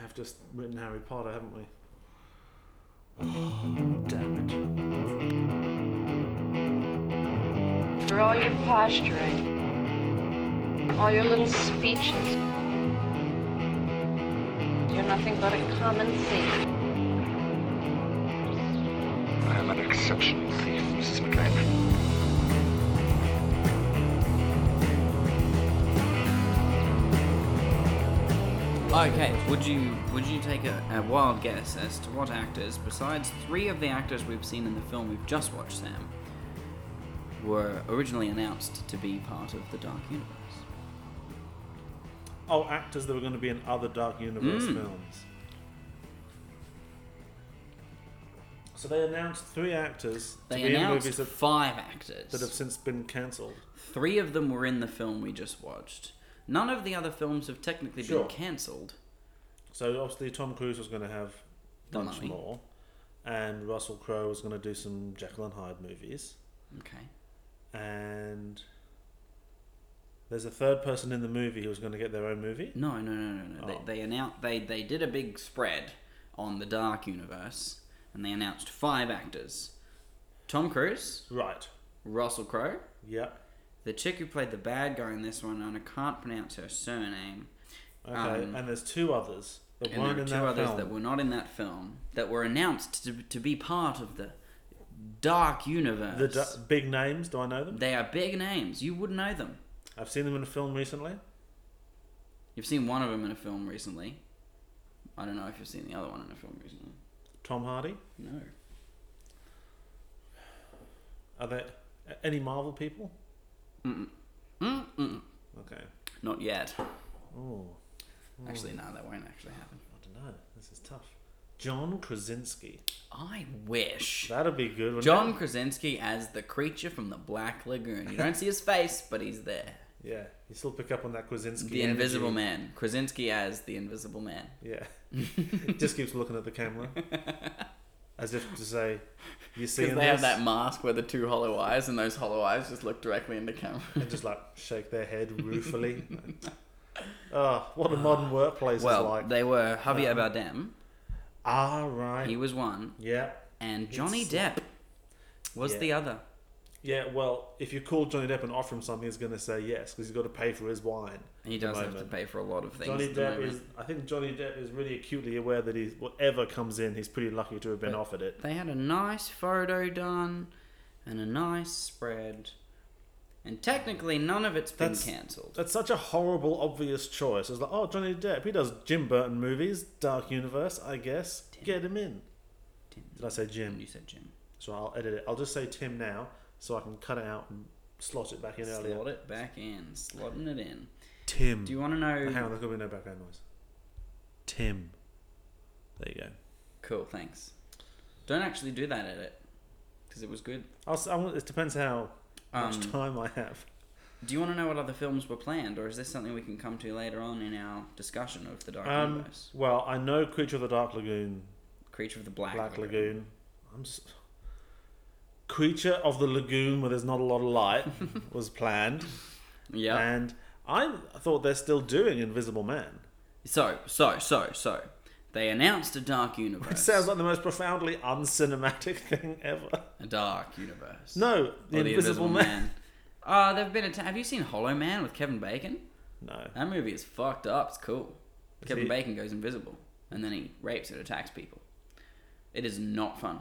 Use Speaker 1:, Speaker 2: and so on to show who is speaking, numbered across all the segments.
Speaker 1: have just written Harry Potter, haven't we?
Speaker 2: Oh,
Speaker 3: Damn it.
Speaker 4: For all your posturing, all your little speeches, you're nothing but a common thief.
Speaker 5: I am an exceptional thief, Mrs. McLean.
Speaker 2: Okay, would you would you take a, a wild guess as to what actors, besides three of the actors we've seen in the film we've just watched, Sam, were originally announced to be part of the Dark Universe?
Speaker 1: Oh, actors that were going to be in other Dark Universe
Speaker 2: Mm.
Speaker 1: films. So they announced three actors
Speaker 2: They
Speaker 1: to be in
Speaker 2: announced
Speaker 1: movies that,
Speaker 2: five actors.
Speaker 1: that have since been cancelled.
Speaker 2: Three of them were in the film we just watched. None of the other films have technically
Speaker 1: Sure.
Speaker 2: been cancelled.
Speaker 1: So obviously Tom Cruise was going to have
Speaker 2: The
Speaker 1: much
Speaker 2: Mummy.
Speaker 1: more, and Russell Crowe was going to do some Jekyll and Hyde movies,
Speaker 2: Okay.
Speaker 1: and there's a third person in the movie who was going to get their own movie.
Speaker 2: No, no, no, no, no.
Speaker 1: Oh.
Speaker 2: They, they announced they they did a big spread on the Dark Universe, and they announced five actors: Tom Cruise,
Speaker 1: Right.
Speaker 2: Russell Crowe,
Speaker 1: Yep.
Speaker 2: the chick who played the bad guy in this one, and I can't pronounce her surname.
Speaker 1: Okay.
Speaker 2: Um,
Speaker 1: and there's two others that
Speaker 2: And there
Speaker 1: weren't
Speaker 2: are
Speaker 1: in
Speaker 2: two
Speaker 1: that
Speaker 2: others
Speaker 1: film.
Speaker 2: that were not in that film that were announced to, to be part of the Dark Universe.
Speaker 1: the du- big names. Do I know them?
Speaker 2: they are big names. You would know them.
Speaker 1: I've seen them in a film recently.
Speaker 2: You've seen one of them in a film recently. I don't know if you've seen the other one in a film recently.
Speaker 1: Tom Hardy.
Speaker 2: No.
Speaker 1: Are there a- any Marvel people?
Speaker 2: Mm-mm.
Speaker 1: Okay.
Speaker 2: Not yet.
Speaker 1: Oh,
Speaker 2: Actually, no, that won't actually happen.
Speaker 1: I don't know. This is tough. John Krasinski.
Speaker 2: I wish.
Speaker 1: That'd be good. wouldn't
Speaker 2: John
Speaker 1: it?
Speaker 2: Krasinski as the creature from the Black Lagoon. You don't see his face, but he's there.
Speaker 1: Yeah. You still pick up on that Krasinski.
Speaker 2: The Invisible
Speaker 1: energy.
Speaker 2: Man. Krasinski as the Invisible Man.
Speaker 1: Yeah. Just keeps looking at the camera. As if to say, you see
Speaker 2: Because
Speaker 1: this?
Speaker 2: they have that mask with the two hollow eyes, and those hollow eyes just look directly into camera.
Speaker 1: and just like shake their head ruefully. oh, what a modern workplace
Speaker 2: Ah. well,
Speaker 1: is like. um,
Speaker 2: they were Javier Bardem.
Speaker 1: Ah, right.
Speaker 2: He was one,
Speaker 1: yeah.
Speaker 2: and Johnny
Speaker 1: It's-
Speaker 2: Depp was
Speaker 1: Yeah.
Speaker 2: the other.
Speaker 1: Yeah, well, if you call Johnny Depp and offer him something, he's going to say yes because he's got to pay for his wine.
Speaker 2: And he
Speaker 1: at the
Speaker 2: does have to
Speaker 1: moment.
Speaker 2: pay for a lot of things.
Speaker 1: Johnny
Speaker 2: at the
Speaker 1: Depp
Speaker 2: moment.
Speaker 1: is. I think Johnny Depp is really acutely aware that he's whatever comes in, he's pretty lucky to have been
Speaker 2: But-
Speaker 1: offered it.
Speaker 2: They had a nice photo done, and a nice spread, and technically none of it's been
Speaker 1: That's-
Speaker 2: cancelled.
Speaker 1: That's such a horrible, obvious choice. It's like, oh, Johnny Depp, he does Jim Burton movies, Dark Universe, I guess. Get him in.
Speaker 2: Tim.
Speaker 1: Did I say
Speaker 2: And
Speaker 1: Jim?
Speaker 2: you said Jim.
Speaker 1: So I'll edit it. I'll just say Tim now, so I can cut it out and slot it back in earlier.
Speaker 2: Slot it back in, slotting it in.
Speaker 1: Tim.
Speaker 2: Do you want to know?
Speaker 1: Hang on, there's gonna be no background noise. Tim. There you go.
Speaker 2: Cool, thanks. Don't actually do that edit because it was good.
Speaker 1: I'll, s- I want, it depends how
Speaker 2: Um,
Speaker 1: much time I have.
Speaker 2: Do you want to know what other films were planned, or is this something we can come to later on in our discussion of the Dark
Speaker 1: Um,
Speaker 2: Universe?
Speaker 1: well, I know Creature of the Dark Lagoon,
Speaker 2: Creature of the Black,
Speaker 1: Black
Speaker 2: Lagoon.
Speaker 1: Lagoon. I'm s Creature of the Lagoon, where there's not a lot of light, was planned,
Speaker 2: Yeah.
Speaker 1: and I thought they're still doing Invisible Man.
Speaker 2: So, so, so, so, they announced a Dark Universe.
Speaker 1: It sounds like the most profoundly uncinematic thing ever.
Speaker 2: a Dark Universe.
Speaker 1: No, the,
Speaker 2: Or
Speaker 1: Invisible, Man.
Speaker 2: Uh, they've been. Atta- have you seen Hollow Man with Kevin Bacon?
Speaker 1: No.
Speaker 2: That movie is fucked up. It's cool.
Speaker 1: Is
Speaker 2: Kevin
Speaker 1: he-
Speaker 2: Bacon goes invisible, and then he rapes and attacks people. It is not fun.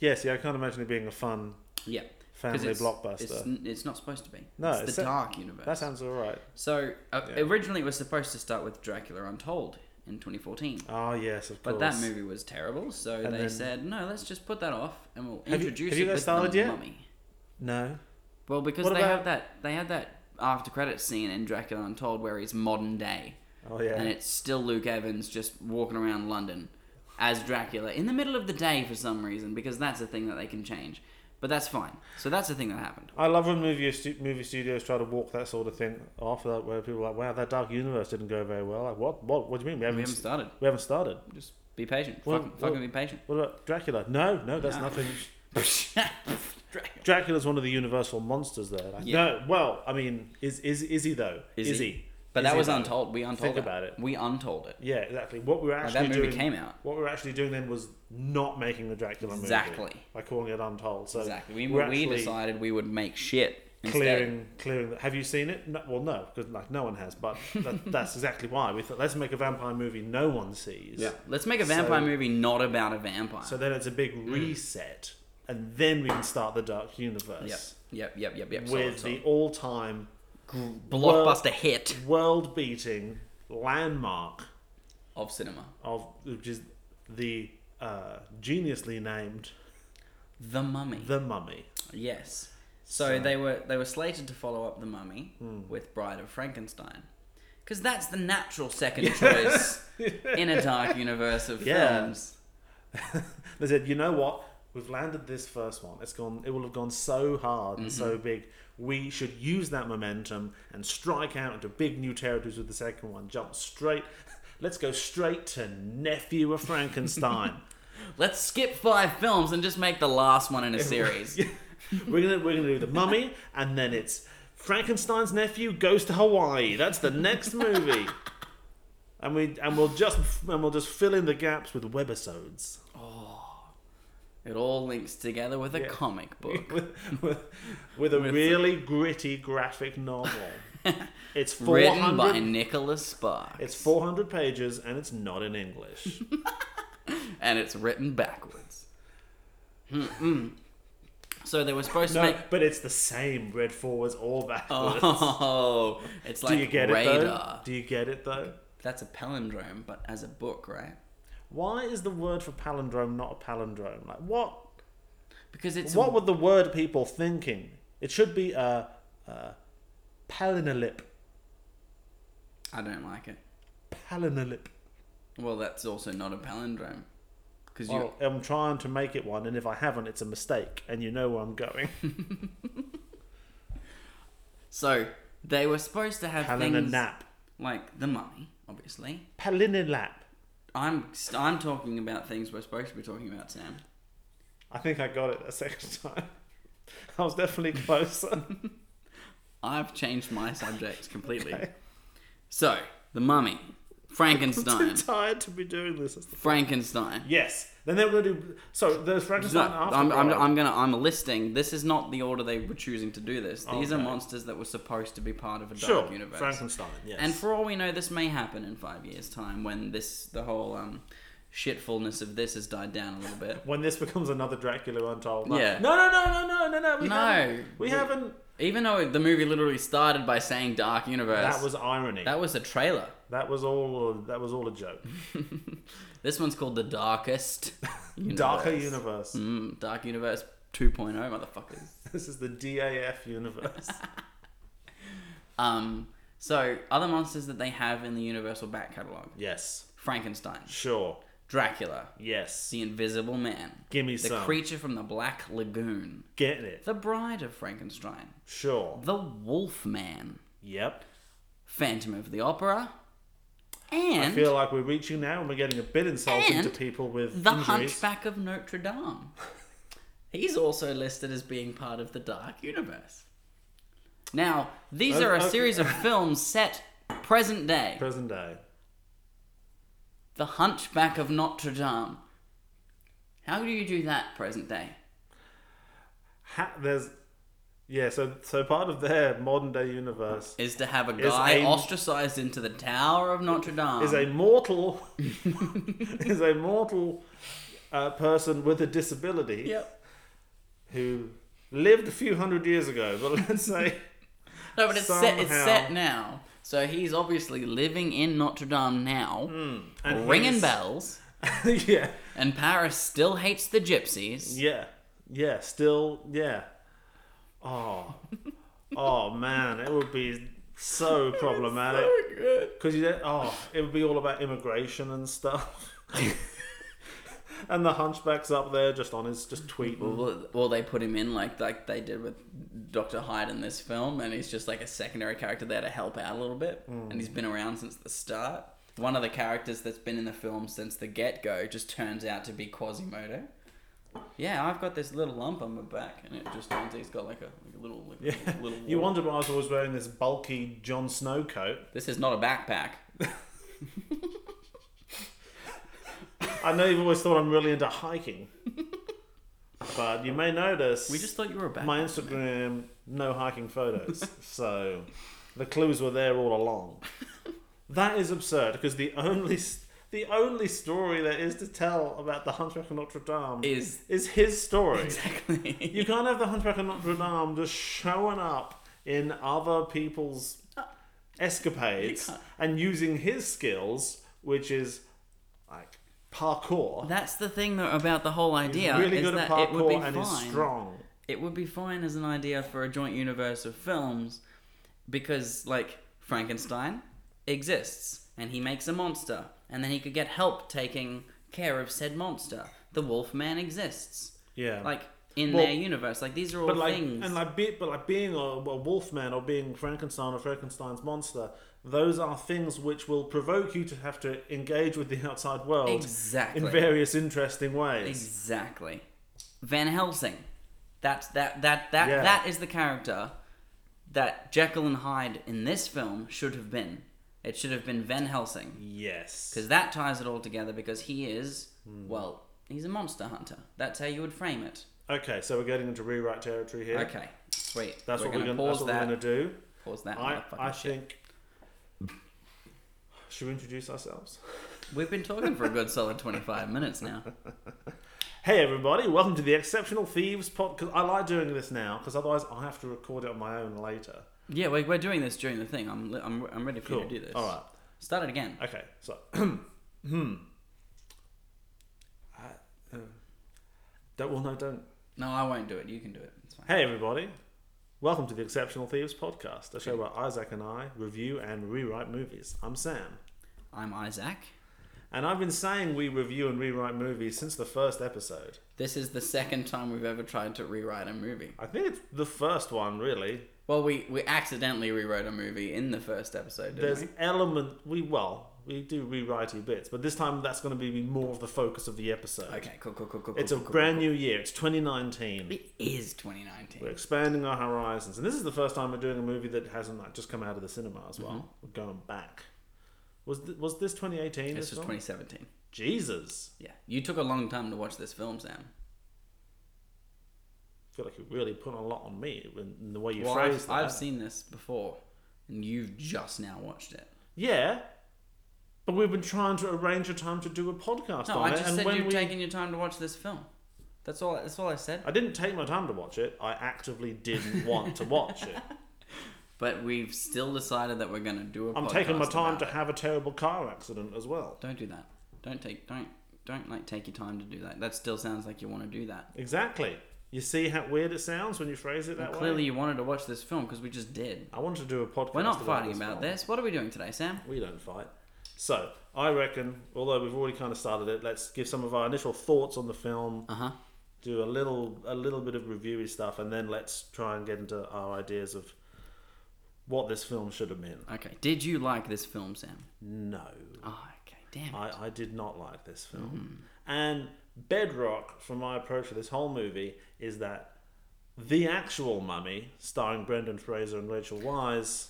Speaker 1: Yes, yeah, I can't imagine it being a fun.
Speaker 2: Yeah. 'Cause
Speaker 1: Family
Speaker 2: it's-
Speaker 1: blockbuster.
Speaker 2: It's, n- it's not supposed to be.
Speaker 1: No,
Speaker 2: it's the
Speaker 1: it's-
Speaker 2: Dark Universe.
Speaker 1: That sounds all right.
Speaker 2: So uh,
Speaker 1: Yeah.
Speaker 2: originally it was supposed to start with Dracula Untold in 2014,
Speaker 1: Oh yes, of course.
Speaker 2: but that movie was terrible. So
Speaker 1: And
Speaker 2: they
Speaker 1: then-
Speaker 2: said, no, let's just put that off and we'll
Speaker 1: Have you-
Speaker 2: introduce
Speaker 1: have you
Speaker 2: it
Speaker 1: guys
Speaker 2: with
Speaker 1: started
Speaker 2: the
Speaker 1: yet?
Speaker 2: mummy.
Speaker 1: No.
Speaker 2: Well, because
Speaker 1: What
Speaker 2: they
Speaker 1: about-
Speaker 2: have that they had that after credit scene in Dracula Untold where he's modern day,
Speaker 1: Oh yeah.
Speaker 2: and it's still Luke Evans just walking around London as Dracula in the middle of the day for some reason because that's a thing that they can change. But that's fine. So that's the thing that happened.
Speaker 1: I love when movie stu- movie studios try to walk that sort of thing off, that where people are like, "Wow, that Dark Universe didn't go very well." Like, what? What? What do you mean? We haven't,
Speaker 2: We haven't started.
Speaker 1: we haven't started.
Speaker 2: Just be patient.
Speaker 1: Well,
Speaker 2: fucking,
Speaker 1: well-
Speaker 2: fucking be patient.
Speaker 1: What about Dracula? No, no, that's
Speaker 2: No.
Speaker 1: nothing.
Speaker 2: Dracula.
Speaker 1: Dracula's one of the universal monsters, there. Like,
Speaker 2: Yeah.
Speaker 1: No, well, I mean, is is is he though?
Speaker 2: Is
Speaker 1: is
Speaker 2: he?
Speaker 1: he? Is
Speaker 2: But that
Speaker 1: it-
Speaker 2: was untold. We untold
Speaker 1: Think about it.
Speaker 2: We untold it.
Speaker 1: Yeah, exactly. What we were
Speaker 2: Like,
Speaker 1: actually
Speaker 2: that movie
Speaker 1: doing,
Speaker 2: came out.
Speaker 1: What we were actually doing then was not making the Dracula movie.
Speaker 2: Exactly.
Speaker 1: By calling it Untold. So
Speaker 2: Exactly. We,
Speaker 1: we're
Speaker 2: we
Speaker 1: actually
Speaker 2: decided we would make shit instead.
Speaker 1: clearing clearing. The, have you seen it? No, well, no, because like no one has. But that, that's exactly why we thought let's make a vampire movie no one sees.
Speaker 2: Yeah. Let's make a vampire
Speaker 1: So-
Speaker 2: movie not about a vampire.
Speaker 1: So then it's a big
Speaker 2: Mm.
Speaker 1: reset, and then we can start the Dark Universe
Speaker 2: yep. Yep. Yep. Yep. Yep.
Speaker 1: with
Speaker 2: Solid, solid.
Speaker 1: the all-time
Speaker 2: blockbuster hit
Speaker 1: world-beating landmark
Speaker 2: of cinema,
Speaker 1: of which is the uh, geniusly named
Speaker 2: The Mummy.
Speaker 1: The Mummy.
Speaker 2: Yes. So, they were they were slated to follow up the Mummy
Speaker 1: Hmm.
Speaker 2: with Bride of Frankenstein, because that's the natural second choice in a dark universe of
Speaker 1: Yeah.
Speaker 2: films.
Speaker 1: They said, you know what? We've landed this first one. It's gone. It will have gone so hard and so big. We should use that momentum and strike out into big new territories with the second one. Jump straight. Let's go straight to nephew of Frankenstein.
Speaker 2: Let's skip five films and just make the last one in a series.
Speaker 1: we're gonna we're gonna do the mummy, and then it's Frankenstein's nephew goes to Hawaii. That's the next movie. And we and we'll just and we'll just fill in the gaps with webisodes.
Speaker 2: It all links together with a comic book.
Speaker 1: with, with, with a
Speaker 2: With-
Speaker 1: really gritty graphic novel. it's
Speaker 2: Written by
Speaker 1: 400,
Speaker 2: Nicholas Sparks.
Speaker 1: it's 400 pages and it's not in English.
Speaker 2: and it's written backwards. Mm-mm. So they were supposed to
Speaker 1: no,
Speaker 2: make.
Speaker 1: but it's the same read forwards or backwards.
Speaker 2: Oh, it's like
Speaker 1: Do you get
Speaker 2: radar.
Speaker 1: it though? Do you get it though?
Speaker 2: That's a palindrome, but as a book, right?
Speaker 1: Why is the word for palindrome not a palindrome? Like what
Speaker 2: Because it's
Speaker 1: what were the word people thinking? It should be a, a palinolip.
Speaker 2: I don't like it.
Speaker 1: Palinolip.
Speaker 2: Well, that's also not a palindrome. Because you
Speaker 1: Well, I'm trying to make it one, and if I haven't, it's a mistake, and you know where I'm going.
Speaker 2: so they were supposed to have things
Speaker 1: Palinolap.
Speaker 2: like the mummy, obviously.
Speaker 1: Palinolap.
Speaker 2: I'm I'm talking about things we're supposed to be talking about, Sam.
Speaker 1: I think I got it a second time. I was definitely closer.
Speaker 2: I've changed my subjects completely. So the mummy, Frankenstein,
Speaker 1: Too tired to be doing this.
Speaker 2: Frankenstein.
Speaker 1: Yes. Then they were going to do. So there's
Speaker 2: No,
Speaker 1: Frankenstein after.
Speaker 2: I'm, I'm,
Speaker 1: Bride.
Speaker 2: I'm gonna I'm listing. This is not the order they were choosing to do this. These are
Speaker 1: Oh, Okay.
Speaker 2: monsters that were supposed to be part of a
Speaker 1: sure.
Speaker 2: dark universe.
Speaker 1: Frankenstein. Yes.
Speaker 2: And for all we know, this may happen in five years' time when this the whole um, shitfulness of this has died down a little bit.
Speaker 1: when this becomes another Dracula Untold. like,
Speaker 2: Yeah.
Speaker 1: No, no, no, no, no, no, no. We
Speaker 2: No.
Speaker 1: Haven't, we,
Speaker 2: We-
Speaker 1: haven't.
Speaker 2: Even though the movie literally started by saying Dark Universe,
Speaker 1: That was irony.
Speaker 2: that was a trailer.
Speaker 1: That was all. That was all a joke.
Speaker 2: This one's called the Darkest Universe.
Speaker 1: Darker universe.
Speaker 2: Mm, Dark Universe 2.0, motherfuckers.
Speaker 1: This is the DAF universe.
Speaker 2: Um, so other monsters that they have in the Universal back catalog:
Speaker 1: yes.
Speaker 2: Frankenstein,
Speaker 1: Sure.
Speaker 2: Dracula,
Speaker 1: Yes.
Speaker 2: the Invisible Man,
Speaker 1: Gimme
Speaker 2: the
Speaker 1: some.
Speaker 2: creature from the Black Lagoon,
Speaker 1: Getting it.
Speaker 2: the Bride of Frankenstein,
Speaker 1: Sure.
Speaker 2: the Wolf Man.
Speaker 1: Yep.
Speaker 2: Phantom of the Opera,
Speaker 1: I
Speaker 2: and
Speaker 1: feel like we're reaching now and we're getting a bit insulting to
Speaker 2: And
Speaker 1: people with
Speaker 2: The
Speaker 1: injuries.
Speaker 2: Hunchback of Notre Dame. He's also listed as being part of the Dark Universe. Now, these
Speaker 1: Oh,
Speaker 2: are a
Speaker 1: okay.
Speaker 2: series of films set present day.
Speaker 1: Present day.
Speaker 2: The Hunchback of Notre Dame. How do you do that present day?
Speaker 1: Ha- there's yeah. So so part of their modern day universe
Speaker 2: Is to have a guy
Speaker 1: a-
Speaker 2: ostracized into the Tower of Notre Dame.
Speaker 1: is a mortal is a mortal uh, person with a disability
Speaker 2: Yep.
Speaker 1: who lived a few hundred years ago. But let's say
Speaker 2: No, but it's set. It's
Speaker 1: Somehow.
Speaker 2: set now. So he's obviously living in Notre Dame now,
Speaker 1: Hmm. and
Speaker 2: ringing
Speaker 1: he's-
Speaker 2: bells.
Speaker 1: yeah.
Speaker 2: And Paris still hates the gypsies.
Speaker 1: Yeah. Yeah. Still. Yeah. Oh. oh man, it would be so problematic. Because you don't, oh, it would be all about immigration and stuff. and the hunchback's up there just on his just tweeting.
Speaker 2: Well, well, they put him in like like they did with Doctor Hyde in this film, and he's just like a secondary character there to help out a little bit, and he's been around since the start. One of the characters that's been in the film since the get go just turns out to be Quasimodo. Yeah, I've got this little lump on my back, and it just turns out he's got like a, like a little, like a
Speaker 1: Yeah.
Speaker 2: Mm-hmm. little. little
Speaker 1: You
Speaker 2: wart.
Speaker 1: wonder why I was always wearing this bulky Jon Snow coat.
Speaker 2: This is not a backpack.
Speaker 1: I know you've always thought I'm really into hiking, but you may notice
Speaker 2: We just thought you were a backpack.
Speaker 1: my Instagram no hiking photos, so the clues were there all along. That is absurd because the only the only story there is to tell about the Hunchback of Notre Dame
Speaker 2: Is-
Speaker 1: is his story.
Speaker 2: Exactly.
Speaker 1: You can't have the Hunchback of Notre Dame just showing up in other people's escapades
Speaker 2: Uh, You can't.
Speaker 1: and using his skills, which is like parkour.
Speaker 2: That's the thing though about the whole idea
Speaker 1: really
Speaker 2: is
Speaker 1: good
Speaker 2: that
Speaker 1: at
Speaker 2: it would be
Speaker 1: parkour and
Speaker 2: fine.
Speaker 1: is strong.
Speaker 2: It would be fine as an idea for a joint universe of films, because like Frankenstein exists and he makes a monster, and then he could get help taking care of said monster. The Wolfman exists,
Speaker 1: Yeah,
Speaker 2: like in
Speaker 1: Well,
Speaker 2: their universe. Like these are all
Speaker 1: but like
Speaker 2: things.
Speaker 1: and like be, but like being a, a wolfman or being Frankenstein or Frankenstein's monster. Those are things which will provoke you to have to engage with the outside world
Speaker 2: Exactly.
Speaker 1: in various interesting ways.
Speaker 2: Exactly. Van Helsing. That's that that that
Speaker 1: Yeah.
Speaker 2: that is the character that Jekyll and Hyde in this film should have been. It should have been Van Helsing
Speaker 1: Yes,
Speaker 2: because that ties it all together because he is
Speaker 1: Hmm.
Speaker 2: well, he's a monster hunter. That's how you would frame it.
Speaker 1: Okay, so we're getting into rewrite territory here.
Speaker 2: Okay. Sweet.
Speaker 1: That's
Speaker 2: we're
Speaker 1: what we're
Speaker 2: gonna
Speaker 1: gonna,
Speaker 2: pause
Speaker 1: that's what
Speaker 2: that.
Speaker 1: we're gonna do.
Speaker 2: Pause that
Speaker 1: I,
Speaker 2: motherfucking
Speaker 1: I
Speaker 2: shit.
Speaker 1: think should we introduce ourselves?
Speaker 2: We've been talking for a good solid 25 minutes now.
Speaker 1: Hey everybody, welcome to the Exceptional Thieves podcast. I like doing this now because otherwise I'll have to record it on my own later.
Speaker 2: Yeah, we're, we're doing this during the thing. I'm li- I'm, I'm ready for
Speaker 1: Cool.
Speaker 2: you to do this.
Speaker 1: All right.
Speaker 2: Start it again.
Speaker 1: Okay. So, hmm. I, um, don't well no don't.
Speaker 2: No, I won't do it. You can do it. It's fine.
Speaker 1: Hey everybody, welcome to the Exceptional Thieves podcast, a show where Isaac and I review and rewrite movies. I'm Sam.
Speaker 2: I'm Isaac.
Speaker 1: And I've been saying we review and rewrite movies since the first episode.
Speaker 2: This is the second time we've ever tried to rewrite a movie.
Speaker 1: I think it's the first one, really.
Speaker 2: Well, we, we accidentally rewrote a movie in the first episode, didn't
Speaker 1: There's
Speaker 2: we?
Speaker 1: element we well we do rewritey bits, but this time that's going to be more of the focus of the episode.
Speaker 2: Okay, cool, cool, cool, cool.
Speaker 1: It's a
Speaker 2: cool, cool,
Speaker 1: brand new year. It's 2019.
Speaker 2: cool. It is
Speaker 1: We're
Speaker 2: 2019.
Speaker 1: expanding our horizons, and this is the first time we're doing a movie that hasn't like, just come out of the cinema as
Speaker 2: Mm-hmm.
Speaker 1: well. We're going back. Was th- was this 2018?
Speaker 2: This was
Speaker 1: one?
Speaker 2: 2017.
Speaker 1: Jesus,
Speaker 2: Yeah, you took a long time to watch this film, Sam.
Speaker 1: I feel like you really put a lot on me in in the way you
Speaker 2: Well,
Speaker 1: phrased
Speaker 2: I've,
Speaker 1: that.
Speaker 2: I've seen this before, and you've just now watched it.
Speaker 1: Yeah, but we've been trying to arrange a time to do a podcast
Speaker 2: No,
Speaker 1: on
Speaker 2: I
Speaker 1: it,
Speaker 2: just
Speaker 1: and
Speaker 2: said
Speaker 1: when
Speaker 2: you've
Speaker 1: we
Speaker 2: taken your time to watch this film. That's all. That's all I said.
Speaker 1: I didn't take my time to watch it. I actively didn't want to watch it.
Speaker 2: But we've still decided that we're going to do a.
Speaker 1: I'm taking my
Speaker 2: podcast
Speaker 1: time
Speaker 2: about
Speaker 1: to
Speaker 2: it.
Speaker 1: have a terrible car accident as well.
Speaker 2: Don't do that. Don't take. Don't. Don't like take your time to do that. That still sounds like you want to do that.
Speaker 1: Exactly. You see how weird it sounds when you phrase it that way.
Speaker 2: Clearly, you wanted to watch this film because we just did.
Speaker 1: I want to do a podcast.
Speaker 2: We're not fighting
Speaker 1: this
Speaker 2: about
Speaker 1: film.
Speaker 2: this. What are we doing today, Sam?
Speaker 1: We don't fight. So I reckon, although we've already kind of started it, let's give some of our initial thoughts on the film.
Speaker 2: Uh huh.
Speaker 1: Do a little, a little bit of reviewy stuff, and then let's try and get into our ideas of what this film should have been.
Speaker 2: Okay. Did you like this film, Sam?
Speaker 1: No.
Speaker 2: Oh, okay. Damn. It.
Speaker 1: I, I did not like this film. And bedrock for my approach to this whole movie is that the actual Mummy, starring Brendan Fraser and Rachel Wise,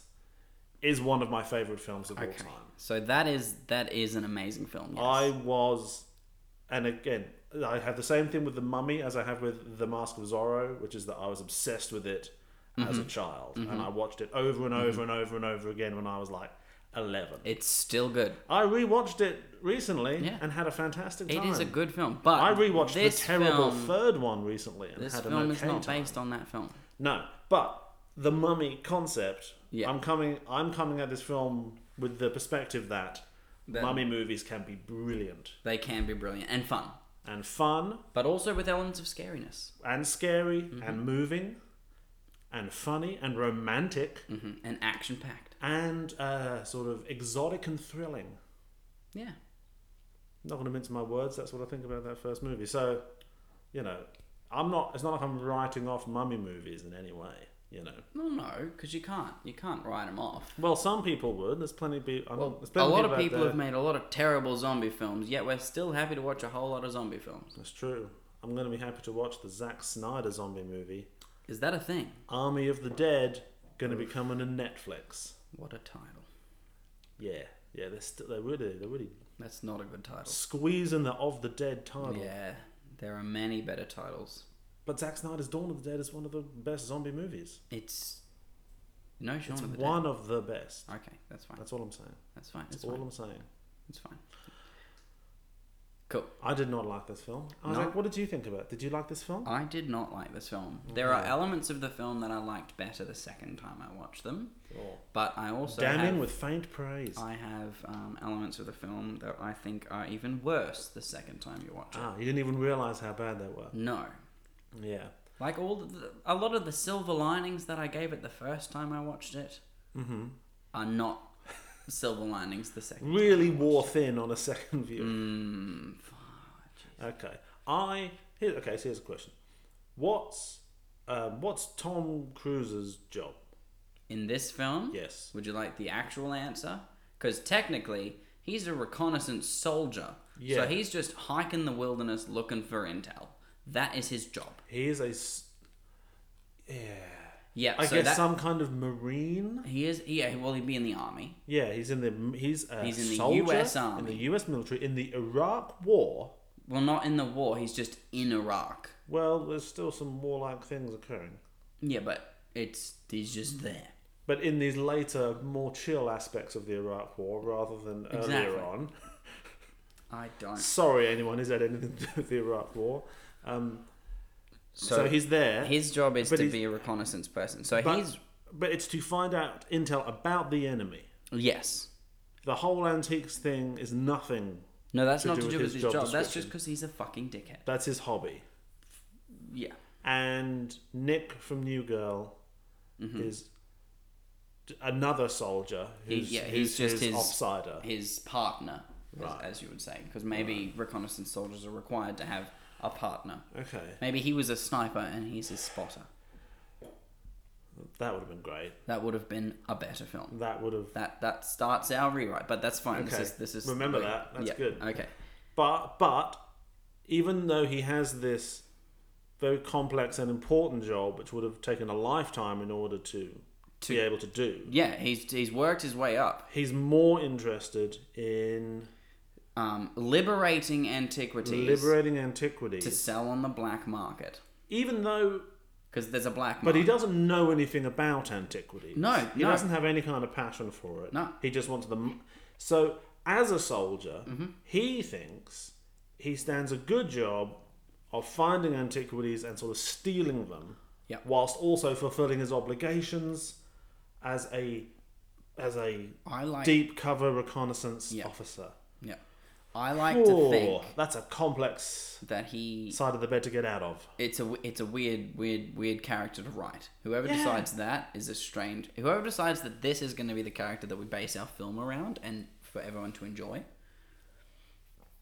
Speaker 1: is one of my favorite films of all
Speaker 2: okay.
Speaker 1: time.
Speaker 2: So that is that is an amazing film. Yes.
Speaker 1: I was, and again, I have the same thing with the Mummy as I have with the Mask of Zorro, which is that I was obsessed with it as
Speaker 2: Mm-hmm.
Speaker 1: a child, and I watched it over and over and over and over again when I was like eleven.
Speaker 2: It's still good.
Speaker 1: I rewatched it recently
Speaker 2: Yeah.
Speaker 1: and had a fantastic
Speaker 2: It
Speaker 1: time.
Speaker 2: is a good film. But
Speaker 1: I rewatched
Speaker 2: this
Speaker 1: the terrible
Speaker 2: film.
Speaker 1: third one recently and
Speaker 2: this
Speaker 1: had
Speaker 2: film
Speaker 1: an okay
Speaker 2: is not
Speaker 1: time.
Speaker 2: based on that film.
Speaker 1: No, but the mummy concept.
Speaker 2: Yeah.
Speaker 1: I'm coming. I'm coming at this film with the perspective that
Speaker 2: That-
Speaker 1: mummy movies can be brilliant
Speaker 2: They can be brilliant and fun,
Speaker 1: and fun
Speaker 2: but also with elements of scariness
Speaker 1: and scary
Speaker 2: Mm-hmm.
Speaker 1: and moving and funny and romantic
Speaker 2: hmm and action packed.
Speaker 1: and uh, sort of exotic and thrilling.
Speaker 2: Yeah.
Speaker 1: not going to mince my words. That's what I think about that first movie. So, you know, I'm not. It's not like I'm writing off mummy movies in any way. You know.
Speaker 2: No, no, because you can't. You can't write them off.
Speaker 1: Well, some people would. There's plenty of people.
Speaker 2: Well,
Speaker 1: there's
Speaker 2: a
Speaker 1: plenty
Speaker 2: lot of
Speaker 1: out
Speaker 2: people
Speaker 1: there-
Speaker 2: have made a lot of terrible zombie films, yet we're still happy to watch a whole lot of zombie films.
Speaker 1: That's true. I'm going to be happy to watch the Zack Snyder zombie movie,
Speaker 2: Is that a thing?
Speaker 1: Army of the Dead, going to be coming to Netflix.
Speaker 2: What a title.
Speaker 1: Yeah, yeah, they're still they're really they're really
Speaker 2: That's not a good title.
Speaker 1: squeezing the of the dead title.
Speaker 2: Yeah, there are many better titles.
Speaker 1: But Zack Snyder's Dawn of the Dead is one of the best zombie movies.
Speaker 2: It's no Shaun
Speaker 1: It's
Speaker 2: of the Dead.
Speaker 1: one of the best.
Speaker 2: Okay, that's fine. That's,
Speaker 1: That's all I'm saying.
Speaker 2: fine. That's
Speaker 1: That's all
Speaker 2: fine.
Speaker 1: I'm saying.
Speaker 2: That's fine. Cool.
Speaker 1: I did not like this film. I was
Speaker 2: No.
Speaker 1: like, what did you think about? it? Did you like this film?
Speaker 2: I did not like this film. There are elements of the film that I liked better the second time I watched them,
Speaker 1: Oh.
Speaker 2: but I also
Speaker 1: Damning
Speaker 2: have,
Speaker 1: with faint praise.
Speaker 2: I have um, elements of the film that I think are even worse the second time you watch it.
Speaker 1: Ah, you didn't even realize how bad they were.
Speaker 2: No, Mm.
Speaker 1: Yeah.
Speaker 2: like all the, a lot of the silver linings that I gave it the first time I watched it
Speaker 1: Mm-hmm.
Speaker 2: are not silver linings the second.
Speaker 1: Really wore thin on a second view.
Speaker 2: Mm, fuck, jeez.
Speaker 1: Okay. I here, okay. So here's a question. What's um, what's Tom Cruise's job?
Speaker 2: In this film,
Speaker 1: Yes.
Speaker 2: Would you like the actual answer? Because technically, he's a reconnaissance soldier.
Speaker 1: Yeah.
Speaker 2: So he's just hiking the wilderness looking for intel. That is his job.
Speaker 1: He is a s- yeah.
Speaker 2: Yeah.
Speaker 1: I
Speaker 2: so
Speaker 1: guess
Speaker 2: that,
Speaker 1: some kind of marine.
Speaker 2: He is. Yeah. Well, he'd be in the army.
Speaker 1: Yeah, he's in the he's a
Speaker 2: He's in the
Speaker 1: soldier
Speaker 2: US
Speaker 1: in
Speaker 2: Army.
Speaker 1: the U.S. military in the Iraq War.
Speaker 2: Well, not in the war. He's just in Iraq.
Speaker 1: Well, there's still some warlike things occurring,
Speaker 2: Yeah, but it's he's just there.
Speaker 1: but in these later, more chill aspects of the Iraq War, rather than
Speaker 2: Exactly.
Speaker 1: earlier on.
Speaker 2: I don't.
Speaker 1: Sorry, anyone who's had anything to do with the Iraq War. Um, so, he's there.
Speaker 2: His job is
Speaker 1: but
Speaker 2: to
Speaker 1: he's-
Speaker 2: be a reconnaissance person. So
Speaker 1: But,
Speaker 2: he's
Speaker 1: but it's to find out intel about the enemy.
Speaker 2: yes.
Speaker 1: The whole antiques thing is nothing.
Speaker 2: No, that's
Speaker 1: To
Speaker 2: not
Speaker 1: do
Speaker 2: to
Speaker 1: with
Speaker 2: do
Speaker 1: his
Speaker 2: with his
Speaker 1: job
Speaker 2: job. That's just
Speaker 1: description.
Speaker 2: because he's a fucking dickhead.
Speaker 1: That's his hobby.
Speaker 2: Yeah.
Speaker 1: And Nick from New Girl is d- another soldier
Speaker 2: Mm-hmm. He-
Speaker 1: who's,
Speaker 2: yeah,
Speaker 1: who's
Speaker 2: he's just
Speaker 1: his,
Speaker 2: his
Speaker 1: offsider.
Speaker 2: his partner, as-
Speaker 1: Right.
Speaker 2: as, you would say, because maybe reconnaissance soldiers are required to have a partner.
Speaker 1: okay,
Speaker 2: Maybe he was a sniper and he's his spotter.
Speaker 1: that would have been great.
Speaker 2: That would have been a better film.
Speaker 1: That would have.
Speaker 2: That that starts our rewrite, but that's fine.
Speaker 1: Okay.
Speaker 2: This is this is
Speaker 1: Remember that. That's good.
Speaker 2: Okay.
Speaker 1: But but even though he has this very complex and important job, which would have taken a lifetime in order to, to be able to do,
Speaker 2: Yeah, he's he's worked his way up,
Speaker 1: he's more interested in
Speaker 2: um, liberating antiquities
Speaker 1: liberating
Speaker 2: to
Speaker 1: antiquities.
Speaker 2: sell on the black market
Speaker 1: Even though,
Speaker 2: because there's a black
Speaker 1: but he
Speaker 2: market.
Speaker 1: doesn't know anything about antiquities.
Speaker 2: No,
Speaker 1: he
Speaker 2: no.
Speaker 1: doesn't have any kind of passion for it.
Speaker 2: No.
Speaker 1: he just wants them. So, as a soldier,
Speaker 2: Mm-hmm.
Speaker 1: he thinks he stands a good job of finding antiquities and sort of stealing them,
Speaker 2: Yeah.
Speaker 1: whilst also fulfilling his obligations as a as a
Speaker 2: I like.
Speaker 1: deep cover reconnaissance
Speaker 2: Yeah.
Speaker 1: officer.
Speaker 2: Yeah. I like
Speaker 1: Whoa,
Speaker 2: to think
Speaker 1: that's a complex
Speaker 2: that he
Speaker 1: side of the bed to get out of.
Speaker 2: it's a it's a weird weird weird character to write. Whoever
Speaker 1: Yeah.
Speaker 2: decides that is a strange. Whoever decides that this is going to be the character that we base our film around and for everyone to enjoy,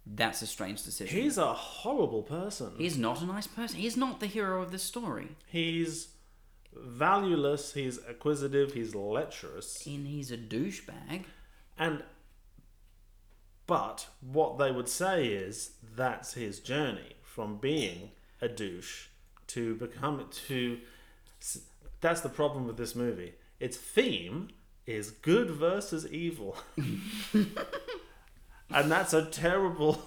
Speaker 2: that's a strange decision.
Speaker 1: He's a horrible person.
Speaker 2: He's not a nice person. He's not the hero of this story,
Speaker 1: He's valueless, he's acquisitive, he's lecherous.
Speaker 2: and he's a douchebag.
Speaker 1: And but what they would say is that's his journey from being a douche to become to s- that's the problem with this movie. Its theme is good versus evil. and that's a terrible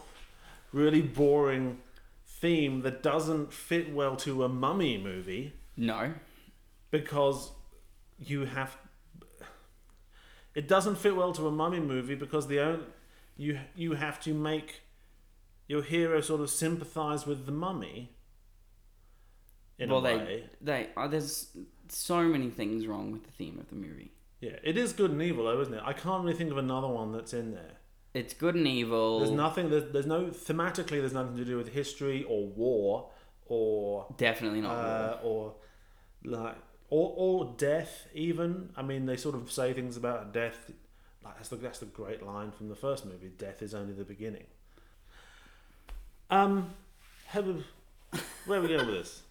Speaker 1: really boring theme that doesn't fit well to a mummy movie
Speaker 2: No,
Speaker 1: because you have it doesn't fit well to a mummy movie because the only you you have to make your hero sort of sympathize with the mummy in
Speaker 2: well
Speaker 1: a way.
Speaker 2: they they oh, there's so many things wrong with the theme of the movie.
Speaker 1: Yeah, it is good and evil though, isn't it? I can't really think of another one that's in there.
Speaker 2: It's good and evil.
Speaker 1: There's nothing. There's, there's no thematically. There's nothing to do with history or war or
Speaker 2: Definitely not. war.
Speaker 1: uh, or like or or death even. I mean, they sort of say things about death. Like that's the that's the great line from the first movie. Death is only the beginning. Um, have a- where are we going with this?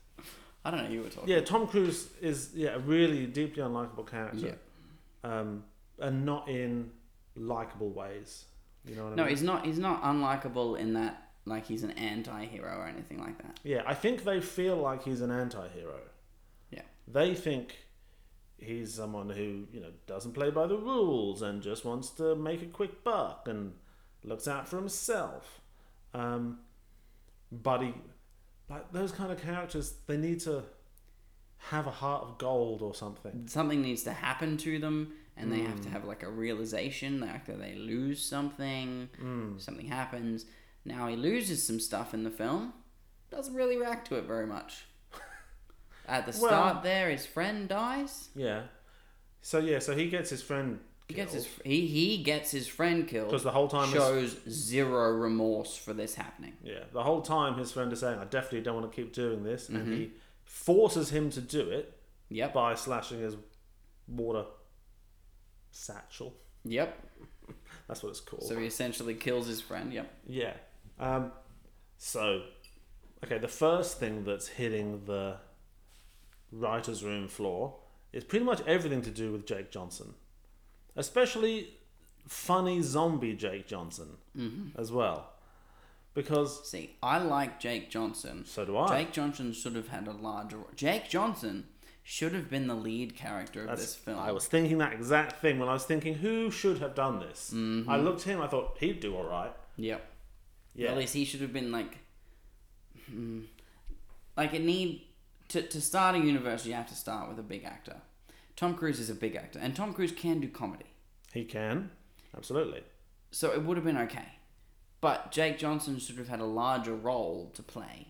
Speaker 2: I don't know. You were talking.
Speaker 1: Yeah, Tom Cruise is yeah a really deeply unlikable
Speaker 2: Yeah.
Speaker 1: character. Um, and not in likable ways. You know what I
Speaker 2: No,
Speaker 1: mean?
Speaker 2: he's not. He's not unlikable in that like he's an anti-hero or anything like that.
Speaker 1: Yeah, I think they feel like he's an anti-hero.
Speaker 2: Yeah.
Speaker 1: They think he's someone who, you know, doesn't play by the rules and just wants to make a quick buck and looks out for himself. Um, but he, like those kind of characters, they need to have a heart of gold or something.
Speaker 2: Something needs to happen to them, and they have to
Speaker 1: Hmm.
Speaker 2: have like a realization. Like that they lose something,
Speaker 1: Hmm.
Speaker 2: something happens. Now he loses some stuff in the film. Doesn't really react to it very much. At the
Speaker 1: Well-
Speaker 2: start, there his friend dies.
Speaker 1: Yeah. So yeah, so he gets his friend.
Speaker 2: He gets his he, he gets his friend killed
Speaker 1: 'Cause the whole time his-
Speaker 2: shows zero remorse for this happening.
Speaker 1: Yeah, the whole time his friend is saying, "I definitely don't want to keep doing this,"
Speaker 2: Mm-hmm.
Speaker 1: and he forces him to do it
Speaker 2: Yep.
Speaker 1: by slashing his water satchel.
Speaker 2: Yep.
Speaker 1: That's what it's called.
Speaker 2: So he essentially kills his friend. Yep.
Speaker 1: yeah. Um, so, okay, the first thing that's hitting the writer's room floor is pretty much everything to do with Jake Johnson, especially funny zombie Jake Johnson
Speaker 2: Mm-hmm.
Speaker 1: as well, because
Speaker 2: See, I like Jake Johnson.
Speaker 1: so do I.
Speaker 2: Jake Johnson should have had a larger. Jake Johnson should have been the lead character of
Speaker 1: That's-
Speaker 2: this film.
Speaker 1: I was thinking that exact thing when I was thinking who should have done this.
Speaker 2: Mm-hmm.
Speaker 1: I looked at him. I thought he'd do all right.
Speaker 2: Yep.
Speaker 1: Yeah,
Speaker 2: At least he should have been like, hmm, like it need to to start a universe. You have to start with a big actor. Tom Cruise is a big actor, and Tom Cruise can do comedy,
Speaker 1: he can. Absolutely.
Speaker 2: so it would have been okay. But Jake Johnson should have had a larger role to play,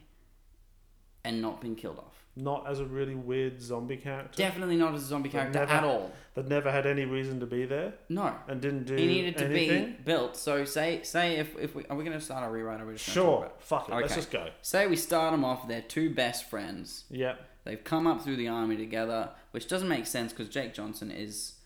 Speaker 2: and not been killed off.
Speaker 1: Not as a really weird zombie character.
Speaker 2: Definitely not as a zombie character
Speaker 1: never-
Speaker 2: at all.
Speaker 1: That never had any reason to be there
Speaker 2: No.
Speaker 1: and didn't do
Speaker 2: he needed to
Speaker 1: anything.
Speaker 2: be built. So say say if, if we are we going to start a rewrite or are we just gonna
Speaker 1: Sure.
Speaker 2: talk about
Speaker 1: Fuck it. Let's just go.
Speaker 2: Say we start them off. They're two best friends.
Speaker 1: Yep.
Speaker 2: They've come up through the army together, which doesn't make sense because Jake Johnson is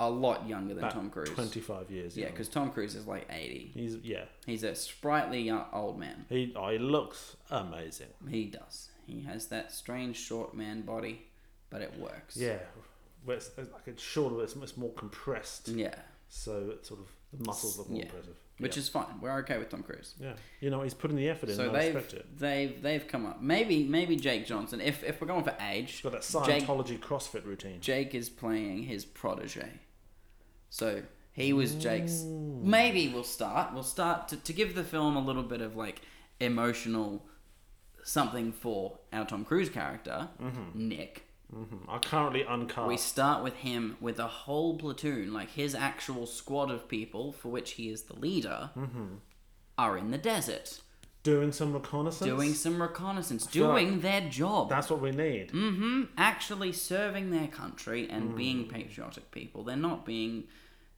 Speaker 2: a lot younger than
Speaker 1: About
Speaker 2: Tom Cruise.
Speaker 1: Twenty-five years.
Speaker 2: Yeah,
Speaker 1: young.
Speaker 2: because Tom Cruise is like eighty.
Speaker 1: he's yeah.
Speaker 2: He's a sprightly young, old man.
Speaker 1: He oh, he looks amazing.
Speaker 2: He does. He has that strange short man body, but it works.
Speaker 1: Yeah. But it's, it's like it's shorter. It's, it's more compressed.
Speaker 2: Yeah.
Speaker 1: So it's sort of the muscles look more
Speaker 2: Yeah.
Speaker 1: impressive.
Speaker 2: Which is fine. We're okay with Tom Cruise.
Speaker 1: Yeah. You know he's putting the effort in.
Speaker 2: So
Speaker 1: and I
Speaker 2: they've
Speaker 1: respect it.
Speaker 2: they've they've come up. Maybe maybe Jake Johnson. If if we're going for age,
Speaker 1: Got that
Speaker 2: Jake
Speaker 1: Scientology CrossFit routine.
Speaker 2: Jake is playing his protege. So he was Jake's. Maybe we'll start. We'll start to, to give the film a little bit of like emotional something for our Tom Cruise character, Nick.
Speaker 1: Mhm. I currently uncast.
Speaker 2: We start with him with a whole platoon, like his actual squad of people for which he is the leader, are in the desert
Speaker 1: doing some reconnaissance.
Speaker 2: doing some reconnaissance,
Speaker 1: feel like
Speaker 2: doing their job.
Speaker 1: That's what we need.
Speaker 2: hmm Actually serving their country and
Speaker 1: Mm.
Speaker 2: being patriotic people. They're not being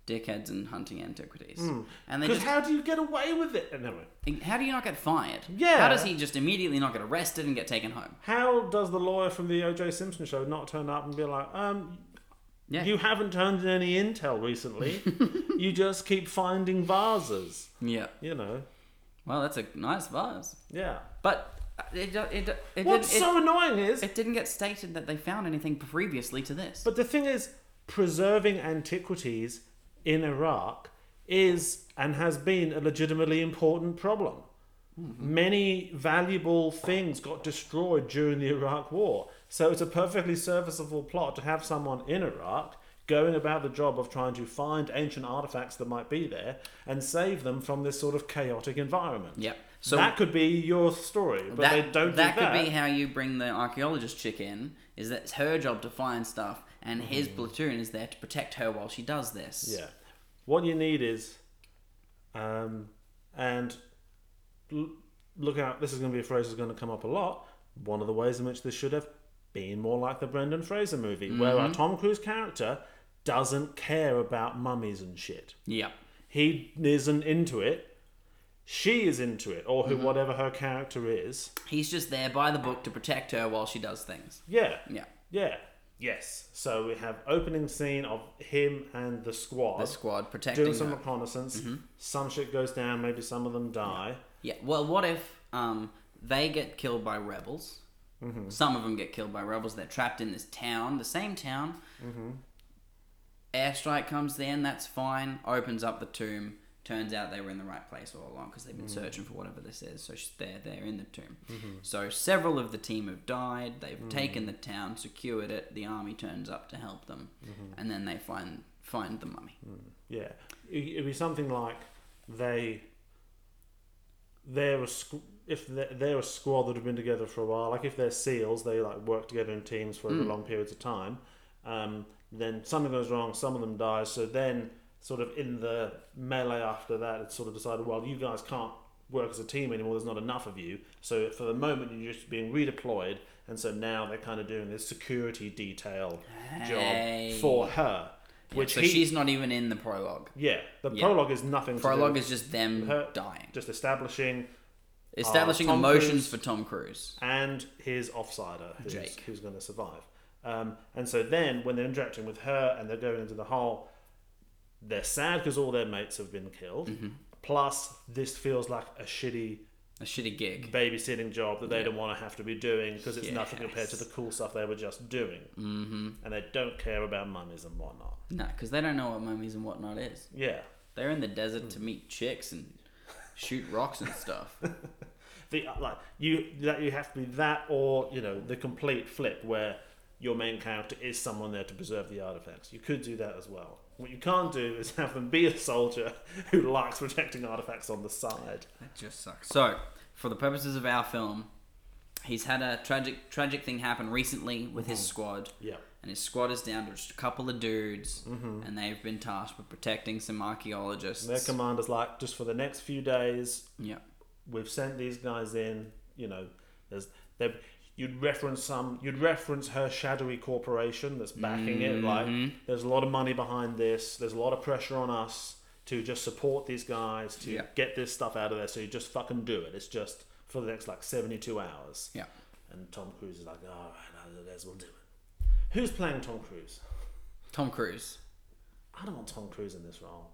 Speaker 2: dickheads and hunting antiquities. And they
Speaker 1: Because
Speaker 2: just how,
Speaker 1: Mm. how do you get away with it? Anyway,
Speaker 2: do you not get fired?
Speaker 1: Yeah.
Speaker 2: How does he just immediately not get arrested and get taken home?
Speaker 1: how does the lawyer from the O.J. Simpson show not turn up and be like, um,
Speaker 2: Yeah.
Speaker 1: you haven't turned in any intel recently. you just keep finding vases.
Speaker 2: yeah.
Speaker 1: You know.
Speaker 2: Well, that's a nice vase.
Speaker 1: Yeah.
Speaker 2: But uh, it do- it do- it, did,
Speaker 1: What's
Speaker 2: it,
Speaker 1: so annoying is,
Speaker 2: it didn't get stated that they found anything previously to this.
Speaker 1: but the thing is, preserving antiquities in Iraq is and has been a legitimately important problem.
Speaker 2: Mm-hmm.
Speaker 1: Many valuable things got destroyed during the Iraq War. So it's a perfectly serviceable plot to have someone in Iraq going about the job of trying to find ancient artifacts that might be there and save them from this sort of chaotic environment.
Speaker 2: Yep. So-
Speaker 1: that could be your story, but
Speaker 2: that,
Speaker 1: they don't
Speaker 2: that
Speaker 1: do that.
Speaker 2: could be how you bring the archaeologist chick in. Is that it's her job to find stuff, and his platoon is there to protect her while she does this.
Speaker 1: Mm. Yeah. What you need is, um, and l- look out, this is going to be a phrase that's going to come up a lot. One of the ways in which this should have been more like the Brendan Fraser movie, where
Speaker 2: Mm-hmm.
Speaker 1: our Tom Cruise character doesn't care about mummies and shit.
Speaker 2: Yep.
Speaker 1: He isn't into it. She is into it, or who,
Speaker 2: Mm-hmm.
Speaker 1: whatever her character is.
Speaker 2: He's just there by the book to protect her while she does things.
Speaker 1: Yeah.
Speaker 2: Yeah.
Speaker 1: Yeah. Yes. So we have opening scene of him and the squad.
Speaker 2: The squad protecting
Speaker 1: doing some
Speaker 2: her.
Speaker 1: reconnaissance. Some shit goes down. Maybe some of them die.
Speaker 2: Yeah. Well, what if um, they get killed by rebels?
Speaker 1: Mm-hmm.
Speaker 2: Some of them get killed by rebels. They're trapped in this town, the same town.
Speaker 1: Mm-hmm.
Speaker 2: Airstrike comes then. That's fine. Opens up the tomb. Turns out they were in the right place all along because they've been
Speaker 1: Mm-hmm.
Speaker 2: searching for whatever this is. So sh- they're they're in the tomb. So several of the team have died. They've
Speaker 1: Mm-hmm.
Speaker 2: taken the town, secured it. The army turns up to help them,
Speaker 1: Mm-hmm.
Speaker 2: and then they find find the mummy.
Speaker 1: Yeah, it, it'd be something like they they're a squ- if they're, they're a squad that have been together for a while. Like if they're seals, they like work together in teams for over
Speaker 2: Hmm.
Speaker 1: long periods of time. Um, then something goes wrong, some of them die. So then, sort of in the melee after that, it's sort of decided. Well, you guys can't work as a team anymore. There's not enough of you. So for the moment, you're just being redeployed. And so now they're kind of doing this security detail
Speaker 2: Hey.
Speaker 1: job for her, which
Speaker 2: so
Speaker 1: he-
Speaker 2: she's not even in the prologue.
Speaker 1: yeah, the
Speaker 2: Yeah.
Speaker 1: prologue is nothing. to
Speaker 2: Prologue
Speaker 1: do
Speaker 2: is just them
Speaker 1: her-
Speaker 2: dying,
Speaker 1: just establishing
Speaker 2: establishing
Speaker 1: Tom
Speaker 2: emotions
Speaker 1: Cruise-
Speaker 2: for Tom Cruise.
Speaker 1: and his offsider, who's,
Speaker 2: Jake.
Speaker 1: who's going to survive. Um, and so then, when they're interacting with her and they're going into the hole, they're sad because all their mates have been killed.
Speaker 2: Mm-hmm.
Speaker 1: Plus, this feels like a shitty
Speaker 2: A shitty gig.
Speaker 1: babysitting job that they don't want to have to be doing because it's nothing compared to
Speaker 2: Yes.
Speaker 1: the cool stuff they were just doing. Mm-hmm. And they don't care about mummies and whatnot.
Speaker 2: No, because they don't know what mummies and whatnot is.
Speaker 1: Yeah.
Speaker 2: They're in the desert to meet chicks and shoot rocks and stuff.
Speaker 1: the like you that you have to be that or you know the complete flip where your main character is someone there to preserve the artifacts. You could do that as well. What you can't do is have them be a soldier who likes protecting artifacts on the side.
Speaker 2: That just sucks. So, for the purposes of our film, he's had a tragic tragic thing happen recently with his squad.
Speaker 1: Yeah.
Speaker 2: And his squad is down to just a couple of dudes, and they've been tasked with protecting some archaeologists.
Speaker 1: Their commander's like, just for the next few days,
Speaker 2: yeah.
Speaker 1: we've sent these guys in. You know, there's there. You'd reference some. You'd reference her shadowy corporation that's backing it. Like,
Speaker 2: Mm-hmm.
Speaker 1: there's a lot of money behind this. There's a lot of pressure on us to just support these guys to
Speaker 2: Yeah.
Speaker 1: get this stuff out of there. So you just fucking do it. It's just for the next like 72 hours.
Speaker 2: Yeah.
Speaker 1: And Tom Cruise is like, all right, I guess we'll do it. Who's playing Tom Cruise?
Speaker 2: Tom Cruise.
Speaker 1: I don't want Tom Cruise in this role.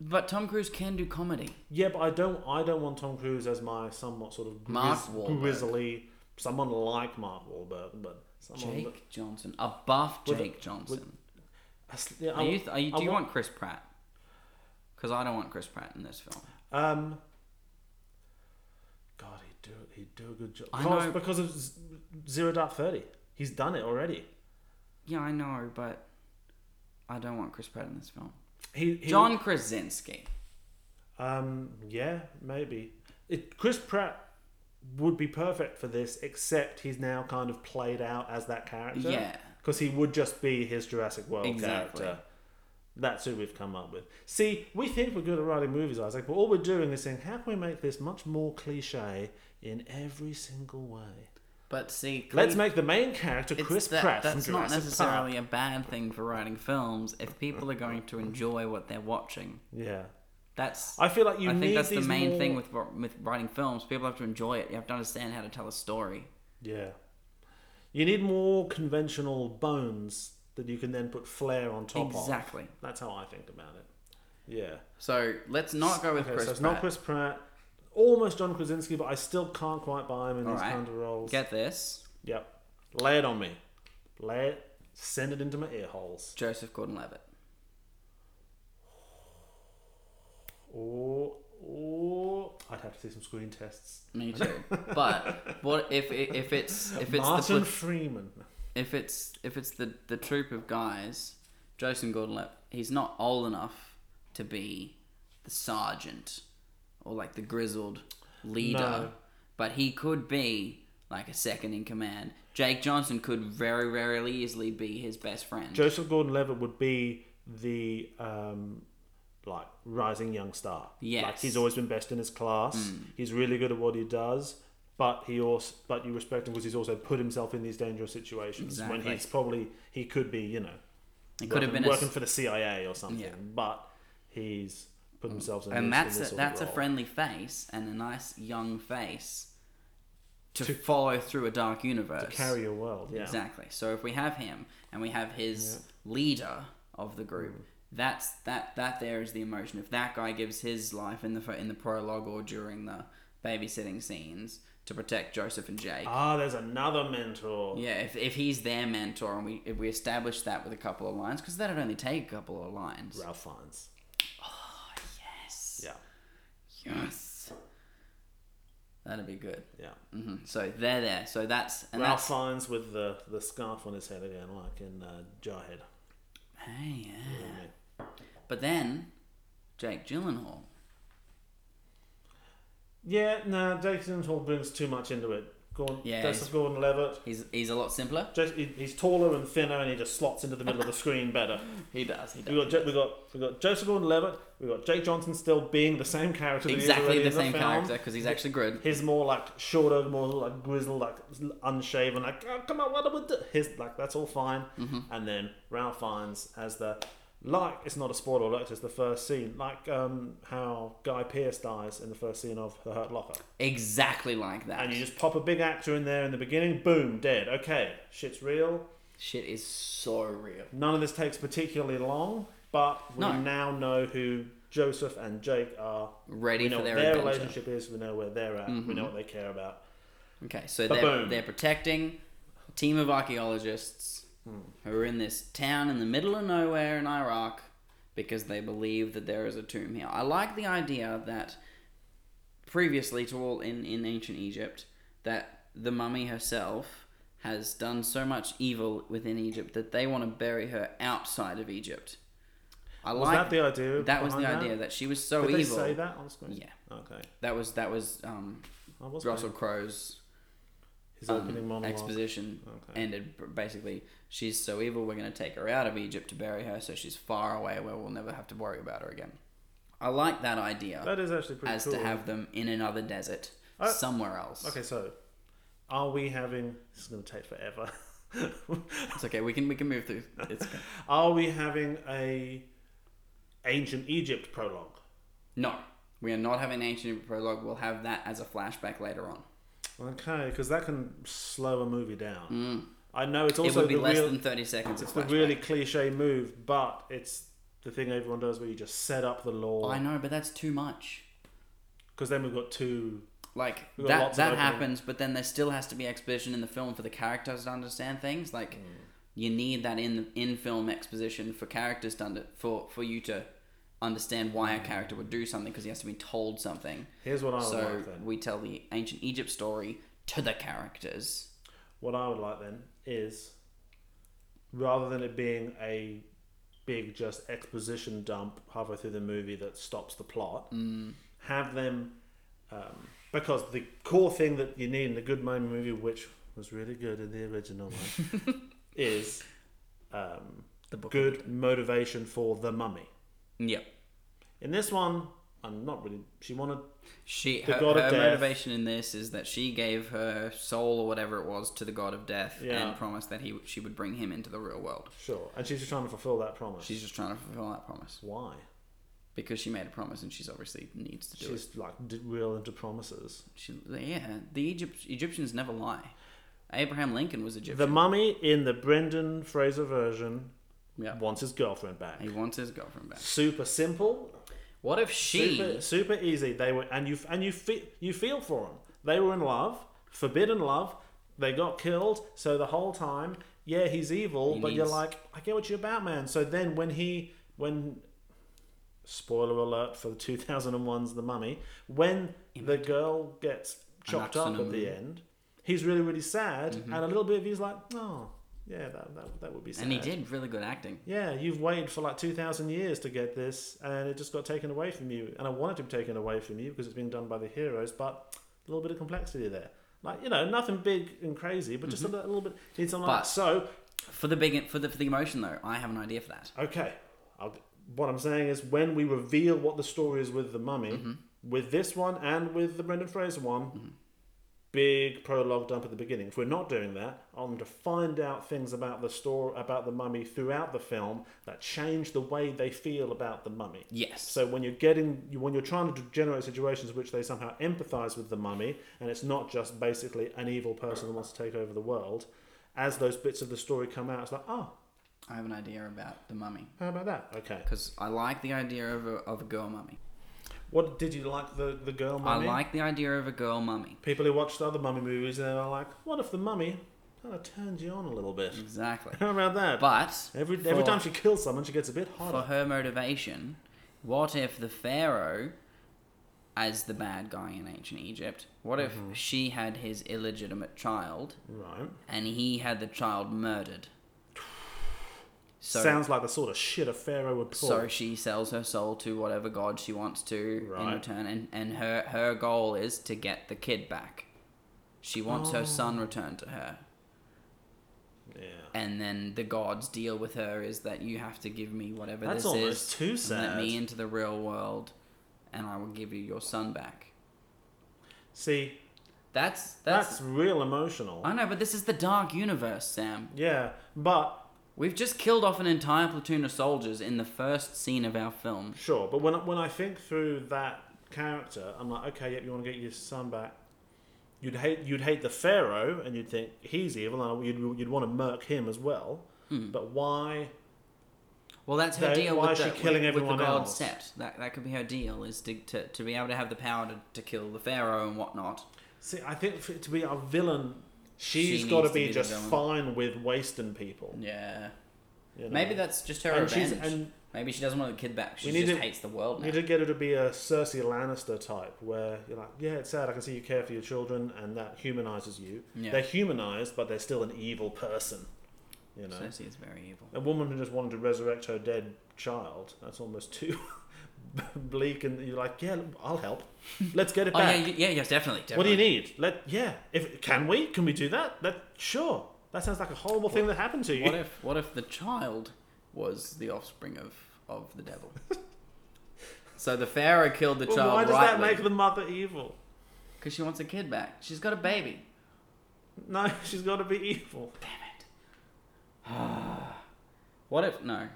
Speaker 2: But Tom Cruise can do comedy.
Speaker 1: Yeah, but I don't. I don't want Tom Cruise as my somewhat sort of
Speaker 2: Mark
Speaker 1: grizz-
Speaker 2: Wahlberg.
Speaker 1: grizzly, someone like Mark Wahlberg, but someone.
Speaker 2: Jake
Speaker 1: that-
Speaker 2: Johnson. A buff
Speaker 1: With a-
Speaker 2: Jake Johnson.
Speaker 1: I s- yeah, I
Speaker 2: are you,
Speaker 1: want-
Speaker 2: are you, do
Speaker 1: I
Speaker 2: you want Chris Pratt? Because I don't want Chris Pratt in this film.
Speaker 1: Um, God, he'd do he'd do a good job.
Speaker 2: I
Speaker 1: Because,
Speaker 2: know-
Speaker 1: because of Z- Zero Dark Thirty, he's done it already.
Speaker 2: Yeah, I know, but I don't want Chris Pratt in this film.
Speaker 1: He, he
Speaker 2: John Krasinski.
Speaker 1: Um, yeah, maybe. It, Chris Pratt would be perfect for this, except he's now kind of played out as that character.
Speaker 2: Yeah.
Speaker 1: Because he would just be his Jurassic World
Speaker 2: Exactly.
Speaker 1: character. That's who we've come up with. See, we think we're good at writing movies, Isaac, but all we're doing is saying, how can we make this much more cliche in every single way?
Speaker 2: But see,
Speaker 1: Let's
Speaker 2: Cle-
Speaker 1: make the main character
Speaker 2: it's
Speaker 1: Chris
Speaker 2: that-
Speaker 1: Pratt
Speaker 2: That's
Speaker 1: from
Speaker 2: not
Speaker 1: Jurassic
Speaker 2: necessarily
Speaker 1: Park.
Speaker 2: a bad thing for writing films if people are going to enjoy what they're watching.
Speaker 1: Yeah.
Speaker 2: That's
Speaker 1: I feel like you
Speaker 2: I
Speaker 1: need
Speaker 2: think that's the
Speaker 1: these
Speaker 2: main
Speaker 1: more-
Speaker 2: thing with with writing films. People have to enjoy it. You have to understand how to tell a story.
Speaker 1: Yeah. You need more conventional bones that you can then put flair on top of.
Speaker 2: Exactly.
Speaker 1: That's how I think about it. Yeah.
Speaker 2: So let's not go with
Speaker 1: Okay,
Speaker 2: Chris
Speaker 1: so it's
Speaker 2: Pratt.
Speaker 1: not Chris Pratt. Almost John Krasinski, but I still can't quite buy him in
Speaker 2: All
Speaker 1: these
Speaker 2: right.
Speaker 1: kind of roles.
Speaker 2: Get this,
Speaker 1: Yep. Lay it on me. Lay it. Send it into my ear holes.
Speaker 2: Joseph Gordon-Levitt.
Speaker 1: Or, or I'd have to see some screen tests.
Speaker 2: Me too. but what if if it's if it's the
Speaker 1: Martin
Speaker 2: pla-
Speaker 1: Freeman.
Speaker 2: if it's if it's the the troop of guys, Jason Gordon-Levitt, he's not old enough to be the sergeant or like the grizzled leader,
Speaker 1: No.
Speaker 2: but he could be like a second in command. Jake Johnson could very very easily be his best friend.
Speaker 1: Joseph Gordon-Levitt would be the um, like rising young star.
Speaker 2: Yes. Hmm.
Speaker 1: like he's always been best in his class. He's really good at what he does, but he also but you respect him because he's also put himself in these dangerous situations when
Speaker 2: Exactly.
Speaker 1: he's probably he could be you know
Speaker 2: it could
Speaker 1: working,
Speaker 2: have been a s-
Speaker 1: working for the CIA or something,
Speaker 2: Yeah.
Speaker 1: but he's put himself in this,
Speaker 2: and
Speaker 1: in
Speaker 2: that's
Speaker 1: this
Speaker 2: a,
Speaker 1: sort of
Speaker 2: that's a
Speaker 1: role.
Speaker 2: friendly face and a nice young face to, follow through a dark universe.
Speaker 1: carry your world. Yeah,
Speaker 2: Exactly. So if we have him and we have his leader of the group, that's that that there is the emotion. If that guy gives his life in the fir- in the prologue or during the babysitting scenes to protect Joseph and Jake.
Speaker 1: Ah, there's another mentor.
Speaker 2: yeah, if, if he's their mentor and we if we establish that with a couple of lines, because that'd only take a couple of lines.
Speaker 1: Ralph Fiennes.
Speaker 2: Yes. Oh, Yes.
Speaker 1: Yeah.
Speaker 2: Yes. That'd be good.
Speaker 1: Yeah.
Speaker 2: hmm So they're there. So that's and
Speaker 1: Ralph
Speaker 2: that's
Speaker 1: Fiennes with the, the scarf on his head again, like in uh, Jarhead.
Speaker 2: hey, yeah.
Speaker 1: didn't he?
Speaker 2: But then Jake Gyllenhaal.
Speaker 1: Yeah, no, Jake Gyllenhaal brings too much into it. Gordon,
Speaker 2: Yeah,
Speaker 1: Joseph
Speaker 2: he's-
Speaker 1: Gordon-Levitt.
Speaker 2: He's he's a lot simpler.
Speaker 1: Just, he- he's taller and thinner, and he just slots into the middle of the screen better.
Speaker 2: He does. He
Speaker 1: We got
Speaker 2: does.
Speaker 1: Jo- we got we got Joseph Gordon-Levitt. We got Jake Johnson still being the same character. That he
Speaker 2: Exactly the
Speaker 1: is already in
Speaker 2: same
Speaker 1: the film.
Speaker 2: character because he's actually good.
Speaker 1: His more like shorter, more like grizzled, like unshaven, like oh, come on, what do we do? His like that's all fine.
Speaker 2: Mm-hmm.
Speaker 1: And then Ralph Fiennes as the like it's not a spoiler alert, it's just the first scene, like um, how Guy Pearce dies in the first scene of The Hurt Locker,
Speaker 2: Exactly like that.
Speaker 1: and you just pop a big actor in there in the beginning, boom, dead. Okay, shit's real.
Speaker 2: Shit is so real.
Speaker 1: None of this takes particularly long, but we
Speaker 2: No.
Speaker 1: now know who Joseph and Jake are.
Speaker 2: Ready
Speaker 1: we know
Speaker 2: for
Speaker 1: what
Speaker 2: their,
Speaker 1: their
Speaker 2: adventure. Mm-hmm.
Speaker 1: relationship is. We know where they're at. We know what they care about.
Speaker 2: Okay, so they're,
Speaker 1: Ba-boom.
Speaker 2: they're protecting a team of archaeologists
Speaker 1: Hmm.
Speaker 2: who are in this town in the middle of nowhere in Iraq because they believe that there is a tomb here. I like the idea that previously to all in, in ancient Egypt, that the mummy herself has done so much evil within Egypt that they want to bury her outside of Egypt. I
Speaker 1: Was
Speaker 2: like
Speaker 1: that the idea?
Speaker 2: that was the
Speaker 1: behind
Speaker 2: idea
Speaker 1: That?
Speaker 2: that she was so
Speaker 1: Did they
Speaker 2: evil.
Speaker 1: say that on screen?
Speaker 2: Yeah.
Speaker 1: Okay.
Speaker 2: That was that was um,
Speaker 1: I was
Speaker 2: Russell Crowe's
Speaker 1: His
Speaker 2: um,
Speaker 1: opening monologue.
Speaker 2: exposition
Speaker 1: Okay.
Speaker 2: ended b- basically she's so evil we're going to take her out of egypt to bury her so she's far away where we'll never have to worry about her again i like that idea
Speaker 1: That is actually pretty
Speaker 2: as
Speaker 1: cool.
Speaker 2: to have them in another desert
Speaker 1: Uh,
Speaker 2: somewhere else
Speaker 1: Okay, so are we having? This is going to take forever.
Speaker 2: it's okay we can we can move through it's okay.
Speaker 1: are we having a ancient Egypt prologue?
Speaker 2: no we are not having ancient Egypt prologue we'll have that as a flashback later on
Speaker 1: Okay, because that can slow a movie down. I know it's also
Speaker 2: Mm. it would be
Speaker 1: the
Speaker 2: less
Speaker 1: real,
Speaker 2: than 30 seconds
Speaker 1: It's
Speaker 2: of
Speaker 1: the
Speaker 2: flashback.
Speaker 1: really cliche move, but it's the thing everyone does where you just set up the
Speaker 2: i
Speaker 1: law.
Speaker 2: know but that's too much
Speaker 1: Because then we've got two.
Speaker 2: like
Speaker 1: got
Speaker 2: that
Speaker 1: lots of
Speaker 2: that
Speaker 1: opening.
Speaker 2: happens but then there still has to be exposition in the film for the characters to understand things like
Speaker 1: Hmm.
Speaker 2: you need that in in film exposition for characters to under, for for you to understand why a character would do something because he has to be told something
Speaker 1: Here's what Hmm. I would
Speaker 2: so
Speaker 1: like then.
Speaker 2: we tell the ancient egypt story to the characters
Speaker 1: What I would like then is rather than it being a big just exposition dump halfway through the movie that stops the plot,
Speaker 2: Mm.
Speaker 1: have them. Um, because the core thing that you need in a good mummy movie, which was really good in the original one, is um,
Speaker 2: The book.
Speaker 1: good motivation for the mummy.
Speaker 2: yep
Speaker 1: In this one, I'm not really. She wanted.
Speaker 2: she
Speaker 1: The
Speaker 2: her,
Speaker 1: god of
Speaker 2: her
Speaker 1: death.
Speaker 2: motivation in this is that she gave her soul or whatever it was to the god of death
Speaker 1: Yeah.
Speaker 2: and promised that he she would bring him into the real world
Speaker 1: Sure. And she's just trying to fulfill that promise.
Speaker 2: she's just trying to fulfill that promise
Speaker 1: Why?
Speaker 2: because she made a promise and she's obviously needs to do it.
Speaker 1: She's like d- real into promises.
Speaker 2: She, yeah, the Egypt, Egyptians never lie. Abraham Lincoln was
Speaker 1: The
Speaker 2: Egyptian.
Speaker 1: mummy in the Brendan Fraser version
Speaker 2: yeah.
Speaker 1: wants his girlfriend back.
Speaker 2: He wants his girlfriend back.
Speaker 1: Super simple.
Speaker 2: What if she?
Speaker 1: Super, super easy. They were, and you and you feel you feel for them. They were in love, forbidden love. They got killed. So the whole time, yeah, he's evil,
Speaker 2: He
Speaker 1: but you're
Speaker 2: needs-
Speaker 1: like, I get what you're about, man. So then when he when spoiler alert for the 2001's The Mummy, when the girl gets chopped up at the
Speaker 2: Anaximum.
Speaker 1: end, he's really really sad, and a little bit of you's like, oh, yeah, that that, that would be sad.
Speaker 2: Mm-hmm. and he did really good acting.
Speaker 1: Yeah, you've waited for like 2,000 years to get this, and it just got taken away from you. And I wanted to be taken away from you because it's being done by the heroes, but a little bit of complexity there. Like, you know, nothing big and crazy, but just a, little, bit. Need something like
Speaker 2: But-
Speaker 1: So,
Speaker 2: For the big, for the for the emotion though, I have an idea for that.
Speaker 1: okay. I'll, what I'm saying is when we reveal what the story is with the mummy, with this one and with the Brendan Fraser one, big prologue dump at the beginning. If we're not doing that, I want them to find out things about the story, about the mummy throughout the film that change the way they feel about the mummy.
Speaker 2: Yes.
Speaker 1: So when you're getting, you- when you're trying to generate situations which they somehow empathize with the mummy, and it's not just basically an evil person that wants to take over the world, as those bits of the story come out, it's like, oh,
Speaker 2: I have an idea about the mummy
Speaker 1: how about that? Okay.
Speaker 2: because I like the idea of a of a girl mummy.
Speaker 1: What did you like the the girl mummy?
Speaker 2: I like the idea of a girl mummy.
Speaker 1: people who watch the other mummy movies. They are like, what if the mummy kind of turned you on a little bit?
Speaker 2: Exactly.
Speaker 1: How about that?
Speaker 2: Mm. But
Speaker 1: Every
Speaker 2: for,
Speaker 1: every time she kills someone, she gets a bit
Speaker 2: for
Speaker 1: hotter.
Speaker 2: her motivation, what if the pharaoh as the bad guy in ancient Egypt? What if
Speaker 1: Mm-hmm.
Speaker 2: she had his illegitimate child
Speaker 1: Right.
Speaker 2: and he had the child murdered? So,
Speaker 1: Sounds like the sort of shit a pharaoh would pull.
Speaker 2: so she sells her soul to whatever god she wants to in
Speaker 1: Right.
Speaker 2: return, and, and her, her goal is to get the kid back. She wants her
Speaker 1: Oh.
Speaker 2: son returned to her.
Speaker 1: yeah.
Speaker 2: and then the gods deal with her is that you have to give me whatever
Speaker 1: That's
Speaker 2: this
Speaker 1: almost
Speaker 2: is
Speaker 1: too
Speaker 2: and let me
Speaker 1: sad.
Speaker 2: into the real world and i will give you your son back
Speaker 1: See,
Speaker 2: that's that's,
Speaker 1: that's, real emotional.
Speaker 2: i know but this is the dark universe sam
Speaker 1: yeah, but
Speaker 2: we've just killed off an entire platoon of soldiers in the first scene of our film
Speaker 1: Sure, but when when I think through that character, I'm like, okay, yep, you want to get your son back. You'd hate you'd hate the pharaoh, and you'd think he's evil, and you'd you'd want to murk him as well.
Speaker 2: Hmm.
Speaker 1: But why?
Speaker 2: well that's her
Speaker 1: They-
Speaker 2: deal
Speaker 1: why
Speaker 2: with,
Speaker 1: is
Speaker 2: the,
Speaker 1: she killing
Speaker 2: with,
Speaker 1: everyone
Speaker 2: with the god
Speaker 1: else?
Speaker 2: set that, that could be her deal is to, to, to be able to have the power to, to kill the pharaoh and whatnot
Speaker 1: See, I think for, it to be a villain, she's
Speaker 2: She
Speaker 1: got to
Speaker 2: needs to
Speaker 1: be
Speaker 2: be the
Speaker 1: just
Speaker 2: villain.
Speaker 1: fine with wasting people.
Speaker 2: yeah
Speaker 1: you know?
Speaker 2: maybe that's just her
Speaker 1: And she's-
Speaker 2: revenge
Speaker 1: and-
Speaker 2: maybe she doesn't want the kid back she
Speaker 1: We need
Speaker 2: just
Speaker 1: to-
Speaker 2: hates the world
Speaker 1: You
Speaker 2: now.
Speaker 1: need to get her to be a Cersei Lannister type, where you're like, yeah, it's sad. I can see you care for your children, and that humanizes you.
Speaker 2: Yeah.
Speaker 1: They're humanized, but they're still an evil person. You know,
Speaker 2: Cersei is very evil.
Speaker 1: A woman who just wanted to resurrect her dead child. That's almost too bleak. And you're like, yeah, I'll help. Let's get it
Speaker 2: Oh yeah,
Speaker 1: back.
Speaker 2: y- yeah, yes, definitely. definitely.
Speaker 1: what do you need? Let yeah. If can we? Can we do that? That sure. That sounds like a horrible thing that happened to you.
Speaker 2: What if what if the child was the offspring of of the devil? so the pharaoh killed the
Speaker 1: Well,
Speaker 2: child.
Speaker 1: why does that make
Speaker 2: Because
Speaker 1: the mother evil?
Speaker 2: she wants a kid back. She's got a baby.
Speaker 1: No, she's got to be evil.
Speaker 2: Damn it. what if no?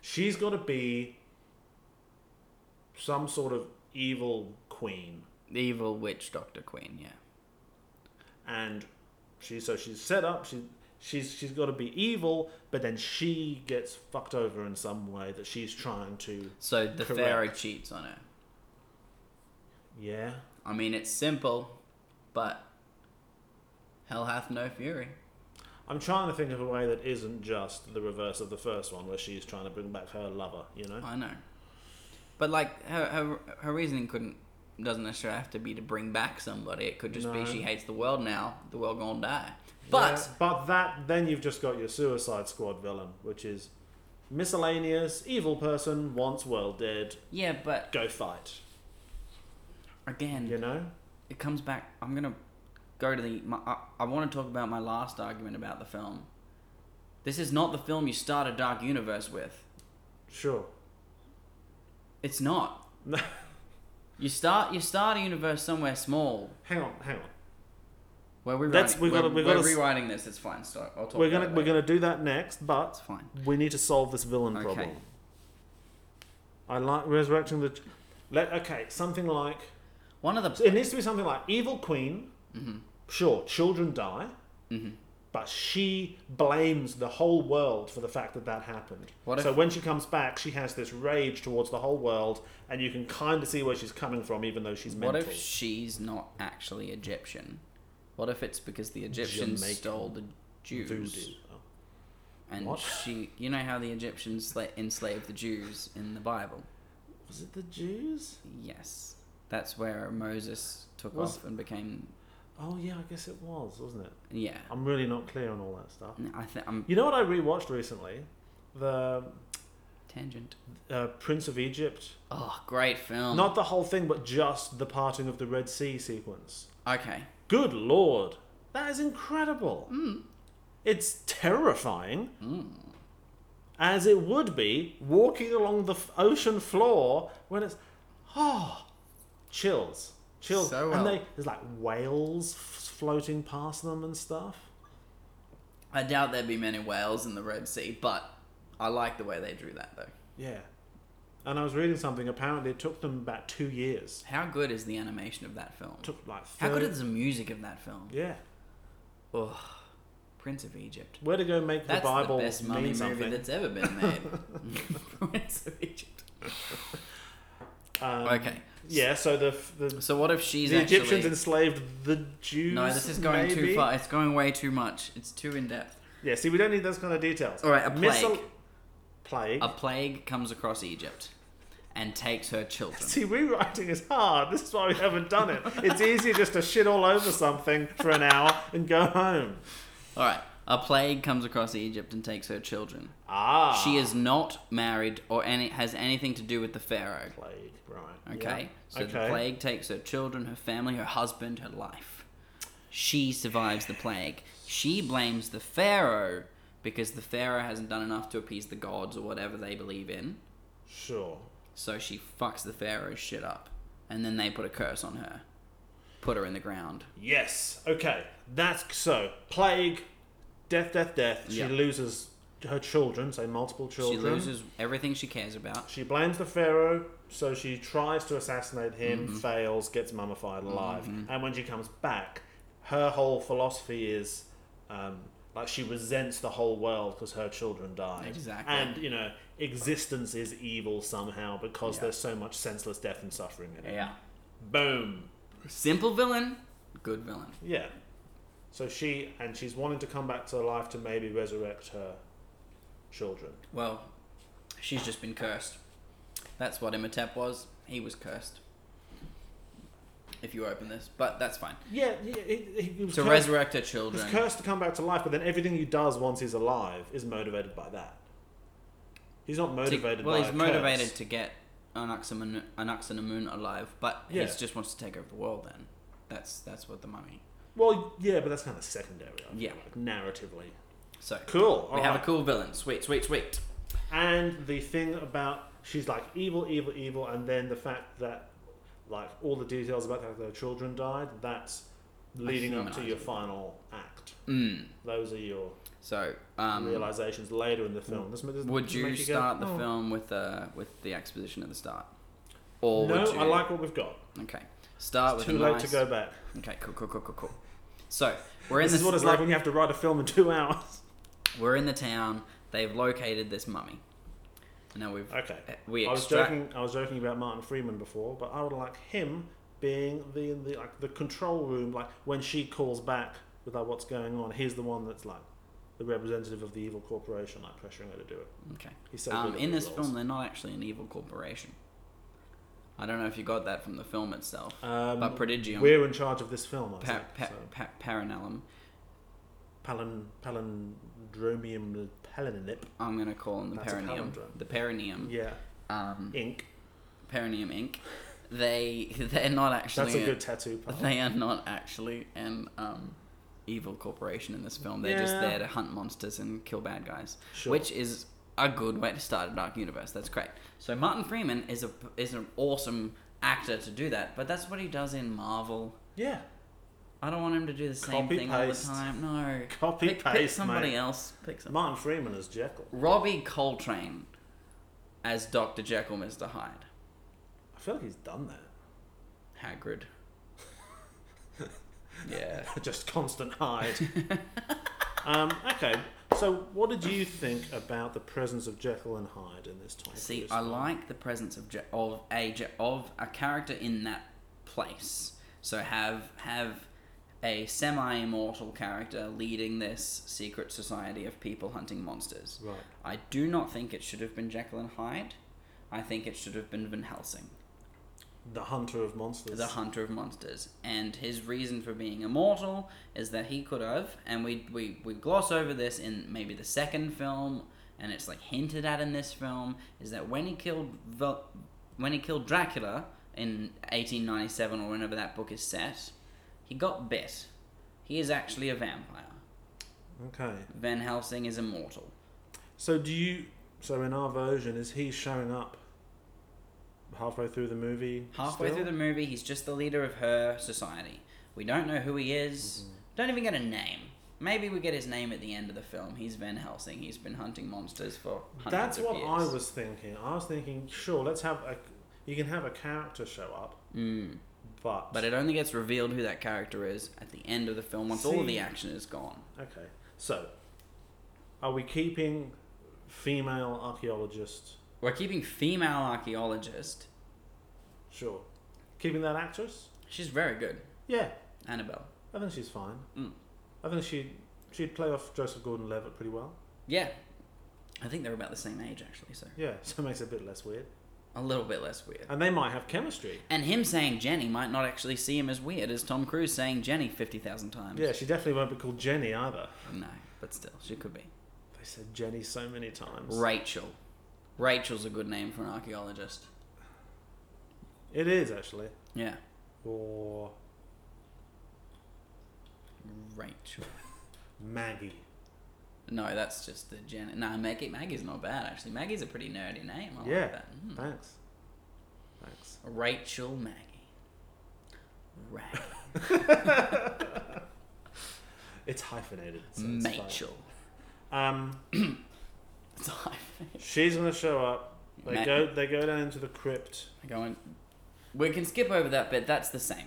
Speaker 1: She's got to be some sort of evil queen,
Speaker 2: The evil witch doctor queen. Yeah.
Speaker 1: and she so she's set up. She she's she's got to be evil, but then she gets fucked over in some way that she's trying to.
Speaker 2: So the
Speaker 1: Correct.
Speaker 2: pharaoh cheats on her.
Speaker 1: Yeah,
Speaker 2: I mean, it's simple, but hell hath no fury.
Speaker 1: I'm trying to think of a way that isn't just the reverse of the first one, where she's trying to bring back her lover. You know,
Speaker 2: I know. But like her her her reasoning couldn't doesn't necessarily have to be to bring back somebody. It could just be
Speaker 1: No.
Speaker 2: she hates the world now. The world gonna die. But
Speaker 1: Yeah, but that then you've just got your Suicide Squad villain, which is miscellaneous evil person wants world dead.
Speaker 2: yeah, but
Speaker 1: Go fight.
Speaker 2: again,
Speaker 1: You know.
Speaker 2: it comes back. I'm gonna go to the. My, I, I want to talk about my last argument about the film. This is not the film you start a dark universe with.
Speaker 1: Sure.
Speaker 2: It's not.
Speaker 1: No.
Speaker 2: You start you start a universe somewhere small
Speaker 1: Hang on, hang on.
Speaker 2: where we're
Speaker 1: That's-
Speaker 2: rewriting,
Speaker 1: we
Speaker 2: we're,
Speaker 1: gotta- we
Speaker 2: we're
Speaker 1: gotta s-
Speaker 2: rewriting this. It's fine. So I'll talk.
Speaker 1: we're
Speaker 2: about
Speaker 1: gonna
Speaker 2: it
Speaker 1: we're
Speaker 2: later.
Speaker 1: gonna do that next, but
Speaker 2: It's fine.
Speaker 1: we need to solve this villain
Speaker 2: Okay.
Speaker 1: problem. I like resurrecting the. Let okay, something like
Speaker 2: One of the
Speaker 1: so it needs to be something like evil queen.
Speaker 2: Mm-hmm.
Speaker 1: Sure, children die, but she blames the whole world for the fact that that happened.
Speaker 2: What
Speaker 1: so
Speaker 2: if-
Speaker 1: when she comes back, she has this rage towards the whole world, and you can kind of see where she's coming from, even though she's mental.
Speaker 2: What if she's not actually Egyptian? What if it's because the Egyptians
Speaker 1: Jamaican
Speaker 2: stole the Jews
Speaker 1: Voodoo.
Speaker 2: and
Speaker 1: What?
Speaker 2: she? You know how the Egyptians sla- enslaved the Jews in the Bible?
Speaker 1: Was it the Jews?
Speaker 2: Yes, that's where Moses took
Speaker 1: Was-
Speaker 2: off and became.
Speaker 1: Oh yeah, I guess it was, wasn't it?
Speaker 2: Yeah,
Speaker 1: I'm really not clear on all that stuff.
Speaker 2: I think I'm
Speaker 1: You know what I rewatched recently? The
Speaker 2: tangent.
Speaker 1: uh, Prince of Egypt.
Speaker 2: Oh, great film.
Speaker 1: Not the whole thing, but just the parting of the Red Sea sequence.
Speaker 2: okay.
Speaker 1: Good lord, that is incredible.
Speaker 2: Hmm.
Speaker 1: It's terrifying. As it would be walking along the f- ocean floor when it's oh, chills, chills,
Speaker 2: So well.
Speaker 1: and they there's like whales f- floating past them and stuff.
Speaker 2: I doubt there'd be many whales in the Red Sea, but I like the way they drew that though.
Speaker 1: Yeah, and I was reading something. Apparently, it took them about two years.
Speaker 2: How good is the animation of that film?
Speaker 1: took like 30,
Speaker 2: How good is the music of that film?
Speaker 1: yeah
Speaker 2: Ugh. Prince of Egypt.
Speaker 1: where to go make
Speaker 2: That's
Speaker 1: the bible
Speaker 2: the best mummy
Speaker 1: mean
Speaker 2: movie
Speaker 1: something
Speaker 2: that's ever been made. Prince of Egypt.
Speaker 1: Um,
Speaker 2: Okay.
Speaker 1: yeah so the the,
Speaker 2: So what if she's
Speaker 1: the
Speaker 2: actually?
Speaker 1: egyptians enslaved the jews
Speaker 2: no, this is going
Speaker 1: maybe?
Speaker 2: too far. It's going way too much. It's too in depth.
Speaker 1: yeah see we don't need those kind of details
Speaker 2: All right, a plague.
Speaker 1: plague
Speaker 2: A plague comes across Egypt, and takes her children.
Speaker 1: See, rewriting is hard. This is why we haven't done it. It's easier just to shit all over something for an hour and go home.
Speaker 2: All right. A plague comes across Egypt and takes her children.
Speaker 1: Ah.
Speaker 2: She is not married or any has anything to do with the pharaoh.
Speaker 1: Plague, right.
Speaker 2: Okay.
Speaker 1: Yeah.
Speaker 2: So the plague takes her children, her family, her husband, her life. She survives the plague. She blames the pharaoh because the pharaoh hasn't done enough to appease the gods or whatever they believe in.
Speaker 1: Sure.
Speaker 2: So she fucks the pharaoh's shit up, and then they put a curse on her, put her in the ground.
Speaker 1: Yes. Okay. That's so. Plague, death, death, death. She
Speaker 2: Yeah.
Speaker 1: loses her children, say multiple children.
Speaker 2: She loses everything she cares about.
Speaker 1: She blames the pharaoh, so she tries to assassinate him, fails, gets mummified alive. And when she comes back, her whole philosophy is um, like she resents the whole world because her children died.
Speaker 2: Exactly.
Speaker 1: And you know, existence is evil somehow because
Speaker 2: Yeah.
Speaker 1: there's so much senseless death and suffering in it. Boom.
Speaker 2: Simple villain, good villain.
Speaker 1: Yeah. So she and she's wanting to come back to life to maybe resurrect her children.
Speaker 2: Well, she's just been cursed. That's what Imhotep was. He was cursed. If you open this, but that's fine.
Speaker 1: Yeah, yeah he, he was
Speaker 2: To
Speaker 1: cursed-
Speaker 2: resurrect her
Speaker 1: He's
Speaker 2: children.
Speaker 1: cursed to come back to life, but then everything he does once he's alive is motivated by that. He's not
Speaker 2: to-
Speaker 1: motivated
Speaker 2: well,
Speaker 1: by
Speaker 2: he's
Speaker 1: a
Speaker 2: motivated
Speaker 1: curse.
Speaker 2: to get Anaximand- Anaxinamun alive, but
Speaker 1: Yeah.
Speaker 2: he just wants to take over the world. Then that's that's what the mummy.
Speaker 1: Well, yeah, but that's kind of secondary. I feel
Speaker 2: Yeah.
Speaker 1: like, narratively.
Speaker 2: So
Speaker 1: Cool.
Speaker 2: we have a cool villain. Sweet, sweet, sweet.
Speaker 1: And the thing about she's like evil, evil, evil, and then the fact that like all the details about how their children died. That's leading up to
Speaker 2: humanizing
Speaker 1: your
Speaker 2: it.
Speaker 1: final act.
Speaker 2: Mm.
Speaker 1: Those are your
Speaker 2: So um,
Speaker 1: realizations later in the film. This, this
Speaker 2: Would
Speaker 1: this
Speaker 2: you
Speaker 1: make go,
Speaker 2: start the
Speaker 1: "Oh."
Speaker 2: film with uh, with the exposition at the start? Or
Speaker 1: No,
Speaker 2: would you?
Speaker 1: I like what we've got.
Speaker 2: Okay, start with
Speaker 1: Too
Speaker 2: a
Speaker 1: late
Speaker 2: nice...
Speaker 1: to go back.
Speaker 2: Okay, cool, cool, cool, cool, cool. So we're in
Speaker 1: This
Speaker 2: this.
Speaker 1: is what it's
Speaker 2: we're,
Speaker 1: like when you have to write a film in two hours.
Speaker 2: we're in the town. They've located this mummy. Now we've
Speaker 1: Okay.
Speaker 2: eh, we
Speaker 1: I was
Speaker 2: extract.
Speaker 1: joking. I was joking about Martin Freeman before, but I would like him being the the like the control room. Like when she calls back with like what's going on, he's the one that's like the representative of the evil corporation, like pressuring her to do it.
Speaker 2: Okay.
Speaker 1: He's so
Speaker 2: Um,
Speaker 1: good at
Speaker 2: in
Speaker 1: these
Speaker 2: this
Speaker 1: roles.
Speaker 2: film, they're not actually an evil corporation. I don't know if you got that from the film itself,
Speaker 1: Um,
Speaker 2: but Prodigium,
Speaker 1: We're in charge of this film. I
Speaker 2: pa-
Speaker 1: think,
Speaker 2: pa-
Speaker 1: so.
Speaker 2: pa- Paranellum.
Speaker 1: Palin, palindromium palinip.
Speaker 2: I'm gonna call them the
Speaker 1: That's a
Speaker 2: Perineum.
Speaker 1: palindrome.
Speaker 2: The Perineum.
Speaker 1: Yeah,
Speaker 2: Um,
Speaker 1: ink.
Speaker 2: Perineum Inc. They they're not actually uh,
Speaker 1: That's a good tattoo. Pal.
Speaker 2: they are not actually an um, evil corporation in this film. They're just
Speaker 1: Yeah.
Speaker 2: there to hunt monsters and kill bad guys,
Speaker 1: Sure.
Speaker 2: which is a good way to start a dark universe. That's great. So Martin Freeman is a is an awesome actor to do that, but that's what he does in Marvel.
Speaker 1: Yeah.
Speaker 2: I don't want him to do the same
Speaker 1: Copy
Speaker 2: thing
Speaker 1: paste.
Speaker 2: all the time. No,
Speaker 1: Copy
Speaker 2: pick, Pick
Speaker 1: paste,
Speaker 2: somebody
Speaker 1: mate.
Speaker 2: else. Pick somebody.
Speaker 1: Martin Freeman is Jekyll.
Speaker 2: Robbie Coltrane as Doctor Jekyll, Mister Hyde,
Speaker 1: I feel like he's done that.
Speaker 2: Hagrid. yeah.
Speaker 1: just constant hide. um, okay, so what did you think about the presence of Jekyll and Hyde in this time?
Speaker 2: See, I like the presence of Je- of a Je- of a character in that place. So have have a semi immortal character leading this secret society of people hunting monsters.
Speaker 1: Right.
Speaker 2: I do not think it should have been Jekyll and Hyde. I think it should have been Van Helsing,
Speaker 1: the hunter of monsters.
Speaker 2: the hunter of monsters. And his reason for being immortal is that he could have, and we, we, we gloss over this in maybe the second film, and it's like hinted at in this film, is that when he killed Vel- when he killed Dracula in 1897 or whenever that book is set, he got bit. He is actually a vampire.
Speaker 1: okay,
Speaker 2: Van Helsing is immortal.
Speaker 1: so do you? So in our version, is he showing up halfway through the movie?
Speaker 2: Halfway
Speaker 1: still?
Speaker 2: through the movie, he's just the leader of her society. We don't know who he is.
Speaker 1: Mm-hmm.
Speaker 2: Don't even get a name. Maybe we get his name at the end of the film. He's Van Helsing. He's been hunting monsters for hundreds
Speaker 1: That's
Speaker 2: of
Speaker 1: what
Speaker 2: years.
Speaker 1: I was thinking. I was thinking, sure, let's have a. You can have a character show up,
Speaker 2: Mm.
Speaker 1: but
Speaker 2: But it only gets revealed who that character is at the end of the film once all of
Speaker 1: See.
Speaker 2: the action is gone.
Speaker 1: okay. So, are we keeping female archaeologists?
Speaker 2: We're keeping female archaeologist.
Speaker 1: Sure, keeping that actress.
Speaker 2: She's very good,
Speaker 1: Yeah,
Speaker 2: Annabelle.
Speaker 1: I think she's fine.
Speaker 2: Mm.
Speaker 1: I think she she'd play off Joseph Gordon-Levitt pretty well.
Speaker 2: Yeah, I think they're about the same age actually. So
Speaker 1: Yeah, so it makes it a bit less weird.
Speaker 2: a little bit less weird.
Speaker 1: and they might have chemistry.
Speaker 2: And him saying Jenny might not actually see him as weird as Tom Cruise saying Jenny 50,000 times.
Speaker 1: Yeah, she definitely won't be called Jenny either.
Speaker 2: No, but still, she could be.
Speaker 1: They said Jenny so many times.
Speaker 2: Rachel. Rachel's a good name for an archaeologist.
Speaker 1: It is actually.
Speaker 2: Yeah.
Speaker 1: Or
Speaker 2: Rachel.
Speaker 1: Maggie.
Speaker 2: No, that's just the Jenny. No, Maggie. Maggie's not bad, actually. Maggie's a pretty nerdy name. I
Speaker 1: yeah.
Speaker 2: like that. Mm.
Speaker 1: Thanks. Thanks.
Speaker 2: Rachel Maggie. Rag.
Speaker 1: It's hyphenated. So it's fine.
Speaker 2: Machel.
Speaker 1: Um,
Speaker 2: It's a hyphen.
Speaker 1: she's gonna show up. They
Speaker 2: Ma-
Speaker 1: go. They go down into the crypt.
Speaker 2: Going. We can skip over that bit. That's the same.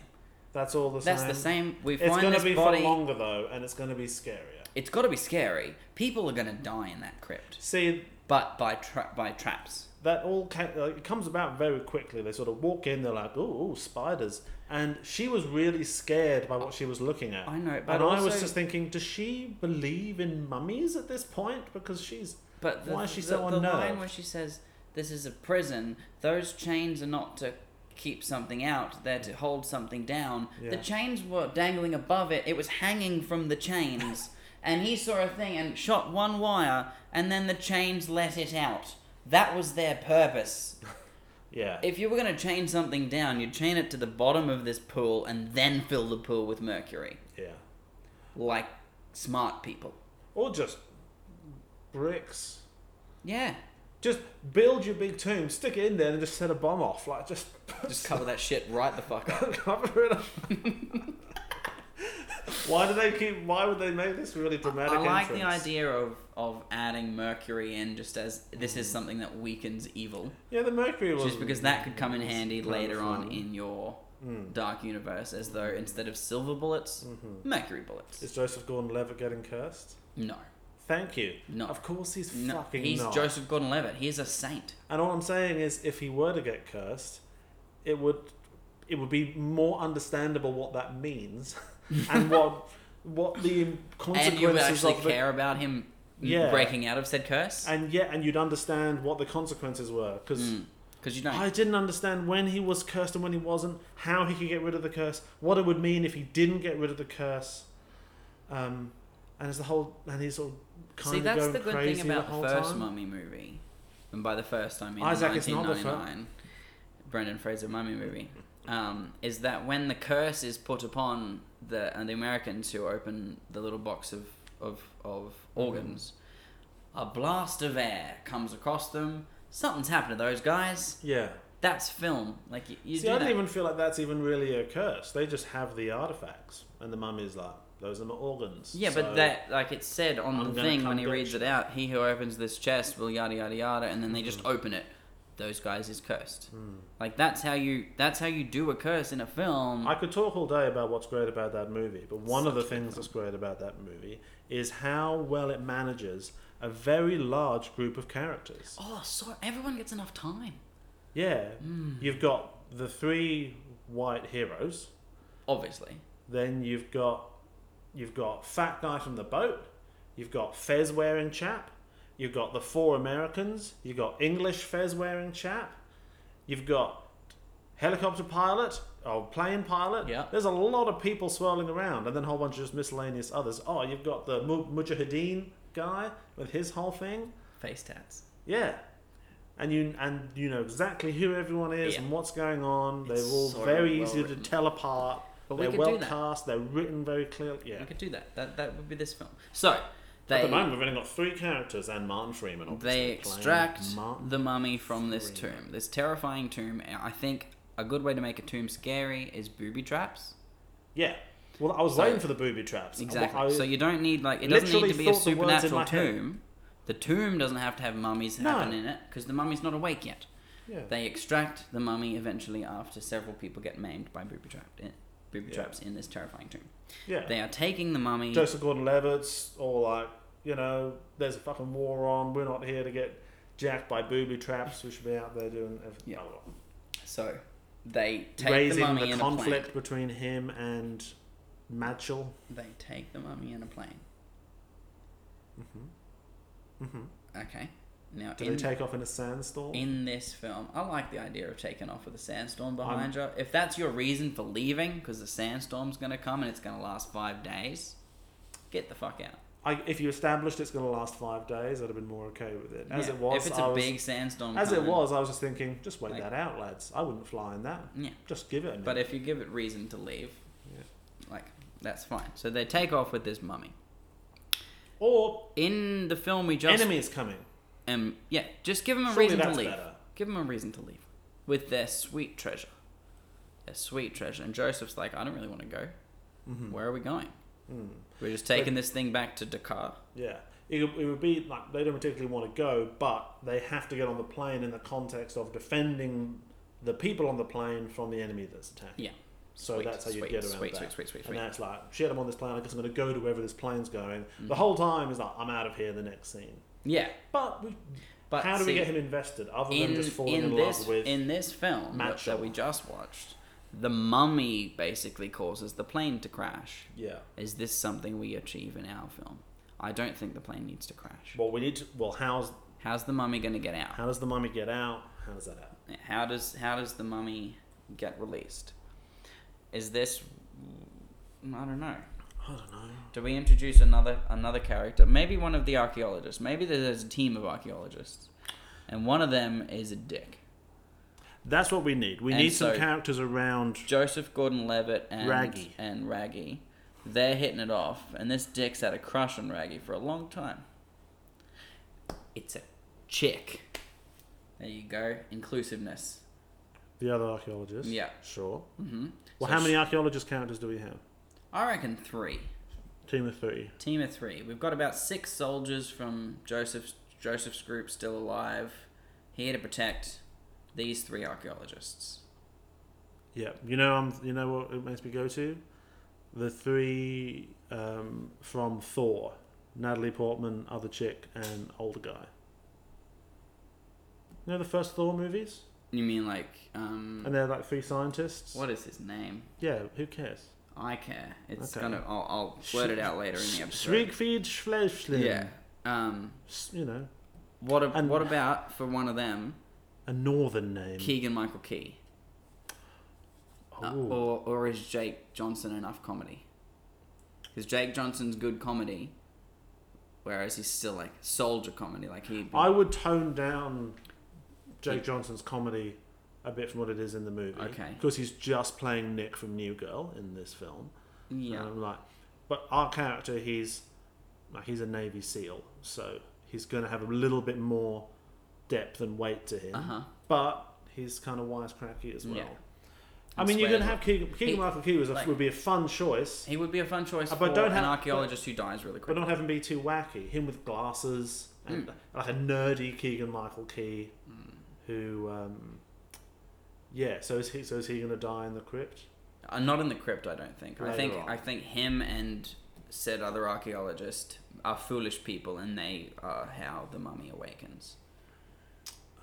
Speaker 1: That's all the same.
Speaker 2: That's the same. We
Speaker 1: It's
Speaker 2: find
Speaker 1: gonna
Speaker 2: this
Speaker 1: be
Speaker 2: body.
Speaker 1: for longer though, and it's gonna be scarier.
Speaker 2: It's got to be scary. People are going to die in that crypt,
Speaker 1: See,
Speaker 2: but by tra- by traps.
Speaker 1: that all ca- like, it comes about very quickly. They sort of walk in. They're like, "Ooh, ooh, spiders!" And she was really scared by what she was looking at.
Speaker 2: I know, but
Speaker 1: and I was
Speaker 2: also-
Speaker 1: just thinking, does she believe in mummies at this point? Because she's
Speaker 2: But the,
Speaker 1: Why is she
Speaker 2: the,
Speaker 1: so
Speaker 2: the line
Speaker 1: unnerved?
Speaker 2: where she says, "This is a prison. Those chains are not to keep something out. They're to hold something down." The
Speaker 1: Yeah.
Speaker 2: chains were dangling above it. It was hanging from the chains, and he saw a thing and shot one wire, and then the chains let it out. That was their purpose.
Speaker 1: yeah,
Speaker 2: If you were going to chain something down, you'd chain it to the bottom of this pool and then fill the pool with mercury,
Speaker 1: yeah,
Speaker 2: like smart people.
Speaker 1: or just bricks.
Speaker 2: Yeah,
Speaker 1: Just build your big tomb, stick it in there, and just set a bomb off. Like just
Speaker 2: just cover that shit right the fuck up.
Speaker 1: cover it up. why do they keep? Why would they make this really dramatic?
Speaker 2: I like the
Speaker 1: entrance?
Speaker 2: idea of, of adding mercury in just as this is something that weakens evil,
Speaker 1: Yeah, the mercury was
Speaker 2: just because that could come in handy
Speaker 1: kind of
Speaker 2: later on
Speaker 1: fun. Hmm.
Speaker 2: in your dark universe, as though instead of silver bullets,
Speaker 1: Mm-hmm.
Speaker 2: mercury bullets.
Speaker 1: Is Joseph Gordon-Levitt getting cursed?
Speaker 2: no,
Speaker 1: Thank you.
Speaker 2: No.
Speaker 1: Of course he's
Speaker 2: no,
Speaker 1: fucking
Speaker 2: he's
Speaker 1: not.
Speaker 2: Joseph Gordon-Levitt. He is a saint.
Speaker 1: And all I'm saying is, if he were to get cursed, it would it would be more understandable what that means and what what the consequences
Speaker 2: And you would actually
Speaker 1: of it-
Speaker 2: care about him
Speaker 1: Yeah.
Speaker 2: breaking out of said curse?
Speaker 1: And yeah, and you'd understand what the consequences were because.
Speaker 2: Mm. Because you don't.
Speaker 1: I didn't understand when he was cursed and when he wasn't, how he could get rid of the curse, what it would mean if he didn't get rid of the curse. Um, and it's the whole, and he's sort of kind
Speaker 2: See,
Speaker 1: of
Speaker 2: that's
Speaker 1: going
Speaker 2: the good
Speaker 1: crazy
Speaker 2: thing about
Speaker 1: the
Speaker 2: the,
Speaker 1: whole
Speaker 2: first
Speaker 1: time.
Speaker 2: Mummy movie. And by the first, I mean
Speaker 1: Isaac, it's not the fir-
Speaker 2: 1999 Brendan Fraser Mummy movie. Um, is that when the curse is put upon the and the Americans who open the little box of of, of
Speaker 1: Mm-hmm.
Speaker 2: organs, a blast of air comes across them. Something's happened to those guys.
Speaker 1: Yeah.
Speaker 2: That's film. Like you, you
Speaker 1: See,
Speaker 2: do
Speaker 1: I
Speaker 2: that.
Speaker 1: don't even feel like that's even really a curse. They just have the artifacts, and the mummy's like, those are my organs.
Speaker 2: Yeah,
Speaker 1: So-
Speaker 2: but that, like it said on
Speaker 1: I'm
Speaker 2: the
Speaker 1: gonna
Speaker 2: thing
Speaker 1: come
Speaker 2: when he
Speaker 1: get
Speaker 2: reads
Speaker 1: you.
Speaker 2: it out, he who opens this chest will yada yada yada, and then they
Speaker 1: Mm-hmm.
Speaker 2: just open it. Those guys is cursed.
Speaker 1: Hmm.
Speaker 2: Like that's how you that's how you do a curse in a film.
Speaker 1: I could talk all day about what's great about that movie, but one of the things that's great about that movie is how well it manages a very large group of characters.
Speaker 2: oh, so everyone gets enough time.
Speaker 1: Yeah. You've got the three white heroes.
Speaker 2: Obviously,
Speaker 1: Then you've got you've got fat guy from the boat. You've got fez wearing chap. You've got the four Americans. You've got English fez wearing chap. You've got helicopter pilot or plane pilot.
Speaker 2: Yeah.
Speaker 1: There's a lot of people swirling around, and then a whole bunch of just miscellaneous others. Oh, you've got the Mu- Mujahideen guy with his whole thing.
Speaker 2: face tats.
Speaker 1: Yeah. And you and you know exactly who everyone is
Speaker 2: Yeah.
Speaker 1: and what's going on.
Speaker 2: It's
Speaker 1: They're all
Speaker 2: so
Speaker 1: very
Speaker 2: well
Speaker 1: easy
Speaker 2: written.
Speaker 1: to tell apart.
Speaker 2: But we
Speaker 1: they're
Speaker 2: could do
Speaker 1: well
Speaker 2: that.
Speaker 1: cast. They're written very clearly. Yeah.
Speaker 2: You could do that. That that would be this film. So they
Speaker 1: At the moment, we've only got three characters and Martin Freeman. Obviously,
Speaker 2: they
Speaker 1: playing
Speaker 2: extract
Speaker 1: Martin.
Speaker 2: the mummy from this tomb, this terrifying tomb. And I think a good way to make a tomb scary is booby traps.
Speaker 1: Yeah. Well, I was
Speaker 2: So-
Speaker 1: waiting for the booby traps.
Speaker 2: Exactly.
Speaker 1: I, I-
Speaker 2: so you don't need like it doesn't need
Speaker 1: literally
Speaker 2: to be a
Speaker 1: thought the words in
Speaker 2: supernatural
Speaker 1: my head.
Speaker 2: tomb. The tomb doesn't have to have mummies
Speaker 1: No.
Speaker 2: happen in it because the mummy's not awake yet.
Speaker 1: yeah.
Speaker 2: They extract the mummy eventually after several people get maimed by booby trapped in, booby
Speaker 1: Yeah.
Speaker 2: traps in this terrifying tomb.
Speaker 1: yeah.
Speaker 2: They are taking the mummy.
Speaker 1: Joseph Gordon-Levitt's all like, you know, there's a fucking war on. We're not here to get jacked by booby traps. We should be out there doing everything. Oh,
Speaker 2: Yeah. So they take the
Speaker 1: raising
Speaker 2: mummy
Speaker 1: the,
Speaker 2: in a plane.
Speaker 1: conflict between him and Madchel.
Speaker 2: They take the mummy in a plane. Mm-hmm.
Speaker 1: Mhm.
Speaker 2: Okay. Now,
Speaker 1: Do
Speaker 2: in,
Speaker 1: they take off in a sandstorm?
Speaker 2: in this film, I like the idea of taking off with a sandstorm behind you. If that's your reason for leaving, because the sandstorm's going to come and it's going to last five days, get the fuck out.
Speaker 1: I, if you established it's going to last five days, I'd have been more okay with it. As
Speaker 2: Yeah.
Speaker 1: it was,
Speaker 2: if it's a
Speaker 1: I was-
Speaker 2: big sandstorm,
Speaker 1: as it
Speaker 2: coming-
Speaker 1: was, I was just thinking, just wait
Speaker 2: Like-
Speaker 1: that out, lads. I wouldn't fly in that.
Speaker 2: Yeah.
Speaker 1: Just give it. A minute.
Speaker 2: But if you give it reason to leave,
Speaker 1: Yeah.
Speaker 2: like that's fine. So they take off with this mummy.
Speaker 1: or
Speaker 2: In the film, we just
Speaker 1: enemy is coming.
Speaker 2: um yeah, just give them a
Speaker 1: Surely
Speaker 2: reason to
Speaker 1: that's
Speaker 2: leave.
Speaker 1: better.
Speaker 2: Give them a reason to leave with their sweet treasure, their sweet treasure. And Joseph's like, I don't really want to go.
Speaker 1: Hmm. Mm-hmm.
Speaker 2: Where are we going? We're just taking this thing back to Dakar.
Speaker 1: Mm. Yeah. It, would- it would be like they don't particularly want to go, but they have to get on the plane in the context of defending the people on the plane from the enemy that's attacking.
Speaker 2: Yeah.
Speaker 1: So
Speaker 2: Sweet,
Speaker 1: that's how you
Speaker 2: sweet,
Speaker 1: get around
Speaker 2: sweet,
Speaker 1: that.
Speaker 2: sweet, sweet, sweet, sweet.
Speaker 1: And that's like, shit, I'm on this plane. I guess I'm going to go to wherever this plane's going.
Speaker 2: Mm.
Speaker 1: The whole time is like, I'm out of here. The next scene.
Speaker 2: Yeah.
Speaker 1: But, we,
Speaker 2: But
Speaker 1: how do we
Speaker 2: see,
Speaker 1: get him invested other
Speaker 2: in,
Speaker 1: than just falling in,
Speaker 2: in
Speaker 1: love
Speaker 2: this
Speaker 1: with?
Speaker 2: in this film that,
Speaker 1: Matt
Speaker 2: that we
Speaker 1: Shaw.
Speaker 2: just watched, the mummy basically causes the plane to crash.
Speaker 1: yeah.
Speaker 2: Is this something we achieve in our film? I don't think the plane needs to crash.
Speaker 1: Well, we need to. Well, how's
Speaker 2: How's the mummy going to get out?
Speaker 1: how does the mummy get out? How does that happen?
Speaker 2: How does how does the mummy get released? Is this I don't know.
Speaker 1: I don't know.
Speaker 2: Do we introduce another another character? Maybe one of the archaeologists. Maybe there's a team of archaeologists, and one of them is a dick.
Speaker 1: That's what we need. We
Speaker 2: And
Speaker 1: need some
Speaker 2: so-
Speaker 1: characters around.
Speaker 2: Joseph Gordon-Levitt and
Speaker 1: Raggy.
Speaker 2: and Raggy, they're hitting it off, and this dick's had a crush on Raggy for a long time. It's a chick. There you go, inclusiveness.
Speaker 1: The other archaeologists.
Speaker 2: Yeah.
Speaker 1: Sure.
Speaker 2: hmm
Speaker 1: Well, how many archaeologist characters do we have?
Speaker 2: I reckon three.
Speaker 1: Team of three.
Speaker 2: Team of three. We've got about six soldiers from Joseph's Joseph's group still alive, here to protect these three archaeologists.
Speaker 1: Yeah. You know, I'm. You know what it makes me go to? The three um, from Thor: Natalie Portman, other chick, and older guy. You know the first Thor movies,
Speaker 2: You mean like um,
Speaker 1: and they're like three scientists.
Speaker 2: what is his name?
Speaker 1: Yeah. Who cares?
Speaker 2: I care. It's
Speaker 1: Okay.
Speaker 2: kind of I'll, I'll blurt it out later in the episode.
Speaker 1: Siegfried Schlesling.
Speaker 2: Yeah. Um.
Speaker 1: S- You know,
Speaker 2: What? ab-
Speaker 1: And-
Speaker 2: what about for one of them,
Speaker 1: a northern name.
Speaker 2: Keegan Michael Key, Uh,
Speaker 1: Ooh.
Speaker 2: or or is Jake Johnson enough comedy? Because Jake Johnson's good comedy, whereas he's still like soldier comedy. Like he.
Speaker 1: I would tone down Jake Johnson's comedy a bit from what it is in the movie.
Speaker 2: Okay.
Speaker 1: Because he's just playing Nick from New Girl in this film.
Speaker 2: Yeah.
Speaker 1: And I'm like, but our character, he's like, he's a Navy SEAL, so he's going to have a little bit more depth and weight to him.
Speaker 2: Uh huh.
Speaker 1: But he's kind of wisecracky as well.
Speaker 2: Yeah.
Speaker 1: I mean, you're
Speaker 2: Swear
Speaker 1: going to have Keegan, Keegan
Speaker 2: He-
Speaker 1: Michael Key was a,
Speaker 2: like-
Speaker 1: would be a fun choice,
Speaker 2: He would be a fun choice
Speaker 1: Uh,
Speaker 2: for
Speaker 1: but don't
Speaker 2: an
Speaker 1: have-
Speaker 2: archaeologist who dies really
Speaker 1: but
Speaker 2: quick.
Speaker 1: not have him be too wacky. Him with glasses and
Speaker 2: Hmm.
Speaker 1: like a nerdy Keegan Michael Key, who, um, yeah. So is he? So is he going to die in the crypt?
Speaker 2: Uh, not in the crypt, I don't think. I
Speaker 1: Later
Speaker 2: think
Speaker 1: on.
Speaker 2: I think him and said other archaeologist are foolish people, and they are how the mummy awakens.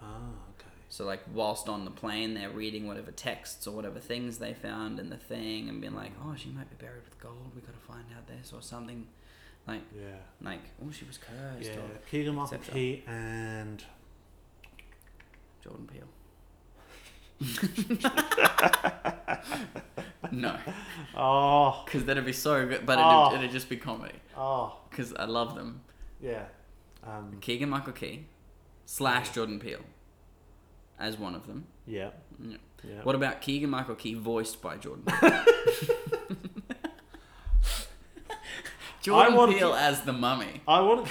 Speaker 1: Ah, okay.
Speaker 2: So like whilst on the plane, they're reading whatever texts or whatever things they found in the thing, and being like, "Oh, she might be buried with gold. We got to find out this or something." Like,
Speaker 1: Yeah,
Speaker 2: like, oh, she was cursed.
Speaker 1: yeah.
Speaker 2: Or
Speaker 1: Keegan Michael
Speaker 2: Except-
Speaker 1: Key and
Speaker 2: Jordan Peele. no,
Speaker 1: oh,
Speaker 2: because that'd be so good, but it'd,
Speaker 1: Oh.
Speaker 2: it'd just be comedy.
Speaker 1: oh,
Speaker 2: Because I love them.
Speaker 1: yeah. Um,
Speaker 2: Keegan Michael Key slash Jordan Peele as one of them.
Speaker 1: yeah,
Speaker 2: Yeah.
Speaker 1: yeah.
Speaker 2: What about Keegan Michael Key voiced by Jordan? Jordan
Speaker 1: I want
Speaker 2: Peele
Speaker 1: to-
Speaker 2: as the mummy.
Speaker 1: I want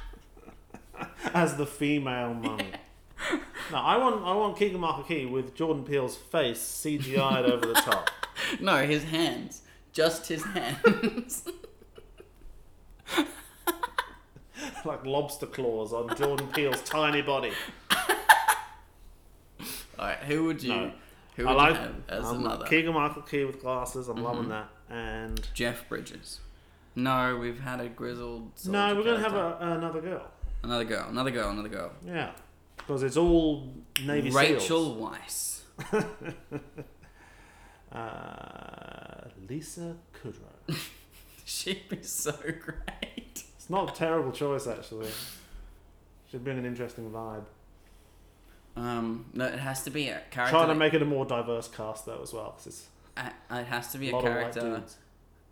Speaker 1: as the female mummy. No, I want I want Keegan Michael Key with Jordan Peele's face CGI'd over the top.
Speaker 2: No, his hands. Just his hands.
Speaker 1: like lobster claws on Jordan Peele's tiny body.
Speaker 2: All right, who would you?
Speaker 1: No.
Speaker 2: Who would
Speaker 1: I
Speaker 2: you
Speaker 1: like
Speaker 2: have as
Speaker 1: I'm-
Speaker 2: another? Mm-hmm.
Speaker 1: Keegan Michael Key with glasses. I'm loving that. And
Speaker 2: Jeff Bridges. No, we've had a grizzled.
Speaker 1: no,
Speaker 2: soldier
Speaker 1: we're gonna have
Speaker 2: character.
Speaker 1: a, another girl.
Speaker 2: another girl, another girl, another girl.
Speaker 1: Yeah, because it's all Navy
Speaker 2: Rachel
Speaker 1: Seals.
Speaker 2: Weiss.
Speaker 1: Uh, Lisa Kudrow.
Speaker 2: She'd be so great.
Speaker 1: It's not a terrible choice actually. It'd bring an interesting vibe.
Speaker 2: Um, no, it has to be a character.
Speaker 1: Trying to
Speaker 2: that-
Speaker 1: make it a more diverse cast though as well, 'cause it's
Speaker 2: uh, it has to
Speaker 1: a
Speaker 2: be a
Speaker 1: lot of white
Speaker 2: character,
Speaker 1: dudes.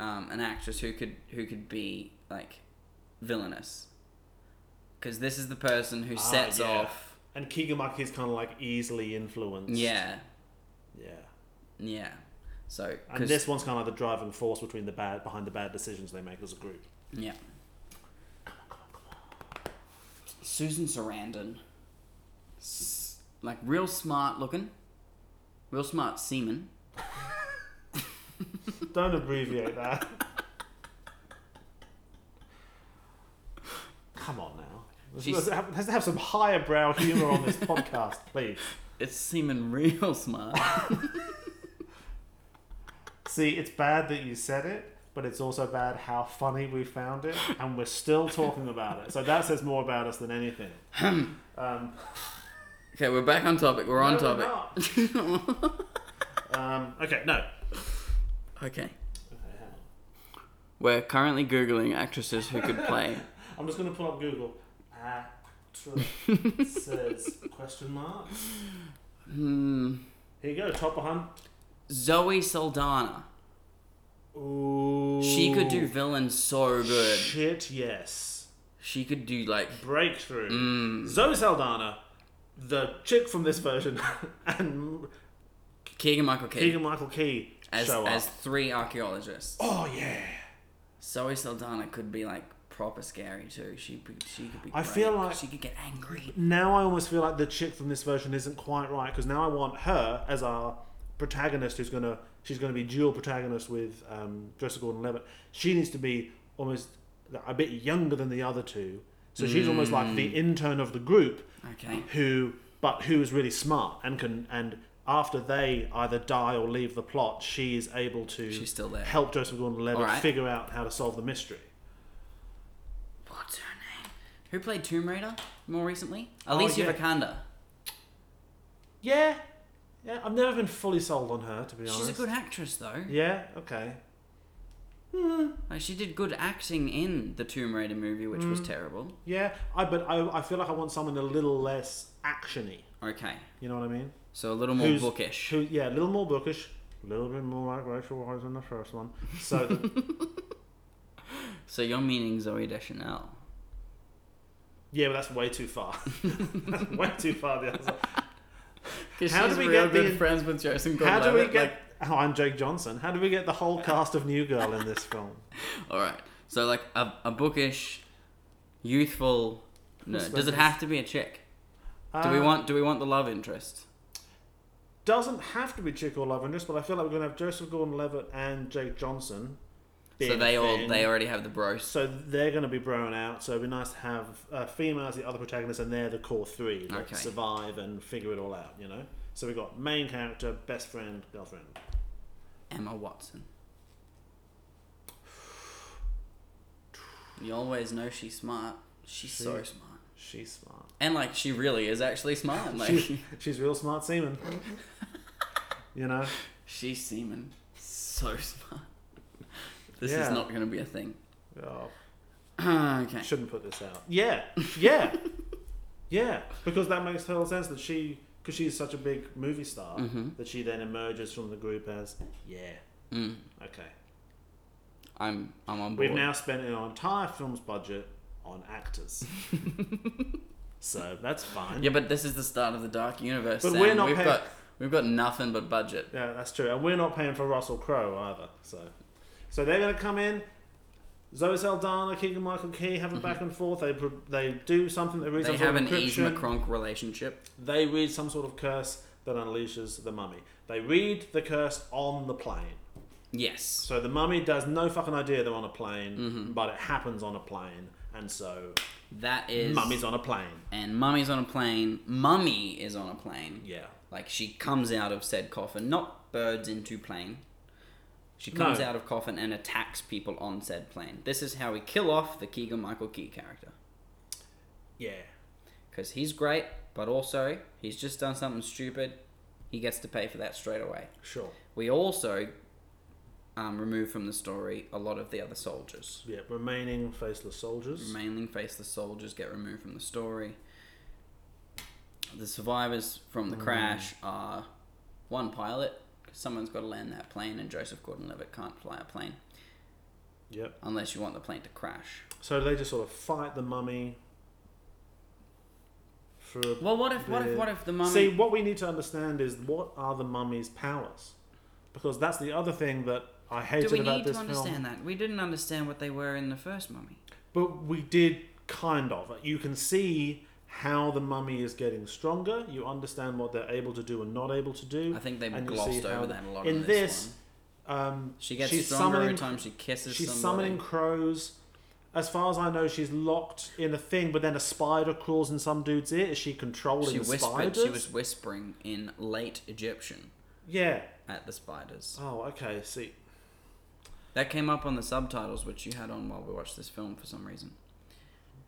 Speaker 2: um, an actress who could who could be like villainous. Because this is the person who
Speaker 1: Ah,
Speaker 2: sets
Speaker 1: yeah.
Speaker 2: off.
Speaker 1: And Kigamaki is kind of like easily influenced.
Speaker 2: Yeah,
Speaker 1: Yeah.
Speaker 2: yeah. So
Speaker 1: And this one's kind of the driving force between the bad behind the bad decisions they make as a group.
Speaker 2: yeah. Susan Sarandon, S- like real smart looking, real smart seaman.
Speaker 1: Don't abbreviate that. Come on now. Let's,
Speaker 2: She's-
Speaker 1: let's have, let's have some higher brow humor on this podcast, please.
Speaker 2: It's seaman real smart.
Speaker 1: See, it's bad that you said it, but it's also bad how funny we found it, and we're still talking about it. So that says more about us than anything. um,
Speaker 2: okay, we're back on topic. We're on
Speaker 1: No, we're
Speaker 2: topic.
Speaker 1: um, okay, no.
Speaker 2: okay. We're currently googling actresses who could play.
Speaker 1: I'm just going to pull up Google. Actress says question mark.
Speaker 2: Hmm.
Speaker 1: Here you go, top 100.
Speaker 2: Zoe Saldana.
Speaker 1: Ooh.
Speaker 2: She could do villains so good.
Speaker 1: Shit, yes.
Speaker 2: She could do like
Speaker 1: Breakthrough.
Speaker 2: Mm.
Speaker 1: Zoe Saldana, the chick from this version, and
Speaker 2: Keegan Michael Key
Speaker 1: Keegan Michael Key
Speaker 2: as
Speaker 1: show
Speaker 2: as
Speaker 1: up.
Speaker 2: three archaeologists.
Speaker 1: Oh, yeah.
Speaker 2: Zoe Saldana could be like proper scary too. She be- she could be.
Speaker 1: I
Speaker 2: great.
Speaker 1: feel like-
Speaker 2: she could get angry.
Speaker 1: Now I almost feel like the chick from this version isn't quite right because now I want her as our protagonist who's going to. She's going to be dual protagonist with um, Jessica Gordon-Levitt. She needs to be almost a bit younger than the other two, so she's almost like
Speaker 2: Mm.
Speaker 1: the intern of the group,
Speaker 2: Okay.
Speaker 1: who but who is really smart and can and after they either die or leave the plot, she is able to
Speaker 2: She's still there.
Speaker 1: help Joseph Gordon-Levitt
Speaker 2: Alright.
Speaker 1: figure out how to solve the mystery.
Speaker 2: What's her name? Who played Tomb Raider more recently?
Speaker 1: Oh,
Speaker 2: Alicia
Speaker 1: yeah.
Speaker 2: Vikander.
Speaker 1: Yeah, yeah. I've never been fully sold on her to be
Speaker 2: She's
Speaker 1: honest.
Speaker 2: a good actress though.
Speaker 1: Yeah. Okay.
Speaker 2: Like she did good acting in the Tomb Raider movie, which
Speaker 1: Mm.
Speaker 2: was terrible.
Speaker 1: Yeah. I but I, I feel like I want someone a little less actiony.
Speaker 2: Okay.
Speaker 1: You know what I mean?
Speaker 2: So a little more
Speaker 1: Who's-
Speaker 2: bookish.
Speaker 1: Who? Yeah, a little more bookish. A little bit more like Rachel Wise than the first one. So that-
Speaker 2: So you're meaning Zoe Deschanel.
Speaker 1: yeah, but that's way too far. that's way too far the other side.
Speaker 2: Because
Speaker 1: How do we get the-
Speaker 2: friends with Jason
Speaker 1: How do we
Speaker 2: Gordon-Levitt,
Speaker 1: get? oh, I'm Jake Johnson. How do we get the whole cast of New Girl in this film?
Speaker 2: like- all right. So like a, a bookish, youthful. No,
Speaker 1: Who's
Speaker 2: does it
Speaker 1: that?
Speaker 2: have to be a chick? Do we
Speaker 1: Uh,
Speaker 2: want? Do we want the love interest?
Speaker 1: Doesn't have to be chick or love interest, but I feel like we're going to have Joseph Gordon-Levitt and Jake Johnson.
Speaker 2: So
Speaker 1: being
Speaker 2: they
Speaker 1: a
Speaker 2: all
Speaker 1: thing.
Speaker 2: they already have the bros.
Speaker 1: So they're going to be brown out. So it'd be nice to have uh, female as the other protagonist, and they're the core three that
Speaker 2: Okay.
Speaker 1: survive and figure it all out. You know. So we've got main character, best friend, girlfriend.
Speaker 2: Emma Watson. You always know she's smart. She's so
Speaker 1: She-
Speaker 2: smart,
Speaker 1: She's smart.
Speaker 2: and like she really is actually smart. Like
Speaker 1: She's, she's real smart seaman. you know.
Speaker 2: she's seeming so smart. This
Speaker 1: Yeah.
Speaker 2: is not going to be a thing.
Speaker 1: Oh,
Speaker 2: okay.
Speaker 1: shouldn't put this out. Yeah, yeah, yeah. Because that makes total sense that she, because she's such a big movie star,
Speaker 2: Mhm.
Speaker 1: that she then emerges from the group as yeah.
Speaker 2: Mm,
Speaker 1: Okay.
Speaker 2: I'm I'm on board.
Speaker 1: We've now spent an entire film's budget on actors. so that's fine.
Speaker 2: Yeah, but this is the start of the dark universe.
Speaker 1: But
Speaker 2: Sam.
Speaker 1: we're not
Speaker 2: We've
Speaker 1: paying-
Speaker 2: got we've got nothing but budget.
Speaker 1: Yeah, that's true. And we're not paying for Russell Crowe either. So so they're going to come in. Zoe Saldana, Keegan Michael Key have a back and forth. They pro- they do something that reads
Speaker 2: Mm-hmm.
Speaker 1: some
Speaker 2: They
Speaker 1: sort
Speaker 2: have
Speaker 1: of
Speaker 2: an Eve
Speaker 1: encryption.
Speaker 2: McCronk relationship.
Speaker 1: They read some sort of curse that unleashes the mummy. They read the curse on the plane.
Speaker 2: Yes.
Speaker 1: So the mummy does no fucking idea they're on a plane,
Speaker 2: Mm-hmm.
Speaker 1: but it happens on a plane. And so
Speaker 2: That is
Speaker 1: mummy's on a plane.
Speaker 2: and Mummy's on a plane. Mummy is on a plane.
Speaker 1: Yeah.
Speaker 2: Like she comes out of said coffin, not birds into plane. She comes
Speaker 1: No.
Speaker 2: out of coffin and attacks people on said plane. This is how we kill off the Keegan Michael Key character.
Speaker 1: Yeah.
Speaker 2: Because he's great, but also he's just done something stupid. He gets to pay for that straight away.
Speaker 1: Sure.
Speaker 2: We also um, remove from the story a lot of the other soldiers.
Speaker 1: Yeah, remaining faceless soldiers.
Speaker 2: Mainly faceless soldiers get removed from the story. the survivors from
Speaker 1: Mm.
Speaker 2: the crash are one pilot, 'cause someone's got to land that plane, and Joseph Gordon Levitt can't fly a plane
Speaker 1: Yep.
Speaker 2: unless you want the plane to crash.
Speaker 1: So they just sort of fight the mummy. For a
Speaker 2: Well, what if, what if,
Speaker 1: bit.
Speaker 2: what if the mummy.
Speaker 1: See, what we need to understand is what are the mummy's powers? Because that's the other thing that I
Speaker 2: do
Speaker 1: hated
Speaker 2: we
Speaker 1: about
Speaker 2: need
Speaker 1: this
Speaker 2: to
Speaker 1: film.
Speaker 2: understand that? We didn't understand what they were in the first mummy.
Speaker 1: But we did kind of. You can see how the mummy is getting stronger. You understand what they're able to do and not able to do.
Speaker 2: I think they
Speaker 1: and you
Speaker 2: glossed
Speaker 1: see
Speaker 2: over
Speaker 1: how-
Speaker 2: that a lot
Speaker 1: In
Speaker 2: in this
Speaker 1: um,
Speaker 2: She gets
Speaker 1: she's
Speaker 2: stronger
Speaker 1: summoning,
Speaker 2: every time she kisses
Speaker 1: She's
Speaker 2: somebody.
Speaker 1: summoning crows. As far as I know, she's locked in a thing, but then a spider crawls in some dude's ear. Is she controlling
Speaker 2: she
Speaker 1: the
Speaker 2: whispered.
Speaker 1: spiders?
Speaker 2: She was whispering in late Egyptian
Speaker 1: Yeah.
Speaker 2: at the spiders.
Speaker 1: Oh, okay. See,
Speaker 2: That came up on the subtitles, which you had on while we watched this film for some reason.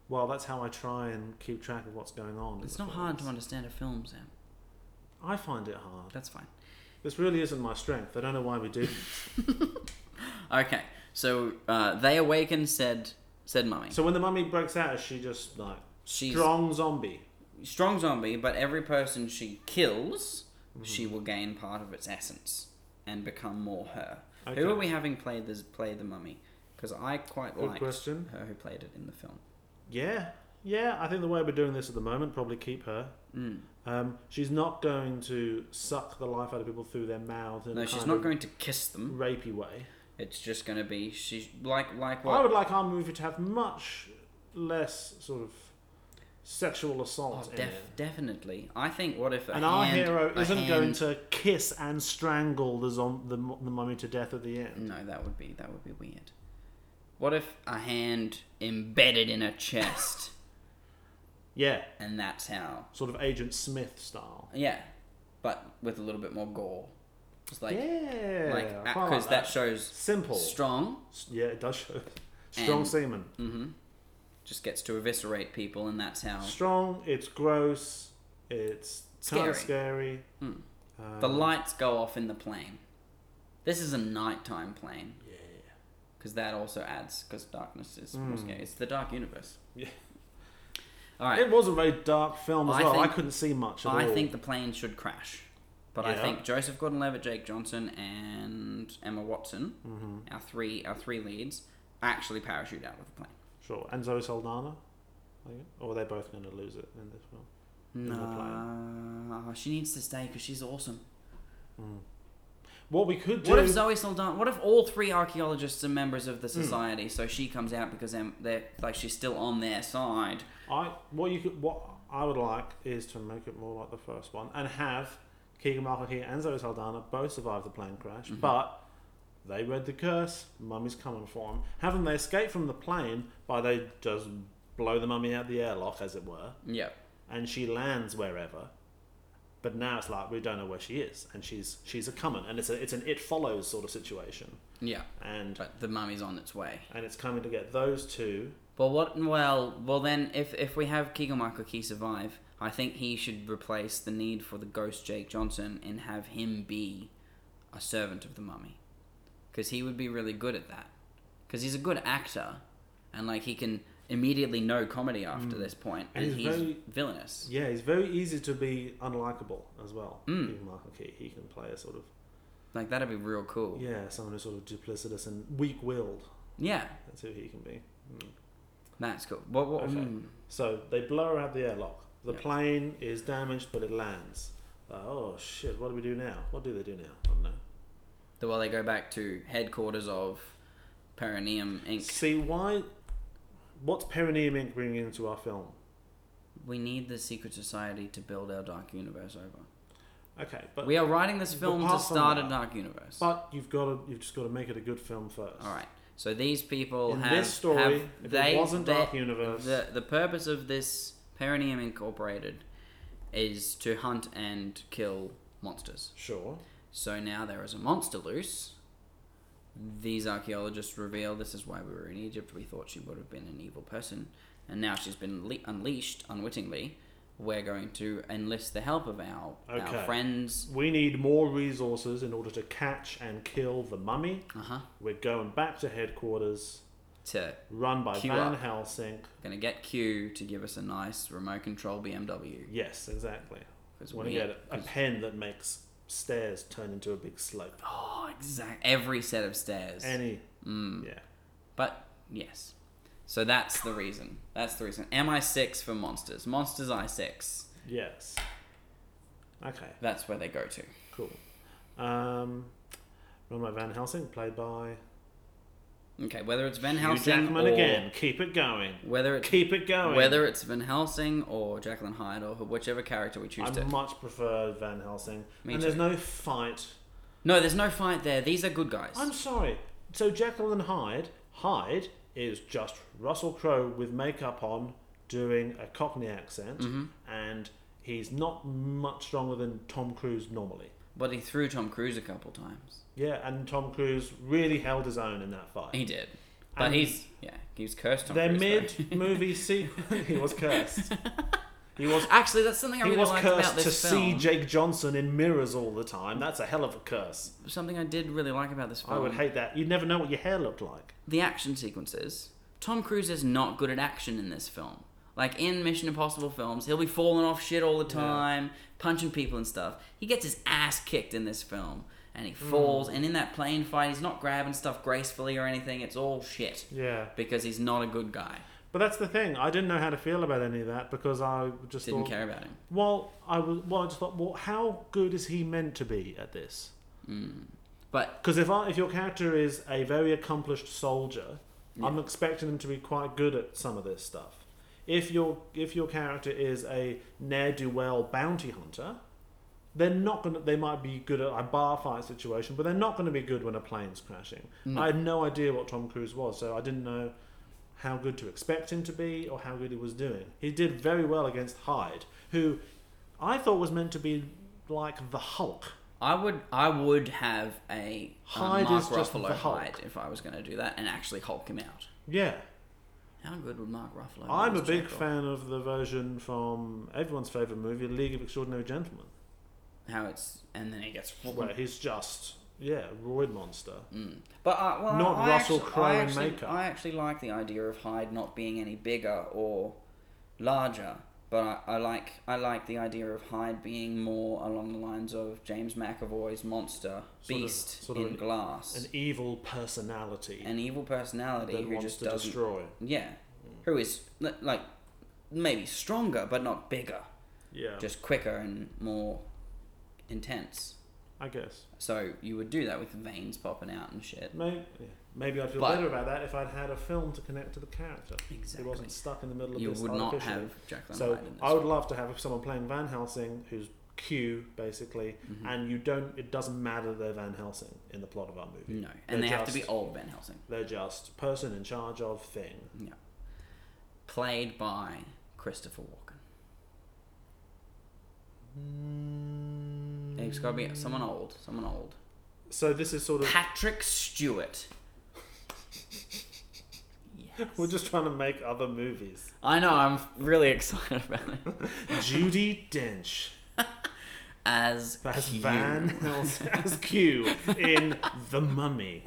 Speaker 1: well, that's how I try and keep track of what's going on. in
Speaker 2: It's
Speaker 1: the
Speaker 2: not hard to
Speaker 1: films.
Speaker 2: understand a film, Sam.
Speaker 1: I find it hard.
Speaker 2: That's fine.
Speaker 1: This really isn't my strength. I don't know why we do.
Speaker 2: Okay, so uh, they awaken said said mummy.
Speaker 1: so when the mummy breaks out, is she just like
Speaker 2: She's-
Speaker 1: strong zombie?
Speaker 2: Strong zombie, but every person she kills,
Speaker 1: Mm-hmm.
Speaker 2: she will gain part of its essence and become more her.
Speaker 1: Okay.
Speaker 2: Who are we having play this play the mummy? Because I quite
Speaker 1: Good
Speaker 2: liked
Speaker 1: question.
Speaker 2: her who played it in the film.
Speaker 1: Yeah, yeah. I think the way we're doing this at the moment probably keep her. Um, she's not going to suck the life out of people through their mouth. In
Speaker 2: No,
Speaker 1: a
Speaker 2: she's
Speaker 1: kind
Speaker 2: not
Speaker 1: of
Speaker 2: going to kiss them.
Speaker 1: rapey way.
Speaker 2: It's just going to be she's like like
Speaker 1: I
Speaker 2: what
Speaker 1: would like our movie to have much less sort of sexual assault in
Speaker 2: Oh, Def-
Speaker 1: it.
Speaker 2: definitely. I think what if a
Speaker 1: And our
Speaker 2: hand-
Speaker 1: hero
Speaker 2: a
Speaker 1: isn't going
Speaker 2: hand-
Speaker 1: to kiss and strangle the, zom- the, mu- the mummy to death at the end.
Speaker 2: No, that would be that would be weird. What if a hand embedded in a chest,
Speaker 1: Yeah,
Speaker 2: and that's how?
Speaker 1: sort of Agent Smith style.
Speaker 2: Yeah, but with a little bit more gore. It's like
Speaker 1: yeah,
Speaker 2: like uh,
Speaker 1: I quite
Speaker 2: because
Speaker 1: like
Speaker 2: that shows
Speaker 1: simple.
Speaker 2: strong
Speaker 1: S- yeah, it does show strong
Speaker 2: And-
Speaker 1: semen.
Speaker 2: just gets to eviscerate people, and that's how
Speaker 1: Strong. It's gross. It's kind of scary.
Speaker 2: Hmm.
Speaker 1: Um,
Speaker 2: the lights go off in the plane. This is a nighttime plane
Speaker 1: Yeah,
Speaker 2: because that also adds because darkness is more scary. It's the dark universe.
Speaker 1: Hmm. Yeah.
Speaker 2: All right.
Speaker 1: it was a very dark film as
Speaker 2: I
Speaker 1: well. I
Speaker 2: think-
Speaker 1: couldn't see much. At
Speaker 2: I
Speaker 1: all.
Speaker 2: think the plane should crash. But I
Speaker 1: Yeah.
Speaker 2: think Joseph Gordon-Levitt, Jake Johnson, and Emma Watson,
Speaker 1: Mm-hmm.
Speaker 2: our three our three leads, actually parachute out of the plane.
Speaker 1: sure. And Zoe Saldana, Like, or they're both going to lose it in this film. In the
Speaker 2: No, she needs to stay because she's awesome.
Speaker 1: Hmm. What we could do.
Speaker 2: What if Zoe Saldana? What if all three archaeologists are members of the
Speaker 1: Hmm.
Speaker 2: society? So she comes out because em- they're like she's still on their side.
Speaker 1: I what you could what I would like is to make it more like the first one and have Keegan Michael Key and Zoe Saldana both survive the plane crash,
Speaker 2: Mm-hmm.
Speaker 1: but they read the curse. Mummy's coming for them. Have them they escape from the plane by they just blow the mummy out the airlock, as it were,
Speaker 2: Yep.
Speaker 1: and she lands wherever. But now it's like we don't know where she is, and she's she's a coming, and it's a it's an it follows sort of situation,
Speaker 2: Yeah.
Speaker 1: and
Speaker 2: But the mummy's on its way.
Speaker 1: and it's coming to get those two.
Speaker 2: Well, what? Well, well then, if if we have Keegan Michael Key survive, I think he should replace the need for the ghost Jake Johnson and have him be a servant of the mummy, because he would be really good at that. Because he's a good actor, and like he can immediately know comedy after this point,
Speaker 1: Mm. And
Speaker 2: and,
Speaker 1: he's
Speaker 2: he's
Speaker 1: very-
Speaker 2: villainous.
Speaker 1: Yeah, he's very easy to be unlikable as well.
Speaker 2: Mm.
Speaker 1: Even Michael Key, he can play a sort of
Speaker 2: Like that'd be real cool. Yeah.
Speaker 1: yeah, someone who's sort of duplicitous and weak-willed. That's who he can be.
Speaker 2: that's cool. What? what
Speaker 1: Okay.
Speaker 2: mm.
Speaker 1: So they blow her out the airlock. The
Speaker 2: Yeah.
Speaker 1: plane is damaged, but it lands. Uh, oh shit! What do we do now? What do they do now? I don't know.
Speaker 2: The well, they go back to headquarters of Perineum Inc.
Speaker 1: See why? What's Perineum Inc. bringing into our film?
Speaker 2: We need the secret society to build our dark universe over.
Speaker 1: Okay, but
Speaker 2: We are writing this film to
Speaker 1: apart from
Speaker 2: start a
Speaker 1: that-
Speaker 2: dark universe.
Speaker 1: but you've got to you've just got to make it a good film first.
Speaker 2: All right. So these people
Speaker 1: In
Speaker 2: have
Speaker 1: this story,
Speaker 2: have-
Speaker 1: if it
Speaker 2: they,
Speaker 1: wasn't
Speaker 2: they-
Speaker 1: Dark Universe-
Speaker 2: The the purpose of this Perineum Incorporated is to hunt and kill monsters.
Speaker 1: Sure.
Speaker 2: So now there is a monster loose. These archaeologists reveal this is why we were in Egypt. We thought she would have been an evil person, and now she's been le- unleashed unwittingly. We're going to enlist the help of our,
Speaker 1: Okay.
Speaker 2: our friends.
Speaker 1: We need more resources in order to catch and kill the mummy.
Speaker 2: Uh huh.
Speaker 1: We're going back to headquarters.
Speaker 2: to
Speaker 1: Run by
Speaker 2: Queue
Speaker 1: Van
Speaker 2: up.
Speaker 1: Helsing.
Speaker 2: gonna get Q to give us a nice remote control BMW.
Speaker 1: Yes, exactly.
Speaker 2: 'Cause
Speaker 1: Want to
Speaker 2: we-
Speaker 1: get a- a
Speaker 2: 'cause-
Speaker 1: pen that makes stairs turn into a big slope.
Speaker 2: Oh, exact every set of stairs.
Speaker 1: Any.
Speaker 2: Mm.
Speaker 1: Yeah.
Speaker 2: But yes. So that's the reason. That's the reason. MI6 for monsters. Monsters I6.
Speaker 1: Yes. Okay.
Speaker 2: That's where they go to.
Speaker 1: Cool. Um, run by Van Helsing, played by
Speaker 2: Okay, whether it's Van
Speaker 1: Hugh
Speaker 2: Helsing
Speaker 1: Jackman
Speaker 2: or
Speaker 1: again. Keep it going.
Speaker 2: whether it's
Speaker 1: Keep it going.
Speaker 2: whether it's Van Helsing or Jacqueline Hyde or wh- whichever character we choose
Speaker 1: I
Speaker 2: to.
Speaker 1: much prefer Van Helsing.
Speaker 2: Me
Speaker 1: and there's
Speaker 2: too.
Speaker 1: no fight.
Speaker 2: No, there's no fight there. These are good guys.
Speaker 1: I'm sorry. So Jacqueline Hyde, Hyde is just Russell Crowe with makeup on, doing a Cockney accent,
Speaker 2: Mm-hmm.
Speaker 1: and he's not much stronger than Tom Cruise normally.
Speaker 2: But he threw Tom Cruise a couple times.
Speaker 1: Yeah, and Tom Cruise really held his own in that fight.
Speaker 2: He did. But
Speaker 1: And-
Speaker 2: he's yeah, he was cursed Tom
Speaker 1: Their
Speaker 2: Cruise. though.
Speaker 1: mid movie sequence, he was cursed. He was.
Speaker 2: Actually, that's something I
Speaker 1: He
Speaker 2: really
Speaker 1: was
Speaker 2: liked
Speaker 1: cursed
Speaker 2: about
Speaker 1: to
Speaker 2: this
Speaker 1: see
Speaker 2: film.
Speaker 1: Jake Johnson in mirrors all the time. That's a hell of a curse.
Speaker 2: something I did really like about this film.
Speaker 1: I would hate that. You'd never know what your hair looked like.
Speaker 2: the action sequences. Tom Cruise is not good at action in this film. Like in Mission Impossible films, he'll be falling off shit all the time, punching people and stuff. He gets his ass kicked in this film, and he
Speaker 1: Hmm.
Speaker 2: falls. And in that plane fight, he's not grabbing stuff gracefully or anything. It's all shit
Speaker 1: Yeah.
Speaker 2: because he's not a good guy.
Speaker 1: But that's the thing. I didn't know how to feel about any of that because I just
Speaker 2: Didn't
Speaker 1: thought,
Speaker 2: care about him.
Speaker 1: well, I was, well, I just thought, well, how good is he meant to be at this?
Speaker 2: But
Speaker 1: Because if I, if your character is a very accomplished soldier, I'm expecting him to be quite good at some of this stuff. If your if your character is a ne'er do well bounty hunter, they're not gonna. They might be good at a bar fight situation, but they're not going to be good when a plane's crashing. I had no idea what Tom Cruise was, so I didn't know how good to expect him to be or how good he was doing. He did very well against Hyde, who I thought was meant to be like the Hulk.
Speaker 2: I would, I would have a
Speaker 1: Hyde
Speaker 2: uh, Mark
Speaker 1: is just
Speaker 2: Ruffalo
Speaker 1: the Hulk.
Speaker 2: hide if I was going to do that and actually Hulk him out.
Speaker 1: Yeah.
Speaker 2: How good would Mark Ruffalo? be
Speaker 1: I'm a
Speaker 2: as
Speaker 1: big
Speaker 2: Jackal?
Speaker 1: fan of the version from everyone's favourite movie, League of Extraordinary Gentlemen,
Speaker 2: How it's and then he gets
Speaker 1: where he's just, yeah, roid monster.
Speaker 2: But uh, well,
Speaker 1: Not
Speaker 2: I
Speaker 1: Russell
Speaker 2: actually-
Speaker 1: Crowe
Speaker 2: I
Speaker 1: in
Speaker 2: actually,
Speaker 1: makeup.
Speaker 2: I actually like the idea of Hyde not being any bigger or larger, but I, I like I like the idea of Hyde being more along the lines of James McAvoy's monster
Speaker 1: Sort of-
Speaker 2: beast
Speaker 1: sort of
Speaker 2: in
Speaker 1: an-
Speaker 2: glass,
Speaker 1: An
Speaker 2: an,
Speaker 1: evil personality
Speaker 2: evil personality
Speaker 1: that
Speaker 2: who
Speaker 1: wants
Speaker 2: just
Speaker 1: to
Speaker 2: doesn't.
Speaker 1: destroy. Mm.
Speaker 2: Yeah, who is li- like maybe stronger but not bigger,
Speaker 1: Yeah,
Speaker 2: just quicker and more intense.
Speaker 1: I guess.
Speaker 2: So you would do that with veins popping out and shit.
Speaker 1: Maybe, maybe I'd feel
Speaker 2: But-
Speaker 1: better about that if I'd had a film to connect to the character. He
Speaker 2: Exactly.
Speaker 1: wasn't stuck in the middle of
Speaker 2: You
Speaker 1: this
Speaker 2: would not
Speaker 1: artificially.
Speaker 2: have Jacqueline
Speaker 1: So
Speaker 2: Hyde in this.
Speaker 1: I would love to have someone playing Van Helsing who's Q basically,
Speaker 2: Mm-hmm.
Speaker 1: and you don't. It doesn't matter they're Van Helsing in the plot of our movie.
Speaker 2: No, and they
Speaker 1: They're
Speaker 2: have to be
Speaker 1: just-
Speaker 2: old Van Helsing.
Speaker 1: They're just person in charge of thing.
Speaker 2: Yeah. Played by Christopher Walken. It's got to be someone old. Someone old.
Speaker 1: So this is sort of
Speaker 2: Patrick Stewart. Yes.
Speaker 1: we're just trying to make other movies.
Speaker 2: I know, I'm really excited about it.
Speaker 1: Judy Dench
Speaker 2: As
Speaker 1: as
Speaker 2: Q.
Speaker 1: Van Helsing as Q in The Mummy.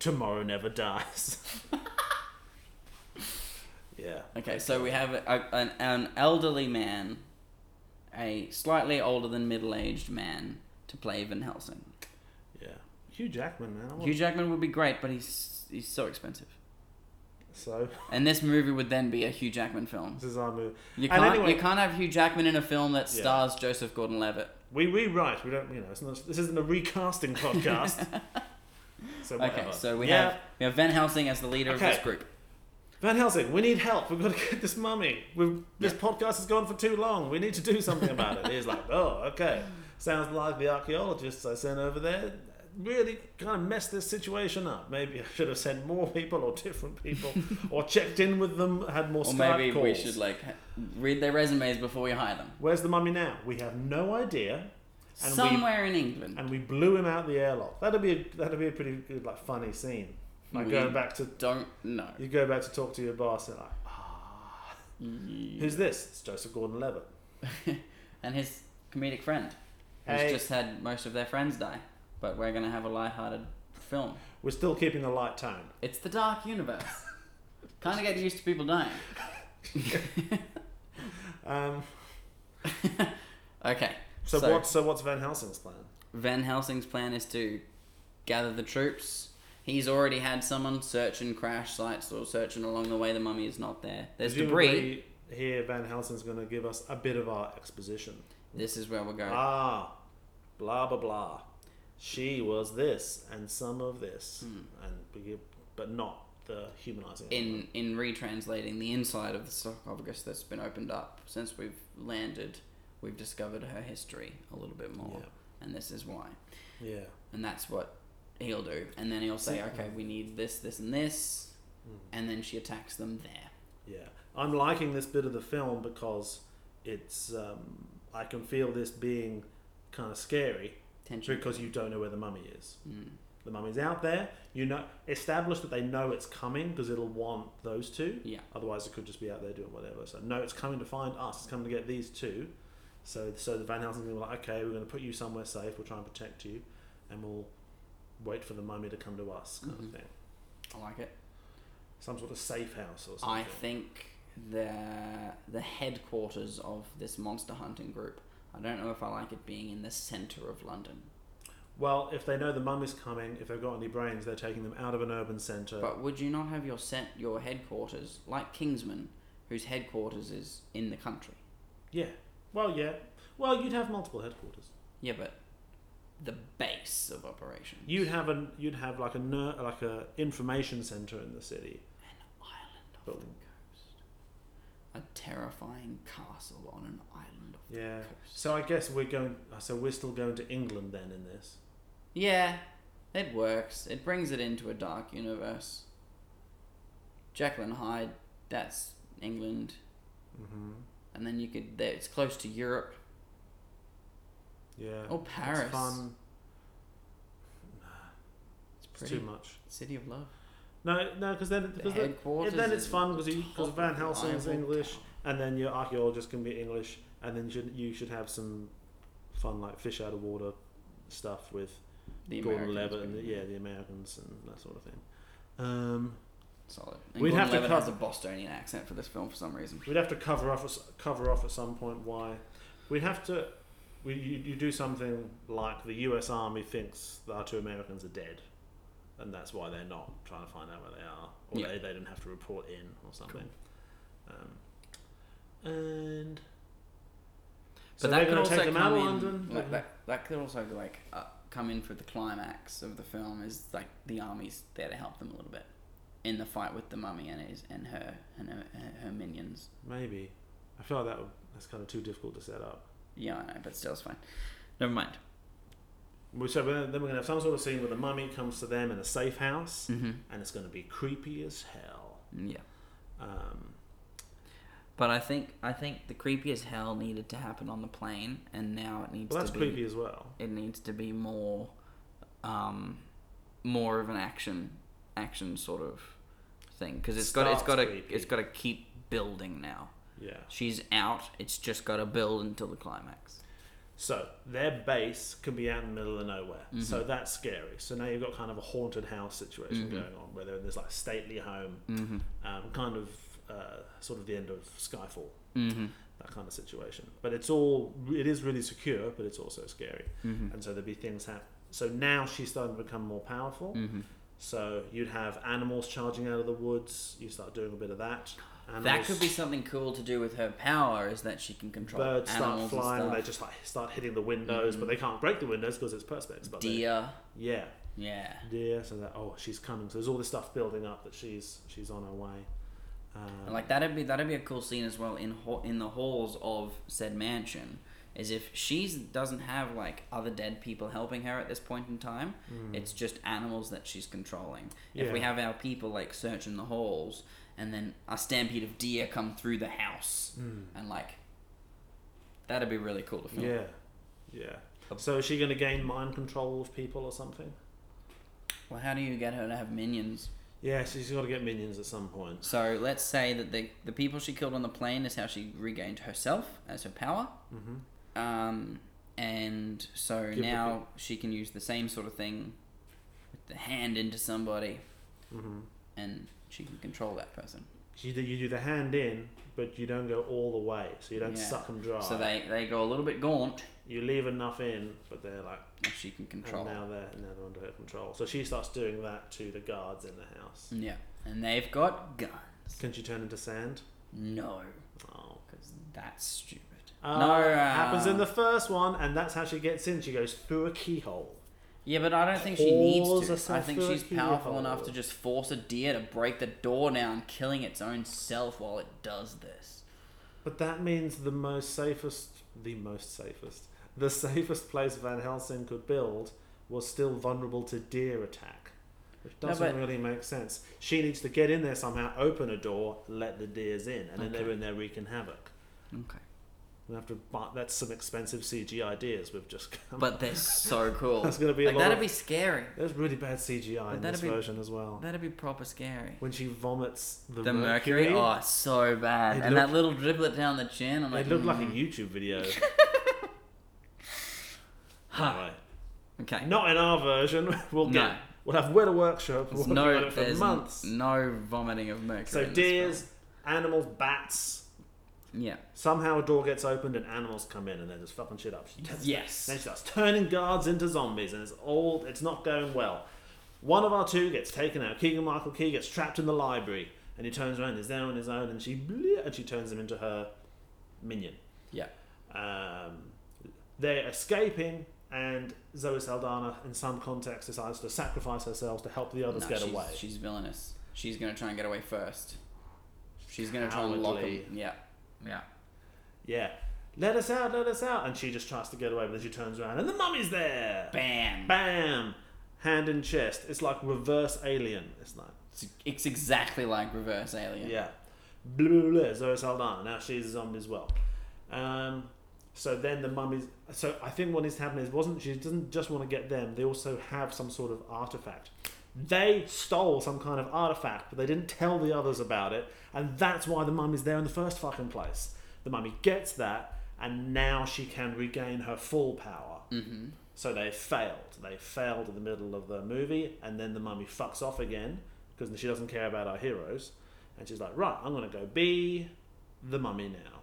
Speaker 1: Tomorrow never dies. yeah.
Speaker 2: Okay, so we have a, an, an elderly man, a slightly older than middle aged man, to play Van Helsing.
Speaker 1: Yeah. Hugh Jackman, man. I want-
Speaker 2: Hugh Jackman would be great, but he's, he's so expensive.
Speaker 1: so
Speaker 2: And this movie would then be a Hugh Jackman film.
Speaker 1: this is our movie.
Speaker 2: You
Speaker 1: and
Speaker 2: can't,
Speaker 1: anyway,
Speaker 2: you can't have Hugh Jackman in a film that
Speaker 1: Yeah.
Speaker 2: stars Joseph Gordon-Levitt.
Speaker 1: we rewrite. We don't. You know, it's not, this isn't a recasting podcast. so
Speaker 2: Okay,
Speaker 1: whatever.
Speaker 2: so we
Speaker 1: Yeah.
Speaker 2: have we have Van Helsing as the leader of
Speaker 1: Okay.
Speaker 2: this group.
Speaker 1: Van Helsing, we need help. We've got to get this mummy. We've, this
Speaker 2: Yeah.
Speaker 1: podcast has gone for too long. We need to do something about it. He's like, oh, okay. Sounds like the archaeologists I sent over there really kind of messed this situation up. Maybe I should have sent more people or different people or checked in with them, had more
Speaker 2: Or
Speaker 1: Skype
Speaker 2: maybe
Speaker 1: calls.
Speaker 2: we should like ha- read their resumes before we hire them.
Speaker 1: Where's the mummy now? We have no idea. And
Speaker 2: Somewhere in England.
Speaker 1: we and we blew him out the airlock. That'd be a, that'd be a pretty good, like funny scene. Like
Speaker 2: We
Speaker 1: going back to
Speaker 2: Don't know.
Speaker 1: you go back to talk to your boss and like, ah, who's this? It's Joseph Gordon-Levitt.
Speaker 2: and his comedic friend, who's
Speaker 1: Hey.
Speaker 2: just had most of their friends die. But we're gonna have a lighthearted film.
Speaker 1: We're still keeping the light tone.
Speaker 2: It's the dark universe. kind of get used to people dying.
Speaker 1: Um,
Speaker 2: Okay.
Speaker 1: so, what's so what's Van Helsing's plan?
Speaker 2: Van Helsing's plan is to gather the troops. He's already had someone searching crash sites or searching along the way. The mummy is not there. There's debris.
Speaker 1: Presumably Here, Van Helsing's going to give us a bit of our exposition.
Speaker 2: This is where we're going.
Speaker 1: Ah, blah blah blah. She was this and some of this, and be- but not the humanizing.
Speaker 2: Hmm. in in retranslating the inside of the sarcophagus that's been opened up since we've landed, we've discovered her history a little bit more,
Speaker 1: Yeah.
Speaker 2: and this is why.
Speaker 1: yeah,
Speaker 2: And that's what he'll do. And then he'll say, "Okay, we need this, this, and this,"
Speaker 1: Hmm.
Speaker 2: and then she attacks them there.
Speaker 1: yeah. I'm liking this bit of the film because it's. Um, I can feel this being kind of scary
Speaker 2: Tension. Hmm.
Speaker 1: because you don't know where the mummy is. The mummy's out there. You know, establish that they know it's coming because it'll want those two.
Speaker 2: Yeah.
Speaker 1: Otherwise, it could just be out there doing whatever. So no, it's coming to find us. It's coming to get these two. So so the Van Helsing's gonna be like, okay, we're gonna put you somewhere safe. We'll try and protect you, and we'll wait for the mummy to come to us, kind
Speaker 2: Mm-hmm.
Speaker 1: of thing.
Speaker 2: I like it.
Speaker 1: Some sort of safe house or something.
Speaker 2: I think the the headquarters of this monster hunting group. I don't know if I like it being in the center of London,
Speaker 1: Well, if they know the mummy's coming, if they've got any brains, they're taking them out of an urban centre.
Speaker 2: but would you not have your set your headquarters like Kingsman, whose headquarters is in the country?
Speaker 1: yeah. Well, yeah. Well, you'd have multiple headquarters.
Speaker 2: Yeah, but the base of operations.
Speaker 1: You'd have an you'd have like a ner- like a information centre in the city.
Speaker 2: an island off
Speaker 1: But-
Speaker 2: the coast, a terrifying castle on an island off
Speaker 1: Yeah.
Speaker 2: the coast.
Speaker 1: So I guess we're going. So we're still going to England then in this.
Speaker 2: Yeah, it works. It brings it into a dark universe. Jacqueline Hyde, that's England.
Speaker 1: Mm-hmm.
Speaker 2: And then you could, there, it's close to Europe.
Speaker 1: Yeah.
Speaker 2: Oh, Paris.
Speaker 1: It's fun.
Speaker 2: It's
Speaker 1: It's
Speaker 2: pretty.
Speaker 1: too much.
Speaker 2: City of Love.
Speaker 1: No, no, because then
Speaker 2: The
Speaker 1: because then,
Speaker 2: headquarters.
Speaker 1: then it's
Speaker 2: is
Speaker 1: fun
Speaker 2: at the
Speaker 1: because
Speaker 2: top
Speaker 1: Van
Speaker 2: of the
Speaker 1: Helsing's
Speaker 2: Eiffel
Speaker 1: English,
Speaker 2: Tower.
Speaker 1: and then your archaeologist can be English, and then you should you should have some fun like fish out of water stuff with
Speaker 2: The
Speaker 1: Gordon
Speaker 2: Americans
Speaker 1: Levitt
Speaker 2: would
Speaker 1: and the,
Speaker 2: be
Speaker 1: yeah the Americans and that sort of thing. Um,
Speaker 2: Solid. And
Speaker 1: We'd
Speaker 2: Gordon
Speaker 1: have to
Speaker 2: Levitt
Speaker 1: cut-
Speaker 2: has a Bostonian accent for this film for some reason.
Speaker 1: We'd have to cover off cover off at some point why we'd have to. We, you, you do something like the U.S. Army thinks that our two Americans are dead, and that's why they're not trying to find out where they are, or
Speaker 2: Yeah.
Speaker 1: they, they didn't have to report in or something. Um, and so they're
Speaker 2: could
Speaker 1: going to
Speaker 2: also
Speaker 1: take them out of
Speaker 2: come in-
Speaker 1: London.
Speaker 2: Like, that, that could also like uh, come in for the climax of the film is like the army's there to help them a little bit in the fight with the mummy and his and her and her, her- her minions.
Speaker 1: Maybe I feel like that would, that's kind of too difficult to set up.
Speaker 2: Yeah, I know, but still, it's fine. Never mind.
Speaker 1: We- So we're- then we're going to have some sort of scene where the mummy comes to them in a safe house,
Speaker 2: Mm-hmm. Mm,
Speaker 1: and it's going to be creepy as hell.
Speaker 2: Yeah,
Speaker 1: Um,
Speaker 2: but I think I think the creepy as hell needed to happen on the plane, and now it needs
Speaker 1: Well, that's
Speaker 2: to be
Speaker 1: creepy as well.
Speaker 2: it needs to be more, um, more of an action action sort of thing because it's got it's
Speaker 1: Starts
Speaker 2: got to
Speaker 1: creepy.
Speaker 2: it's got to keep building now.
Speaker 1: Yeah.
Speaker 2: She's out. It's just got to build until the climax.
Speaker 1: So their base can be out in the middle of nowhere.
Speaker 2: Mm-hmm.
Speaker 1: So that's scary. So now you've got kind of a haunted house situation
Speaker 2: Mm-hmm.
Speaker 1: going on, where they're in this like stately home, um, kind of uh, sort of the end of Skyfall,
Speaker 2: Mm-hmm.
Speaker 1: that kind of situation. But it's all it is really secure, but it's also scary.
Speaker 2: Mm-hmm.
Speaker 1: And so there'd be things happen. So now she's starting to become more powerful.
Speaker 2: Mm-hmm.
Speaker 1: So you'd have animals charging out of the woods. You start doing a bit of that. Animals,
Speaker 2: That could be something cool to do with her power is that she can control
Speaker 1: birds start
Speaker 2: animals
Speaker 1: flying and, they
Speaker 2: and stuff. Mm-hmm.
Speaker 1: just like start hitting the windows, but they can't break the windows because it's perspex. But they-
Speaker 2: Deer.
Speaker 1: yeah,
Speaker 2: Yeah.
Speaker 1: deer. So that oh, she's coming. So there's all this stuff building up that she's she's on her way. Um,
Speaker 2: Like that'd be that'd be a cool scene as well in ha- in the halls of said mansion. Is if she doesn't have like other dead people helping her at this point in time, it's just animals that she's controlling. If we
Speaker 1: Hmm. Yeah.
Speaker 2: have our people like searching the halls, and then a stampede of deer come through the house, and like that'd be really cool to film.
Speaker 1: Hmm. yeah, yeah. So is she going to gain mind control of people or something?
Speaker 2: Well, how do you get her to have minions?
Speaker 1: Yeah, she's got to get minions at some point.
Speaker 2: So let's say that the the people she killed on the plane is how she regained herself as her power. Mm-hmm. Um, and so
Speaker 1: Give the
Speaker 2: now she can use the same sort of thing with the hand into somebody,
Speaker 1: Mm-hmm.
Speaker 2: and she can control that person.
Speaker 1: You do, you do the hand in, but you don't go all the way, so you don't
Speaker 2: Yeah.
Speaker 1: suck them dry.
Speaker 2: So they they go a little bit gaunt,
Speaker 1: you leave enough in, but they're like,
Speaker 2: and she can control.
Speaker 1: and now they're now they're under her control. So she starts doing that to the guards in the house.
Speaker 2: Yeah, and they've got guns.
Speaker 1: Can she turn into sand?
Speaker 2: No,
Speaker 1: Oh,
Speaker 2: because that's stupid.
Speaker 1: Uh,
Speaker 2: no, uh,
Speaker 1: happens in the first one, and that's how she gets in. She goes through a keyhole.
Speaker 2: Yeah, but I don't think she needs
Speaker 1: Pours
Speaker 2: to. I
Speaker 1: herself
Speaker 2: think
Speaker 1: through a
Speaker 2: she's powerful
Speaker 1: keyhole.
Speaker 2: enough to just force a deer to break the door down, killing its own self while it does this.
Speaker 1: But that means the most safest, the most safest, the safest place Van Helsing could build was still vulnerable to deer attack, which
Speaker 2: No,
Speaker 1: doesn't
Speaker 2: but-
Speaker 1: really make sense. She needs to get in there somehow, open a door, let the deers in, and then
Speaker 2: Okay.
Speaker 1: they're in there wreaking havoc.
Speaker 2: Okay.
Speaker 1: We have to buy, that's some expensive CG ideas we've just come.
Speaker 2: But they're so cool.
Speaker 1: That's gonna be a
Speaker 2: like,
Speaker 1: lot
Speaker 2: that'd
Speaker 1: of-
Speaker 2: be scary.
Speaker 1: There's really bad CGI in
Speaker 2: that'd
Speaker 1: this
Speaker 2: be-
Speaker 1: version as well.
Speaker 2: That'd be proper scary.
Speaker 1: When she vomits the,
Speaker 2: The mercury, oh, it's so bad.
Speaker 1: It
Speaker 2: and that
Speaker 1: looked-
Speaker 2: little driblet down the chin, I'm like,
Speaker 1: It looked like a
Speaker 2: mm.
Speaker 1: YouTube video.
Speaker 2: Huh.
Speaker 1: Anyway.
Speaker 2: Okay.
Speaker 1: Not in our version. We'll
Speaker 2: No.
Speaker 1: get. We'll have Weta Workshop.
Speaker 2: There's
Speaker 1: working on
Speaker 2: no,
Speaker 1: it for
Speaker 2: there's
Speaker 1: months.
Speaker 2: no vomiting of mercury.
Speaker 1: so
Speaker 2: in this
Speaker 1: deers, animals, bats.
Speaker 2: film. Yeah.
Speaker 1: Somehow a door gets opened and animals come in and they're just fucking shit up. She does-
Speaker 2: Yes.
Speaker 1: Then she starts turning guards into zombies and it's all. It's not going well. One of our two gets taken out. Keegan Michael Key gets trapped in the library and he turns around. He's there on his own and she bleh, and she turns him into her minion.
Speaker 2: Yeah.
Speaker 1: Um, they're escaping, and Zoe Saldana, in some context, decides to sacrifice herself to help the others
Speaker 2: No,
Speaker 1: get
Speaker 2: she's,
Speaker 1: away.
Speaker 2: She's villainous. She's gonna try and get away first. She's gonna try and lock him.
Speaker 1: Cowardly.
Speaker 2: Yeah. Yeah.
Speaker 1: Yeah, let us out, let us out, and she just tries to get away, but then she turns around, and the mummy's there.
Speaker 2: Bam.
Speaker 1: Bam! Hand in chest. It's like reverse alien. It's like
Speaker 2: It's, it's exactly like Reverse Alien.
Speaker 1: yeah, blah, blah, blah, Zoe Saldana. Now she's a zombie as well. Um, so then the mummies. So I think what needs to happen is wasn't she doesn't just want to get them. They also have some sort of artifact. They stole some kind of artifact, but they didn't tell the others about it, and that's why the mummy's there in the first fucking place. The mummy gets that, and now she can regain her full power. Mm-hmm. So they failed. They failed in the middle of the movie, and then the mummy fucks off again because she doesn't care about our heroes, and she's like, "Right, I'm gonna go be the mummy now."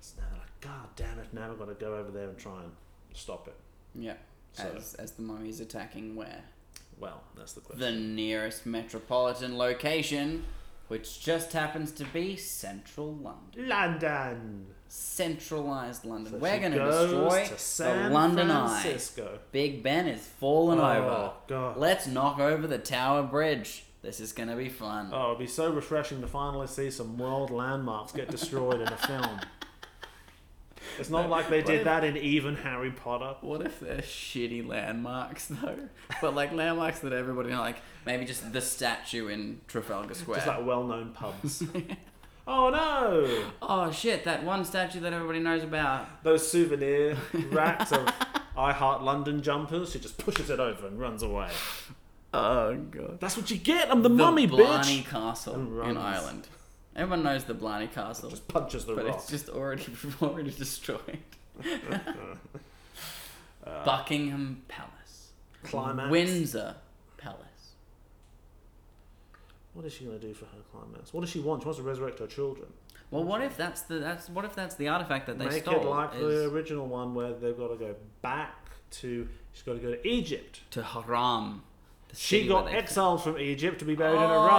Speaker 1: So now they're like, "God damn it! Now we've got to go over there and try and stop it."
Speaker 2: Yeah.
Speaker 1: So-
Speaker 2: As as the mummy's attacking where
Speaker 1: Well, that's the question.
Speaker 2: the nearest metropolitan location, which just happens to be central London.
Speaker 1: London.
Speaker 2: Centralized London.
Speaker 1: So
Speaker 2: We're
Speaker 1: she
Speaker 2: gonna
Speaker 1: goes
Speaker 2: destroy
Speaker 1: to
Speaker 2: the
Speaker 1: San
Speaker 2: London Eye.
Speaker 1: Francisco.
Speaker 2: Big Ben is falling
Speaker 1: Oh,
Speaker 2: over.
Speaker 1: God.
Speaker 2: Let's knock over the Tower Bridge. This is gonna be fun.
Speaker 1: Oh, it'd be so refreshing to finally see some world landmarks get destroyed in a film. It's not like they
Speaker 2: What if-
Speaker 1: did that in even Harry Potter.
Speaker 2: What if they're shitty landmarks though? But like landmarks that everybody know, like maybe just the statue in Trafalgar Square.
Speaker 1: Just like well-known pubs. oh no!
Speaker 2: oh shit, that one statue that everybody knows about.
Speaker 1: those souvenir racks of I Heart London jumpers. She just pushes it over and runs away.
Speaker 2: Oh god.
Speaker 1: That's what you get. I'm the, mummy,
Speaker 2: Blarney
Speaker 1: bitch.
Speaker 2: Castle
Speaker 1: And
Speaker 2: in
Speaker 1: runs.
Speaker 2: Ireland. Everyone knows the Blarney Castle,
Speaker 1: Just punches the
Speaker 2: but
Speaker 1: rock.
Speaker 2: it's just already already destroyed.
Speaker 1: Uh,
Speaker 2: Buckingham Palace,
Speaker 1: climax.
Speaker 2: Windsor Palace.
Speaker 1: What is she going to do for her climax? What does she want? She wants to resurrect her children.
Speaker 2: Well, what if that's the that's what if that's the artifact that they
Speaker 1: Make
Speaker 2: stole
Speaker 1: it like
Speaker 2: is
Speaker 1: the original one where they've got to go back to. She's got to go to Egypt.
Speaker 2: to Haram. the
Speaker 1: She
Speaker 2: city
Speaker 1: got
Speaker 2: where they-
Speaker 1: exiled from Egypt to be buried in Iraq.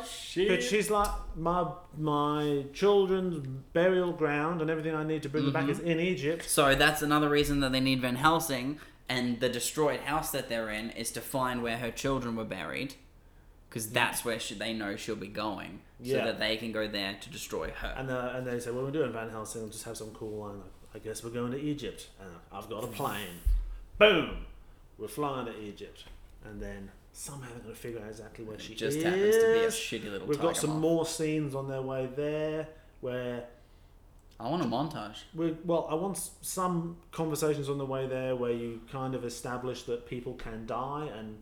Speaker 2: Oh, shit.
Speaker 1: But she's like my my children's burial ground and everything I need to bring
Speaker 2: Mm-hmm.
Speaker 1: them back is in Egypt.
Speaker 2: So that's another reason that they need Van Helsing, and the destroyed house that they're in is to find where her children were buried, because that's where she, they know she'll be going, so
Speaker 1: Yeah.
Speaker 2: that they can go there to destroy her.
Speaker 1: And, uh, and they say, "What are we doing, Van Helsing? We'll just have some cool line. Like, I guess we're going to Egypt. And I've got a plane. Boom! We're flying to Egypt, and then somehow they're going to figure out exactly where she
Speaker 2: it just
Speaker 1: is.
Speaker 2: happens to be a shitty little.
Speaker 1: We've got
Speaker 2: tiger
Speaker 1: some
Speaker 2: moth.
Speaker 1: more scenes on their way there where
Speaker 2: I want a montage.
Speaker 1: we well, I want s- some conversations on the way there where you kind of establish that people can die, and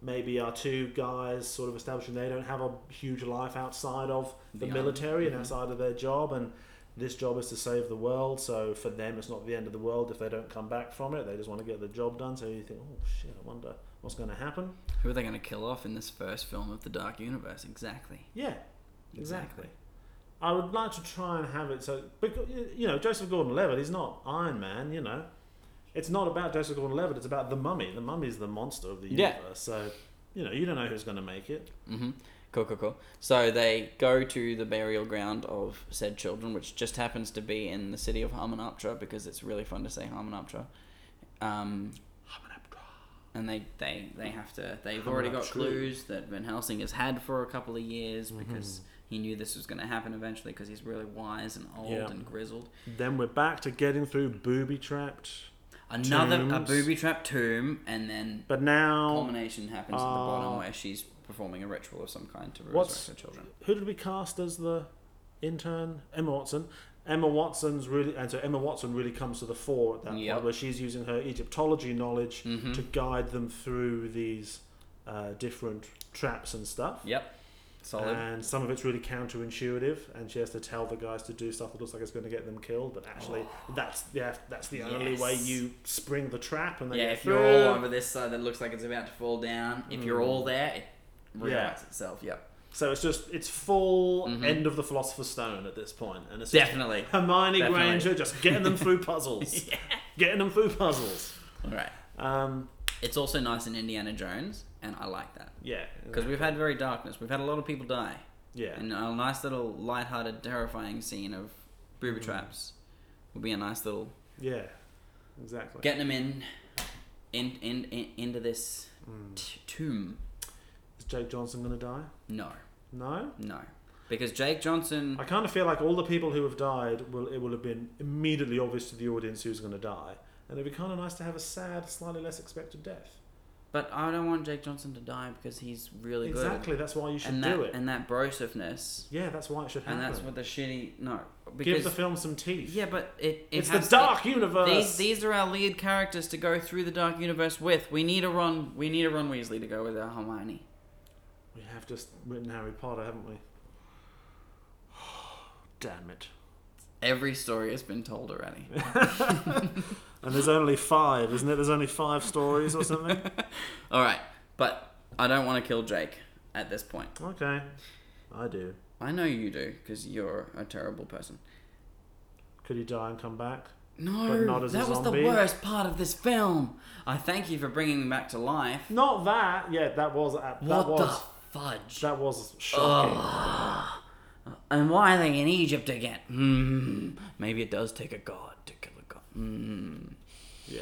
Speaker 1: maybe our two guys sort of establishing they don't have a huge life outside of the,
Speaker 2: The
Speaker 1: military and outside of their job, and this job is to save the world. So for them, it's not the end of the world if they don't come back from it. They just want to get the job done. So you think, oh shit, I wonder what's going to happen.
Speaker 2: Who are they going to kill off in this first film of the Dark Universe? Exactly.
Speaker 1: Yeah, exactly. I would like to try and have it so because you know Joseph Gordon-Levitt is not Iron Man. You know, it's not about Joseph Gordon-Levitt. It's about the Mummy. The Mummy is the monster of the
Speaker 2: Yeah.
Speaker 1: universe. So you know, you don't know who's going to make it.
Speaker 2: Mm-hmm. Cool, cool, cool. So they go to the burial ground of said children, which just happens to be in the city of Harmonoptera because it's really fun to say Harmonoptera. Um, and they, they, they have to they've already got
Speaker 1: Harmonoptera.
Speaker 2: clues that Van Helsing has had for a couple of years
Speaker 1: Mm-hmm.
Speaker 2: because he knew this was going to happen eventually because he's really wise and old
Speaker 1: Yeah.
Speaker 2: and grizzled.
Speaker 1: Then we're back to getting through booby trapped,
Speaker 2: Another a
Speaker 1: Tombs. Oh.
Speaker 2: booby trap tomb, and then
Speaker 1: but now
Speaker 2: culmination happens at the bottom
Speaker 1: Uh,
Speaker 2: where she's performing a ritual of some kind to resurrect
Speaker 1: What's-
Speaker 2: her children.
Speaker 1: who did we cast as the intern? Emma Watson. Emma Watson's really, and so Emma Watson really comes to the fore at that
Speaker 2: Yep.
Speaker 1: point, where she's using her Egyptology knowledge
Speaker 2: Mhm.
Speaker 1: to guide them through these uh, different traps and stuff.
Speaker 2: Yep, solid.
Speaker 1: And some of it's really counterintuitive, and she has to tell the guys to do stuff that looks like it's going to get them killed. But actually, that's yeah, that's the only way
Speaker 2: Oh. Yes.
Speaker 1: you spring the trap, and they
Speaker 2: Yeah,
Speaker 1: get
Speaker 2: if you're
Speaker 1: through.
Speaker 2: all over this side that looks like it's about to fall down, if
Speaker 1: Hmm.
Speaker 2: you're all there, it rewrites itself. Yep.
Speaker 1: So it's just it's full end of the Philosopher's Stone at this point, and it's just
Speaker 2: Mm-hmm. Definitely.
Speaker 1: Hermione
Speaker 2: Definitely.
Speaker 1: Granger just getting them through puzzles, getting them through puzzles.
Speaker 2: All right.
Speaker 1: Um,
Speaker 2: It's also nice in Indiana Jones, and I like that
Speaker 1: yeah,
Speaker 2: because we've had very darkness. We've had a lot of people die,
Speaker 1: yeah,
Speaker 2: and a nice little light-hearted, terrifying scene of booby
Speaker 1: Hmm.
Speaker 2: traps would be a nice little
Speaker 1: yeah, exactly.
Speaker 2: getting them in, in, in, in into this t- tomb.
Speaker 1: Hmm. Is Jake Johnson gonna die?
Speaker 2: No,
Speaker 1: No.
Speaker 2: no, because Jake Johnson.
Speaker 1: I kind of feel like all the people who have died will it will have been immediately obvious to the audience who's going to die, and it'd be kind of nice to have a sad, slightly less expected death.
Speaker 2: But I don't want Jake Johnson to die because he's really good.
Speaker 1: Exactly, that's why you should
Speaker 2: and that
Speaker 1: do it.
Speaker 2: and that brosiveness
Speaker 1: yeah, that's why it should
Speaker 2: and
Speaker 1: happen.
Speaker 2: that's what the shitty no
Speaker 1: Give
Speaker 2: because
Speaker 1: the film some teeth.
Speaker 2: yeah but it, it
Speaker 1: it's the
Speaker 2: has
Speaker 1: dark
Speaker 2: it-
Speaker 1: universe.
Speaker 2: these these are our lead characters to go through the dark universe with we need a Ron we need a Ron Weasley to go with our Hermione
Speaker 1: We have just written Harry Potter, haven't we? Damn it.
Speaker 2: every story has been told already
Speaker 1: And there's only five, isn't it? There's only five stories or something.
Speaker 2: all right but I don't want to kill Jake at this point
Speaker 1: okay, I do.
Speaker 2: I know you do because you're a terrible person
Speaker 1: Could he die and come back?
Speaker 2: no
Speaker 1: But not as a
Speaker 2: that was the
Speaker 1: zombie.
Speaker 2: worst part of this film I thank you for bringing him back to life
Speaker 1: Not that. Yeah, that was. uh, That
Speaker 2: what
Speaker 1: was.
Speaker 2: the fudge
Speaker 1: That was shocking.
Speaker 2: And why are they in Egypt again? Hmm. Maybe it does take a god to kill a god. Hmm.
Speaker 1: Yeah,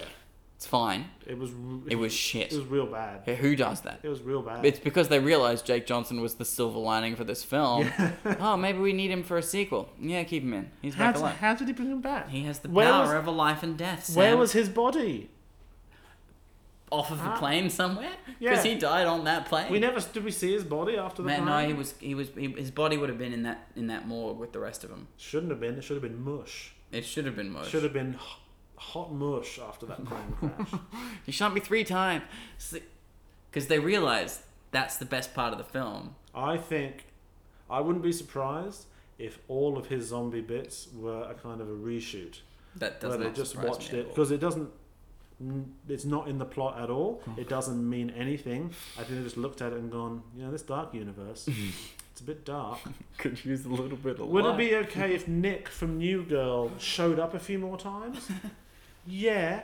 Speaker 2: It's fine.
Speaker 1: it was. r-
Speaker 2: It was shit.
Speaker 1: It was real bad.
Speaker 2: Who does that?
Speaker 1: It was real bad.
Speaker 2: It's because they realized Jake Johnson was the silver lining for this film. oh, maybe we need him for a sequel. Yeah, keep him in. He's
Speaker 1: how,
Speaker 2: back
Speaker 1: did,
Speaker 2: alive.
Speaker 1: how did he bring him back?
Speaker 2: He has the
Speaker 1: Where
Speaker 2: power
Speaker 1: was-
Speaker 2: over life and death. Sam.
Speaker 1: Where was his body?
Speaker 2: off of the
Speaker 1: Huh?
Speaker 2: plane somewhere?
Speaker 1: Yeah.
Speaker 2: Because he died on that plane.
Speaker 1: We never did we see his body after the
Speaker 2: Man, no,
Speaker 1: crime?
Speaker 2: he was. He was. He, his body would have been in that in that morgue with the rest of them.
Speaker 1: Shouldn't have been. It should have been mush.
Speaker 2: It should have been mush.
Speaker 1: Should have been h- hot mush after that plane crash.
Speaker 2: He shot me three times. Because they realize that's the best part of the film.
Speaker 1: I think I wouldn't be surprised if all of his zombie bits were a kind of a reshoot
Speaker 2: That
Speaker 1: where
Speaker 2: doesn't
Speaker 1: they just watched it because it doesn't. n- It's not in the plot at all. It doesn't mean anything. I think they just looked at it and gone, you know, this dark universe. it's a bit dark.
Speaker 2: Could use a little bit of
Speaker 1: Would it be okay if Nick from New Girl showed up a few more times? yeah,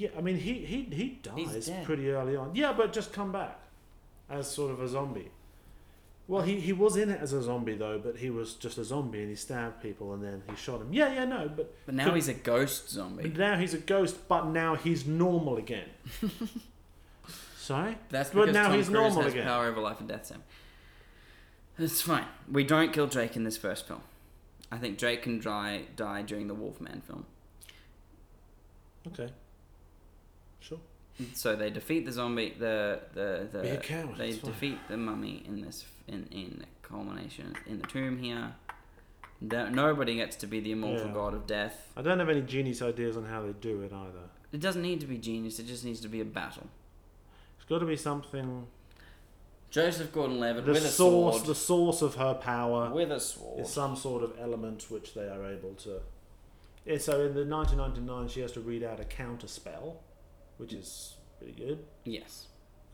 Speaker 1: yeah. I mean, he he he
Speaker 2: He's
Speaker 1: dies
Speaker 2: dead.
Speaker 1: pretty early on. Yeah, but just come back as sort of a zombie. Well, he, he was in it as a zombie though, but he was just a zombie and he stabbed people and then he shot him. Yeah, yeah, no, but
Speaker 2: But now
Speaker 1: could-
Speaker 2: he's a ghost
Speaker 1: but
Speaker 2: zombie.
Speaker 1: now he's a ghost, but now he's normal again. Sorry,
Speaker 2: That's
Speaker 1: but
Speaker 2: because
Speaker 1: now
Speaker 2: Tom
Speaker 1: he's
Speaker 2: Cruise
Speaker 1: normal
Speaker 2: has
Speaker 1: again.
Speaker 2: power over life and death, Sam. It's fine. We don't kill Jake in this first film. I think Jake can die, die during the Wolfman film.
Speaker 1: Okay, sure.
Speaker 2: So they defeat the zombie. The the the.
Speaker 1: Be a coward,
Speaker 2: They
Speaker 1: it's fine.
Speaker 2: defeat the mummy in this in in the culmination in the tomb here. That nobody gets to be the immortal
Speaker 1: Yeah.
Speaker 2: god of death.
Speaker 1: I don't have any genius ideas on how they do it either.
Speaker 2: It doesn't need to be genius. It just needs to be a battle.
Speaker 1: It's got to be something
Speaker 2: Joseph Gordon-Levitt
Speaker 1: the
Speaker 2: with a
Speaker 1: source
Speaker 2: sword.
Speaker 1: the source of her power
Speaker 2: with a sword.
Speaker 1: is some sort of element which they are able to and so in the 1999 she has to read out a counter spell which is pretty good
Speaker 2: Yes.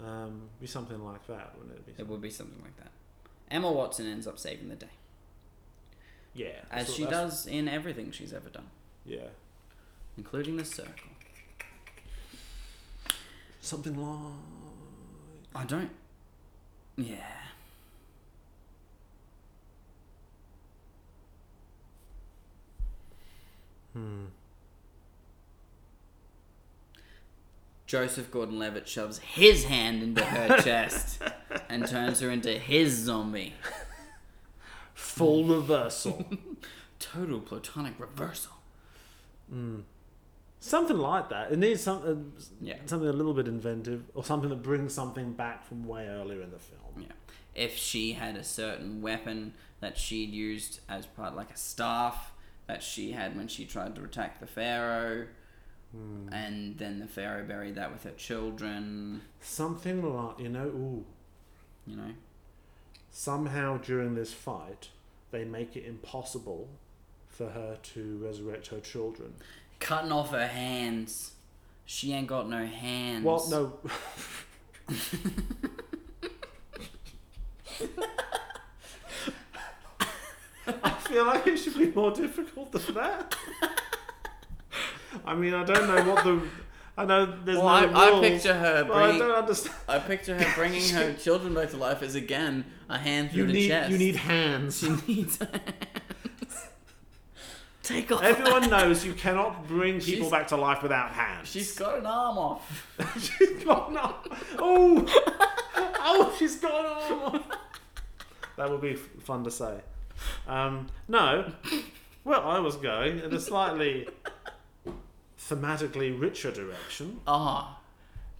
Speaker 1: Um, be something like that, wouldn't it? Be
Speaker 2: It
Speaker 1: something,
Speaker 2: would be something like that. Emma Watson ends up saving the day,
Speaker 1: yeah,
Speaker 2: as
Speaker 1: that's-
Speaker 2: she
Speaker 1: that's-
Speaker 2: does in everything she's ever done,
Speaker 1: Yeah,
Speaker 2: including the circle.
Speaker 1: something like
Speaker 2: I don't. Yeah.
Speaker 1: hmm.
Speaker 2: Joseph Gordon Levitt shoves his hand into her chest and turns her into his zombie.
Speaker 1: full reversal,
Speaker 2: Total platonic reversal.
Speaker 1: something like that. It needs something,
Speaker 2: Yeah.
Speaker 1: something a little bit inventive, or something that brings something back from way earlier in the film.
Speaker 2: Yeah. If she had a certain weapon that she'd used as part, like a staff that she had when she tried to attack the Pharaoh,
Speaker 1: Hmm.
Speaker 2: and then the Pharaoh buried that with her children,
Speaker 1: Something like you know, ooh,
Speaker 2: you know.
Speaker 1: somehow during this fight, they make it impossible for her to resurrect her children.
Speaker 2: Cutting off her hands. She ain't got no hands.
Speaker 1: Well, no, I feel like it should be more difficult than that. I mean, I don't know what the. I know there's
Speaker 3: Well,
Speaker 1: no
Speaker 3: I, I
Speaker 1: rules,
Speaker 3: picture her
Speaker 1: but I don't
Speaker 3: bringing.
Speaker 1: understand.
Speaker 3: I picture her bringing her children back to life is again a hand through
Speaker 1: You
Speaker 3: the
Speaker 1: need
Speaker 3: chest.
Speaker 1: you need hands.
Speaker 2: needs
Speaker 3: take off.
Speaker 1: Everyone knows you cannot bring people
Speaker 3: She's-
Speaker 1: back to life without hands.
Speaker 3: She's got an arm off.
Speaker 1: she's got an arm. Oh, oh, she's got an arm. That would be f- fun to say. Um, no, well, I was going in a slightly thematically richer direction.
Speaker 3: Ah,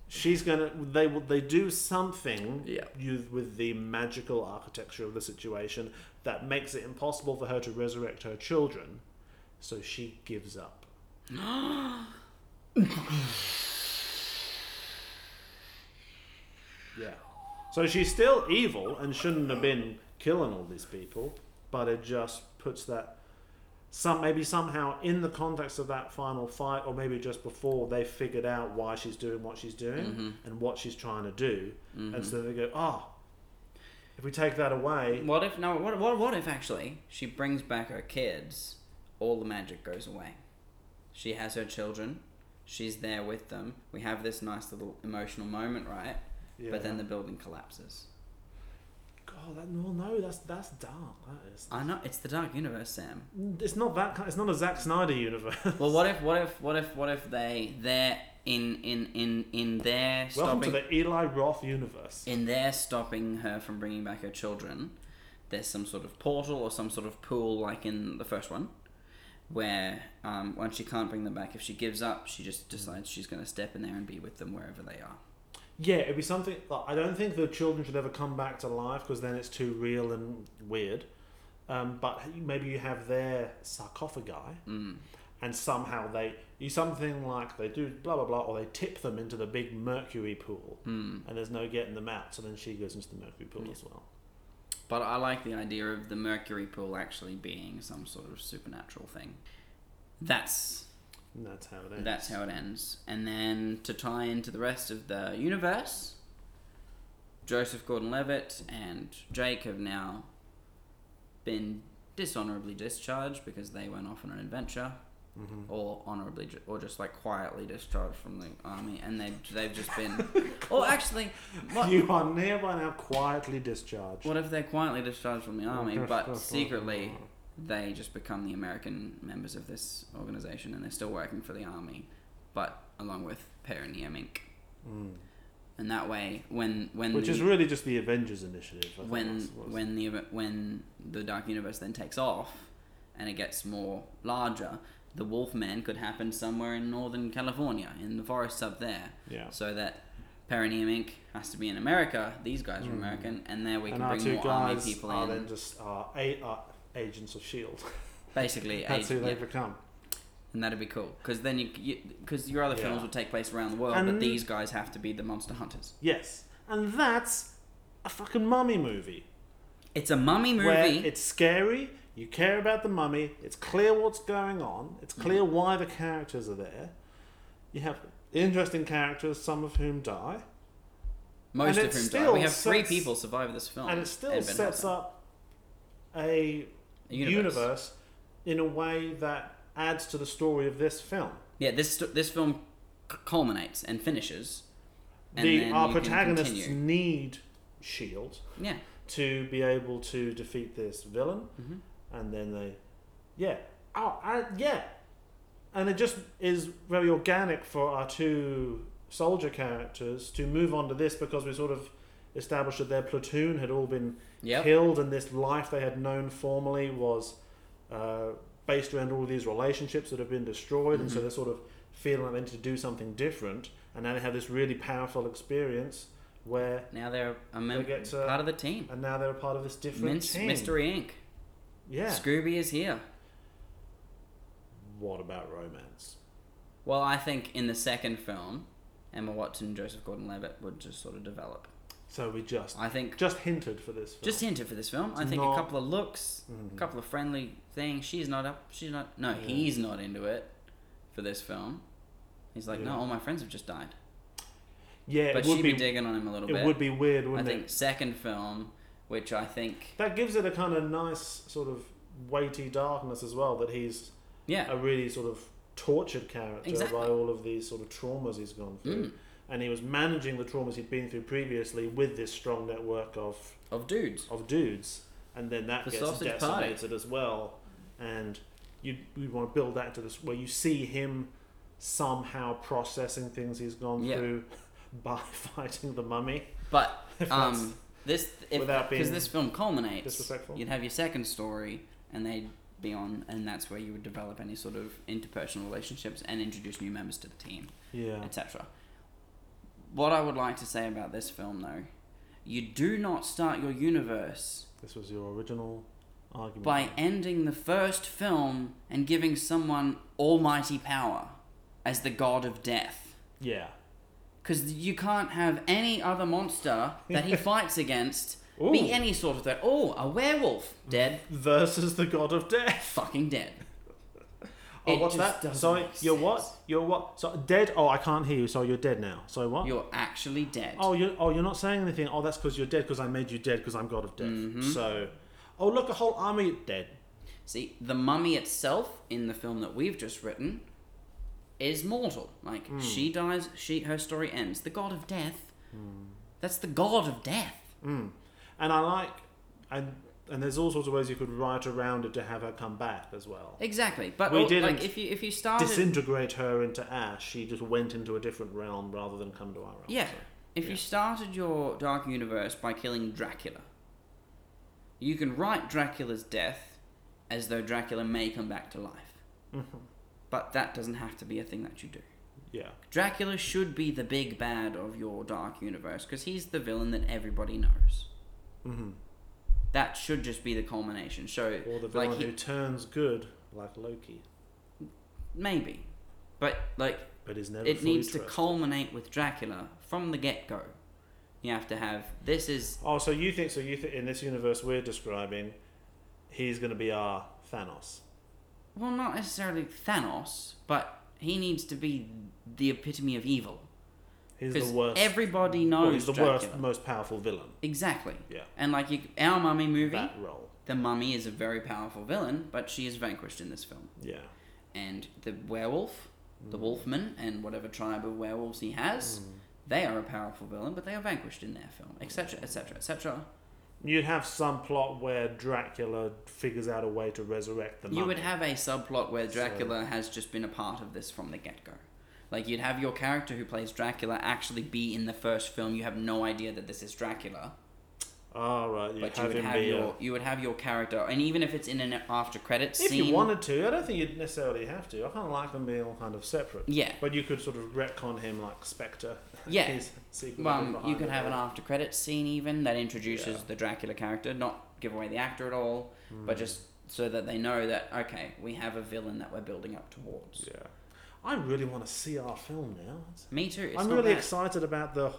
Speaker 1: She's gonna. They will. They do something.
Speaker 3: Yeah.
Speaker 1: You, with the magical architecture of the situation that makes it impossible for her to resurrect her children, so she gives up. yeah. So she's still evil and shouldn't have been killing all these people, but it just puts that some maybe somehow in the context of that final fight, or maybe just before they figured out why she's doing what she's doing
Speaker 2: Mm-hmm.
Speaker 1: and what she's trying to do, and so they go, oh, if we take that away,
Speaker 2: What if no? What what what if actually she brings back her kids? All the magic goes away. She has her children. She's there with them. We have this nice little emotional moment, right? But then
Speaker 1: Yeah.
Speaker 2: the building collapses.
Speaker 1: God, that, well, no, that's that's dark. That is.
Speaker 2: I know it's the dark universe, Sam.
Speaker 1: It's not that. kind- It's not a Zack Snyder universe.
Speaker 2: Well, what if what if what if what if they they're in in in in their
Speaker 1: Welcome
Speaker 2: stopping
Speaker 1: to the Eli Roth universe.
Speaker 2: in their stopping her from bringing back her children, there's some sort of portal or some sort of pool, like in the first one, where um, once she can't bring them back, if she gives up, she just decides she's going to step in there and be with them wherever they are.
Speaker 1: Yeah, it'd be something. Like, I don't think the children should ever come back to life because then it's too real and weird. Um, but maybe you have their sarcophagi,
Speaker 2: Mm.
Speaker 1: and somehow they you something like they do blah blah blah, or they tip them into the big mercury pool, and there's no getting them out. So then she goes into the mercury pool as well.
Speaker 2: But I like the idea of the Mercury pool actually being some sort of supernatural thing. That's
Speaker 1: And that's how it ends.
Speaker 2: that's how it ends. And then to tie into the rest of the universe, Joseph Gordon-Levitt and Jake have now been dishonorably discharged because they went off on an adventure, or honorably, ju- or just like quietly discharged from the army, and they they've just been. or actually, what,
Speaker 1: You are nearby now, quietly discharged.
Speaker 2: what if they're quietly discharged from the army, but secretly they just become the American members of this organization and they're still working for the army, but along with Per and Yemink. And that way, when when
Speaker 1: Mm. Which
Speaker 2: the,
Speaker 1: is really just the Avengers initiative. I think
Speaker 2: when
Speaker 1: that's what it's-
Speaker 2: when the ev- when the Dark Universe then takes off and it gets more larger, the Wolfman could happen somewhere in Northern California in the forests up there.
Speaker 1: Yeah.
Speaker 2: So that Perineum Inc. has to be in America. These guys are American, and there we
Speaker 1: Hmm. and
Speaker 2: can
Speaker 1: our
Speaker 2: bring
Speaker 1: two
Speaker 2: more army
Speaker 1: guys
Speaker 2: people
Speaker 1: are
Speaker 2: in.
Speaker 1: then just our a- are agents of Shield.
Speaker 2: Basically,
Speaker 1: E That's
Speaker 2: age-
Speaker 1: who they
Speaker 2: yeah,
Speaker 1: become.
Speaker 2: and that'd be cool because then you because your other
Speaker 1: Yeah.
Speaker 2: films would take place around the world, but
Speaker 1: And-
Speaker 2: these guys have to be the monster hunters.
Speaker 1: Yes, and that's a fucking mummy movie,
Speaker 2: It's a mummy movie.
Speaker 1: where it's scary. You care about the mummy. It's clear what's going on. It's
Speaker 2: Mm-hmm.
Speaker 1: clear why the characters are there. You have interesting characters, some of whom die.
Speaker 2: Most
Speaker 1: And
Speaker 2: of
Speaker 1: it
Speaker 2: whom die.
Speaker 1: still
Speaker 2: We have three
Speaker 1: sets-
Speaker 2: people survive this film,
Speaker 1: and it still
Speaker 2: Ed Benhouser.
Speaker 1: sets up a
Speaker 2: A
Speaker 1: universe.
Speaker 2: universe.
Speaker 1: in a way that adds to the story of this film.
Speaker 2: Yeah, this st- this film c- culminates and finishes. And
Speaker 1: the
Speaker 2: then
Speaker 1: our
Speaker 2: you can
Speaker 1: protagonists
Speaker 2: continue.
Speaker 1: need shield
Speaker 2: Yeah,
Speaker 1: to be able to defeat this villain, and then they, yeah, oh, I, yeah, and it just is very organic for our two soldier characters to move on to this because we sort of established that their platoon had all been
Speaker 2: Yep.
Speaker 1: killed, and this life they had known formerly was uh, based around all these relationships that have been destroyed, and so they're sort of feeling like they need to do something different, and now they have this really powerful experience where.
Speaker 2: now they're a mem-
Speaker 1: They get to-
Speaker 2: part of the team.
Speaker 1: And now they're a part of this different
Speaker 2: Mince,
Speaker 1: team.
Speaker 2: Mystery Inc.
Speaker 1: Yeah.
Speaker 2: Scooby is here.
Speaker 1: What about romance?
Speaker 2: Well, I think in the second film, Emma Watson and Joseph Gordon-Levitt would just sort of develop.
Speaker 1: So we just
Speaker 2: I think
Speaker 1: just hinted for this. Film.
Speaker 2: just hinted for this film. I
Speaker 1: It's
Speaker 2: think
Speaker 1: not-
Speaker 2: a couple of looks,
Speaker 1: Mm-hmm.
Speaker 2: a couple of friendly things. She's not up. She's not. No, he's not into it for this film. He's like,
Speaker 1: Yeah.
Speaker 2: no, all my friends have just died.
Speaker 1: yeah,
Speaker 2: but
Speaker 1: it would
Speaker 2: she'd be,
Speaker 1: be,
Speaker 2: digging on him a little bit.
Speaker 1: it would be weird,
Speaker 2: I
Speaker 1: wouldn't
Speaker 2: think
Speaker 1: it?
Speaker 2: second film, which I think,
Speaker 1: That gives it a kind of nice sort of weighty darkness as well. That he's a
Speaker 2: yeah,
Speaker 1: really sort of tortured character
Speaker 2: Exactly.
Speaker 1: by all of these sort of traumas he's gone
Speaker 2: mm,
Speaker 1: through, and he was managing the traumas he'd been through previously with this strong network of
Speaker 2: of dudes.
Speaker 1: of dudes, and then that
Speaker 2: The
Speaker 1: gets
Speaker 2: sausage party.
Speaker 1: decimated as well. And you you want to build that to this where you see him somehow processing things he's gone
Speaker 2: Yeah.
Speaker 1: through by fighting the mummy.
Speaker 2: But
Speaker 1: If that's
Speaker 2: um, this if
Speaker 1: without
Speaker 2: because
Speaker 1: being
Speaker 2: this film culminates,
Speaker 1: disrespectful.
Speaker 2: you'd have your second story, and they'd be on, and that's where you would develop any sort of interpersonal relationships and introduce new members to the team.
Speaker 1: Yeah.
Speaker 2: etc. What I would like to say about this film, though, you do not start your universe
Speaker 1: This was your original argument.
Speaker 2: by ending the first film and giving someone almighty power as the god of death.
Speaker 1: Yeah.
Speaker 2: Because you can't have any other monster that he fights against
Speaker 1: Ooh.
Speaker 2: be any sort of that. Oh, a werewolf. Dead.
Speaker 1: Versus the god of death.
Speaker 2: Fucking dead.
Speaker 1: Oh,
Speaker 2: It
Speaker 1: what's
Speaker 2: just
Speaker 1: that?
Speaker 2: doesn't
Speaker 1: Sorry,
Speaker 2: make
Speaker 1: you're what?
Speaker 2: sense.
Speaker 1: You're what? So dead? Oh, I can't hear you. So you're dead now. So what?
Speaker 2: You're actually dead.
Speaker 1: Oh, you're, oh, you're not saying anything. Oh, that's because you're dead. Because I made you dead. Because I'm God of Death.
Speaker 2: Mm-hmm.
Speaker 1: So, oh, look, a whole army dead.
Speaker 2: See, the mummy itself in the film that we've just written is mortal. Like
Speaker 1: Hmm.
Speaker 2: she dies, she her story ends. The god of death.
Speaker 1: Hmm.
Speaker 2: That's the god of death.
Speaker 1: And I like, and and there's all sorts of ways you could write around it to have her come back as well.
Speaker 2: Exactly. But
Speaker 1: We
Speaker 2: al-
Speaker 1: didn't
Speaker 2: like if you if you started
Speaker 1: Disintegrate her into ash. She just went into a different realm rather than come to our realm.
Speaker 2: Yeah.
Speaker 1: So,
Speaker 2: If you started your dark universe by killing Dracula, you can write Dracula's death as though Dracula may come back to life.
Speaker 1: Mm-hmm.
Speaker 2: But that doesn't have to be a thing that you do.
Speaker 1: yeah.
Speaker 2: Dracula should be the big bad of your dark universe because he's the villain that everybody knows.
Speaker 1: Mhm.
Speaker 2: That should just be the culmination. So,
Speaker 1: Or the villain
Speaker 2: like, he-
Speaker 1: who turns good, like Loki,
Speaker 2: maybe, but like
Speaker 1: but is never.
Speaker 2: it
Speaker 1: fully
Speaker 2: needs to
Speaker 1: trusted.
Speaker 2: culminate with Dracula from the get go. You have to have this is
Speaker 1: Oh, so you think? So you think in this universe we're describing, he's going to be our Thanos.
Speaker 2: well, not necessarily Thanos, but he needs to be the epitome of evil
Speaker 1: He's the
Speaker 2: because
Speaker 1: worst.
Speaker 2: everybody knows
Speaker 1: well, he's the
Speaker 2: Dracula.
Speaker 1: worst, most powerful villain.
Speaker 2: Exactly.
Speaker 1: Yeah.
Speaker 2: And like you, our mummy movie,
Speaker 1: That role.
Speaker 2: the mummy is a very powerful villain, but she is vanquished in this film.
Speaker 1: Yeah.
Speaker 2: and the werewolf,
Speaker 1: Mm.
Speaker 2: the wolfman, and whatever tribe of werewolves he has, they are a powerful villain, but they are vanquished in their film, etc., etc., etc.
Speaker 1: You'd have some plot where Dracula figures out a way to resurrect the mummy.
Speaker 2: You would have a subplot where Dracula has just been a part of this from the get go. Like, you'd have your character who plays Dracula actually be in the first film. You have no idea that this is Dracula.
Speaker 1: Oh, right. You'd
Speaker 2: But you
Speaker 1: have
Speaker 2: would
Speaker 1: him
Speaker 2: have,
Speaker 1: be
Speaker 2: your,
Speaker 1: a-
Speaker 2: you would have your character, and even if it's in an after credits
Speaker 1: If
Speaker 2: scene,
Speaker 1: you wanted to, I don't think you'd necessarily have to. I kind of like them being all kind of separate.
Speaker 2: Yeah.
Speaker 1: But you could sort of retcon him like Spectre.
Speaker 2: Yeah.
Speaker 1: He's secretly
Speaker 2: Um,
Speaker 1: behind
Speaker 2: you could
Speaker 1: it
Speaker 2: have an
Speaker 1: all.
Speaker 2: after credits scene even that introduces
Speaker 1: Yeah. Hmm.
Speaker 2: the Dracula character, not give away the actor at all, but just so that they know that okay, we have a villain that we're building up towards.
Speaker 1: Yeah. I really want to see our film now. It's-
Speaker 2: Me too. It's
Speaker 1: I'm
Speaker 2: not
Speaker 1: really
Speaker 2: bad.
Speaker 1: excited about the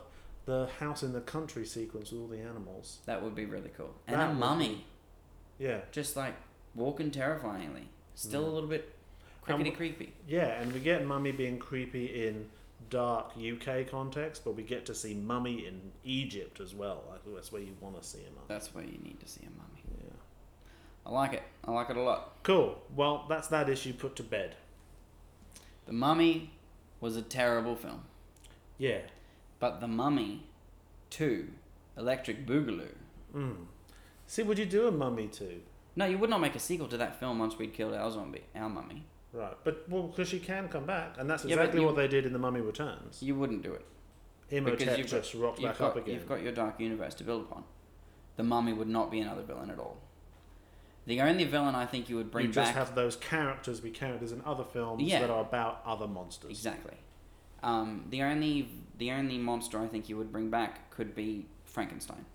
Speaker 1: the house in the country sequence with all the animals.
Speaker 2: That would be really cool. And
Speaker 1: That
Speaker 2: a
Speaker 1: would
Speaker 2: mummy,
Speaker 1: Yeah.
Speaker 2: just like walking terrifyingly, still a little bit
Speaker 1: Hmm. And
Speaker 2: creepy
Speaker 1: wh-
Speaker 2: creepy.
Speaker 1: Yeah, and we get Mummy being creepy in dark UK context, but we get to see Mummy in Egypt as well. Like, that's where you want to see a mummy.
Speaker 2: That's where you need to see a mummy.
Speaker 1: Yeah.
Speaker 2: I like it. I like it a lot.
Speaker 1: Cool. Well, that's that issue put to bed.
Speaker 2: The Mummy was a terrible film,
Speaker 1: Yeah.
Speaker 2: but The Mummy 2, Electric Boogaloo.
Speaker 1: See, would you do a Mummy too?
Speaker 2: No, you would not make a sequel to that film once we'd killed our zombie, our mummy.
Speaker 1: Right, but well, because she can come back, and that's
Speaker 2: Yeah, but
Speaker 1: exactly
Speaker 2: you-
Speaker 1: what they did in The Mummy Returns.
Speaker 2: You wouldn't do it because
Speaker 1: Imhotep
Speaker 2: you've got,
Speaker 1: just rocked
Speaker 2: you've
Speaker 1: back
Speaker 2: got,
Speaker 1: up again.
Speaker 2: You've got your dark universe to build upon. The mummy would not be another villain at all. The only villain I think you would bring
Speaker 1: you just
Speaker 2: back
Speaker 1: have those characters be characters in other films
Speaker 2: Yeah.
Speaker 1: that are about other monsters.
Speaker 2: exactly. Um, the only the only monster I think you would bring back could be Frankenstein.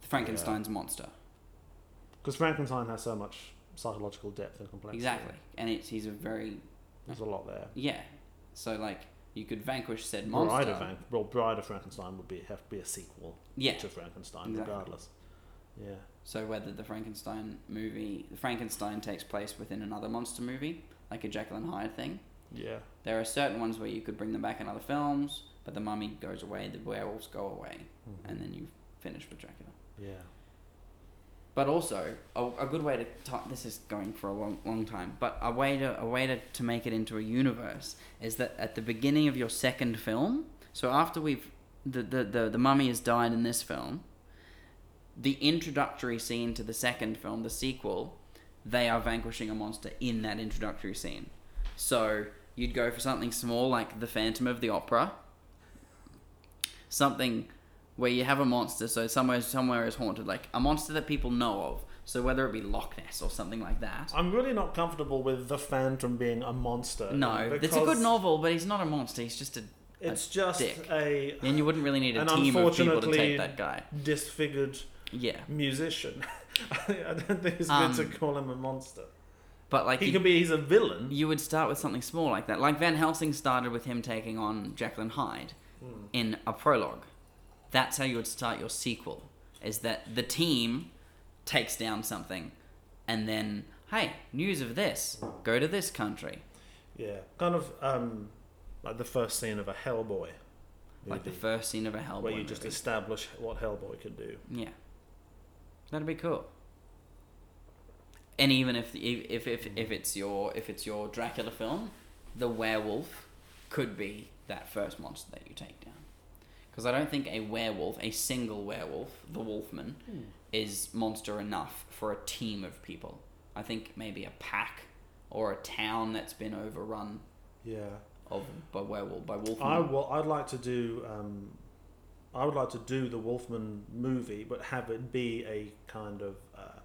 Speaker 2: Frankenstein's monster.
Speaker 1: Because Frankenstein has so much psychological depth and complexity.
Speaker 2: Exactly, and it's he's a very
Speaker 1: There's a lot there.
Speaker 2: yeah. So like you could vanquish said
Speaker 1: Bride
Speaker 2: monster.
Speaker 1: of Frank- well, Bride of Frankenstein would be have to be a sequel
Speaker 2: Yeah.
Speaker 1: to Frankenstein,
Speaker 2: Exactly.
Speaker 1: regardless. Yeah.
Speaker 2: So whether the Frankenstein movie, the Frankenstein takes place within another monster movie, like a Jekyll and Hyde thing.
Speaker 1: Yeah.
Speaker 2: There are certain ones where you could bring them back in other films, but the mummy goes away, the werewolves go away, and then you finish with Dracula.
Speaker 1: Mm-hmm. Yeah.
Speaker 2: But also, a, a good way to ti this is going for a long, long time. But a way to a way to, to make it into a universe is that at the beginning of your second film, so after we've the the the, the mummy has died in this film, the introductory scene to the second film, the sequel, they are vanquishing a monster in that introductory scene. So you'd go for something small like the Phantom of the Opera, something where you have a monster, so somewhere somewhere is haunted, like a monster that people know of. So whether it be Loch Ness or something like that.
Speaker 1: I'm really not comfortable with the Phantom being a monster.
Speaker 2: No, it's a
Speaker 1: because
Speaker 2: good novel, but he's not a monster. He's just a. a
Speaker 1: It's just
Speaker 2: dick.
Speaker 1: a
Speaker 2: and you wouldn't really need a
Speaker 1: an
Speaker 2: team of people to
Speaker 1: unfortunately-
Speaker 2: take that guy.
Speaker 1: disfigured
Speaker 2: Yeah,
Speaker 1: musician. I don't think it's
Speaker 2: Um,
Speaker 1: good to call him a monster.
Speaker 2: but like
Speaker 1: He
Speaker 2: you-
Speaker 1: could be. He's a villain.
Speaker 2: you would start with something small like that. Like Van Helsing started with him taking on Jacqueline Hyde
Speaker 1: Hmm.
Speaker 2: in a prologue. That's how you would start your sequel. Is that the team takes down something, and then hey, news of this, go to this country.
Speaker 1: Yeah. Kind of um, like the first scene of a Hellboy.
Speaker 2: Like the
Speaker 1: movie,
Speaker 2: first scene of a Hellboy
Speaker 1: where you
Speaker 2: movie.
Speaker 1: just establish what Hellboy can do.
Speaker 2: yeah, that'd be cool. And even if if if if it's your if it's your Dracula film, the werewolf could be that first monster that you take down. Because I don't think a werewolf, a single werewolf, the Wolfman, is monster enough for a team of people. I think maybe a pack or a town that's been overrun
Speaker 1: Yeah.
Speaker 2: of by werewolf by wolfman.
Speaker 1: I will. I'd like to do. Um, I would like to do the Wolfman movie, but have it be a kind of uh,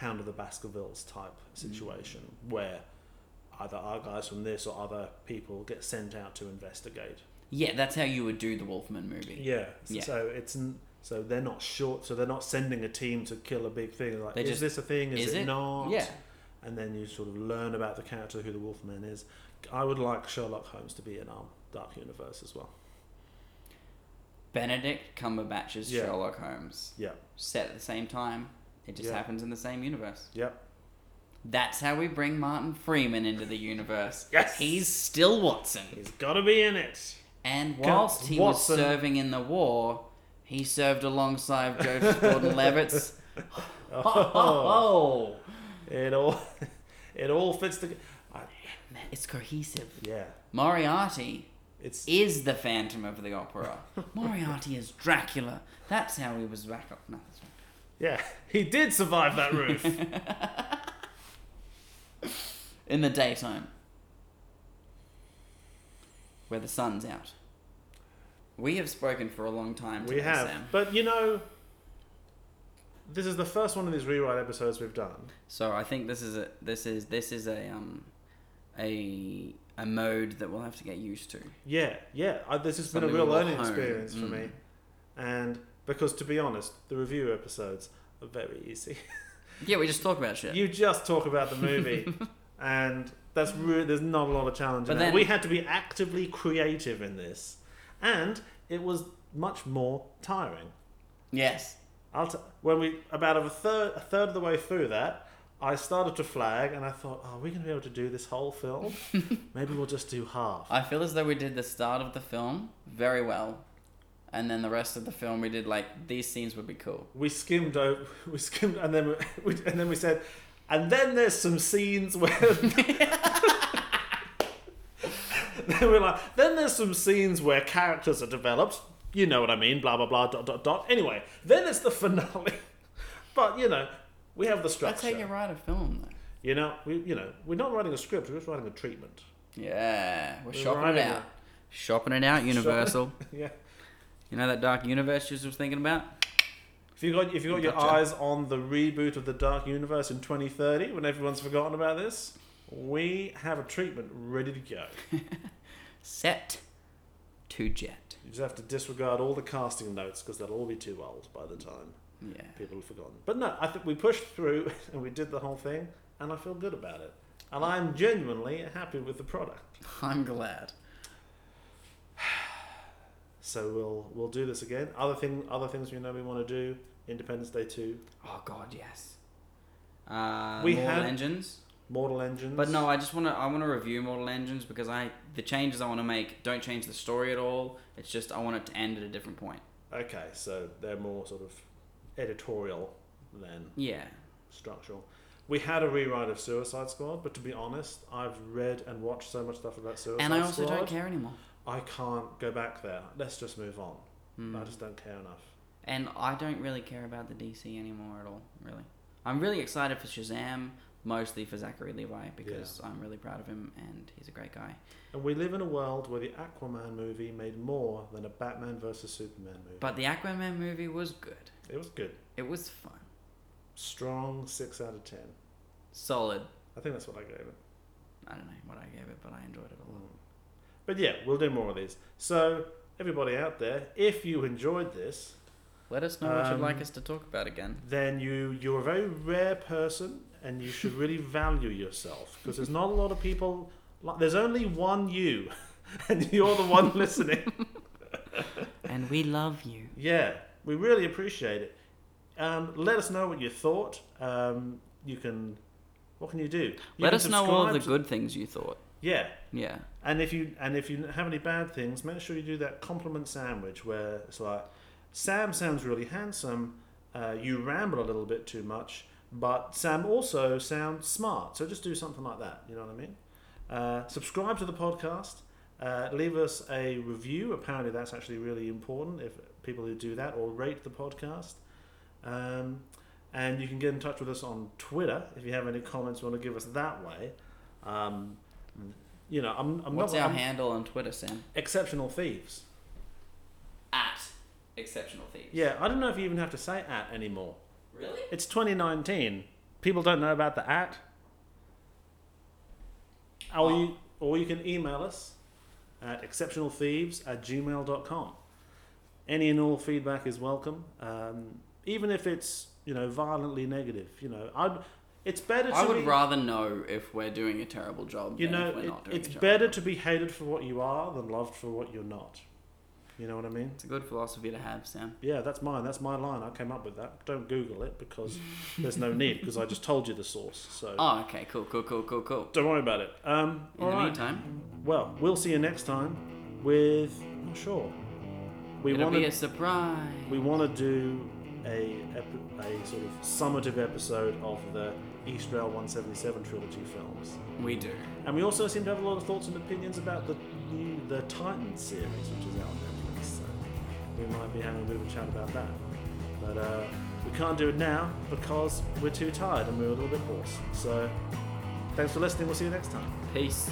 Speaker 1: Hound of the Baskervilles type
Speaker 2: Mm.
Speaker 1: situation where either our guys from this or other people get sent out to investigate.
Speaker 2: yeah, that's how you would do the Wolfman movie.
Speaker 1: Yeah.
Speaker 2: Yeah.
Speaker 1: So it's n- so they're not short. So they're not sending a team to kill a big thing. Like,
Speaker 2: They
Speaker 1: is
Speaker 2: just-
Speaker 1: this a thing? Is,
Speaker 2: is
Speaker 1: it,
Speaker 2: it?
Speaker 1: not?
Speaker 2: Yeah.
Speaker 1: And then you sort of learn about the character, who the Wolfman is. I would like Sherlock Holmes to be in our Dark Universe as well.
Speaker 2: Benedict Cumberbatch's
Speaker 1: Yeah.
Speaker 2: Sherlock Holmes
Speaker 1: Yeah.
Speaker 2: set at the same time. It just
Speaker 1: Yeah.
Speaker 2: happens in the same universe.
Speaker 1: Yep.
Speaker 2: That's how we bring Martin Freeman into the universe.
Speaker 1: Yes.
Speaker 2: He's still Watson.
Speaker 1: He's got to be in it.
Speaker 2: And whilst he
Speaker 1: Watson-
Speaker 2: was serving in the war, he served alongside Joseph Gordon-Levitt's. oh,
Speaker 1: Oh. It all, it all fits together.
Speaker 2: it's cohesive.
Speaker 1: Yeah,
Speaker 2: Moriarty
Speaker 1: it's
Speaker 2: is the Phantom of the Opera. Moriarty is Dracula. That's how he was back up. No, that's right.
Speaker 1: yeah. He did survive that roof.
Speaker 2: In the daytime. Where the sun's out. We have spoken for a long time
Speaker 1: we
Speaker 2: today,
Speaker 1: have,
Speaker 2: Sam.
Speaker 1: but you know, this is the first one of these rewrite episodes we've done.
Speaker 2: So I think this is a this is this is a um a a mode that we'll have to get used to.
Speaker 1: Yeah, yeah. I, this has
Speaker 2: Something
Speaker 1: been a real
Speaker 2: we will
Speaker 1: learning
Speaker 2: hone.
Speaker 1: experience for me,
Speaker 2: Mm.
Speaker 1: and because to be honest, the review episodes are very easy.
Speaker 2: Yeah, we just talk about shit.
Speaker 1: you just talk about the movie, and that's re- there's not a lot of challenge.
Speaker 2: But
Speaker 1: in that.
Speaker 2: then-
Speaker 1: we had to be actively creative in this, and it was much more tiring.
Speaker 2: yes.
Speaker 1: I'll t- when we about a third a third of the way through that, I started to flag, and I thought, oh, are we going to be able to do this whole film? Maybe we'll just do half.
Speaker 2: I feel as though we did the start of the film very well, and then the rest of the film we did like these scenes would be cool.
Speaker 1: we skimmed over, we skimmed, and then we, we- and then we said, and then there's some scenes where. then we're like, then there's some scenes where characters are developed. You know what I mean? Blah blah blah. Dot dot dot. Anyway, then it's the finale. but you know, we have the
Speaker 2: That's how
Speaker 1: structure.
Speaker 2: you write a film, though.
Speaker 1: You know, we you know we're not writing a script. We're just writing a treatment.
Speaker 2: Yeah, we're, shopping
Speaker 1: writing
Speaker 2: it
Speaker 1: it.
Speaker 2: out. Shopping it out, Universal.
Speaker 1: Yeah.
Speaker 2: you know that dark universe you was thinking about?
Speaker 1: If you got if you got your
Speaker 2: Gotcha.
Speaker 1: eyes on the reboot of the Dark Universe in 2030, when everyone's forgotten about this, we have a treatment ready to go.
Speaker 2: Set to jet.
Speaker 1: You just have to disregard all the casting notes because they'll all be too old by the time
Speaker 2: Yeah.
Speaker 1: people have forgotten. But no, I think we pushed through and we did the whole thing, and I feel good about it. And I'm genuinely happy with the product.
Speaker 2: I'm glad.
Speaker 1: So we'll we'll do this again. Other thing, other things we know we want to do: Independence Day two,
Speaker 2: Oh God, yes. Uh,
Speaker 1: We
Speaker 2: Mortal
Speaker 1: had-
Speaker 2: Engines.
Speaker 1: Mortal Engines.
Speaker 2: But no, I just want to. I want to review Mortal Engines because I the changes I want to make don't change the story at all. It's just I want it to end at a different point.
Speaker 1: okay, so they're more sort of editorial than
Speaker 2: Yeah.
Speaker 1: structural. We had a rewrite of Suicide Squad, but to be honest, I've read and watched so much stuff about Suicide
Speaker 2: and I also
Speaker 1: Squad.
Speaker 2: don't care anymore.
Speaker 1: I can't go back there. Let's just move on.
Speaker 2: Hmm.
Speaker 1: I
Speaker 2: Mm.
Speaker 1: just don't care enough.
Speaker 2: And I don't really care about the DC anymore at all. Really, I'm really excited for Shazam, mostly for Zachary Levi because I'm really proud of him and he's a great guy.
Speaker 1: And we live in a world where the Aquaman movie made more than a Batman versus Superman movie.
Speaker 2: But the Aquaman movie was good.
Speaker 1: it was good.
Speaker 2: It was fun.
Speaker 1: Strong six out of ten.
Speaker 2: Solid.
Speaker 1: I think that's what I gave it. Mm.
Speaker 2: I don't know what I gave it, but I enjoyed it a lot.
Speaker 1: But yeah, we'll do more of these. So everybody out there, if you enjoyed this,
Speaker 2: Let us know what you'd like
Speaker 1: Um,
Speaker 2: us to talk about again.
Speaker 1: then you you're a very rare person and you should really value yourself because there's not a lot of people like there's only one you and you're the one listening
Speaker 2: And we love you.
Speaker 1: yeah we really appreciate it um, let us know what you thought um, you can what can you do you
Speaker 2: Let
Speaker 1: can
Speaker 2: us know all
Speaker 1: subscribe
Speaker 2: the
Speaker 1: to-
Speaker 2: good things you thought.
Speaker 1: yeah
Speaker 2: Yeah.
Speaker 1: and if you and if you have any bad things make sure you do that compliment sandwich where it's like sam sounds really handsome uh, you ramble a little bit too much but sam also sounds smart so just do something like that you know what i mean uh, subscribe to the podcast uh, leave us a review apparently that's actually really important if people who do that or rate the podcast um, and you can get in touch with us on twitter if you have any comments you want to give us that way um, you know i'm, I'm
Speaker 2: What's
Speaker 1: not
Speaker 2: our
Speaker 1: I'm-
Speaker 2: handle on Twitter, Sam?
Speaker 1: exceptional thieves
Speaker 2: At Exceptional Thieves.
Speaker 1: yeah i don't know if you even have to say at anymore
Speaker 2: Really?
Speaker 1: It's 2019. People don't know about the at.
Speaker 2: Oh.
Speaker 1: Or, you, or you can email us at exceptionalthieves at gmail.com. Any and all feedback is welcome, um, even if it's you know violently negative. You know, I'd, it's better. To
Speaker 2: I would
Speaker 1: be-
Speaker 2: rather know if we're doing a terrible job
Speaker 1: you
Speaker 2: than
Speaker 1: know
Speaker 2: if we're
Speaker 1: it-
Speaker 2: not doing
Speaker 1: it's
Speaker 2: a job.
Speaker 1: better to be hated for what you are than loved for what you're not. You know what I mean?
Speaker 2: It's a good philosophy to have, Sam.
Speaker 1: Yeah, that's mine. That's my line. I came up with that. Don't Google it because there's no need because I just told you the source. So
Speaker 2: Oh, okay. Cool, cool, cool, cool, cool.
Speaker 1: Don't worry about it. Um,
Speaker 2: In
Speaker 1: all
Speaker 2: the
Speaker 1: right.
Speaker 2: meantime,
Speaker 1: Well, we'll see you next time with. I'm not sure. We
Speaker 2: it'll
Speaker 1: want
Speaker 2: be
Speaker 1: to.
Speaker 2: a surprise.
Speaker 1: we want to do a ep- a sort of summative episode of the East Rail 177 trilogy films,
Speaker 2: We do.
Speaker 1: and we also seem to have a lot of thoughts and opinions about the new the Titan series, which is out on Netflix. So we might be having a bit of a chat about that. But uh, we can't do it now because we're too tired and we're a little bit hoarse. So thanks for listening. We'll see you next time.
Speaker 2: Peace.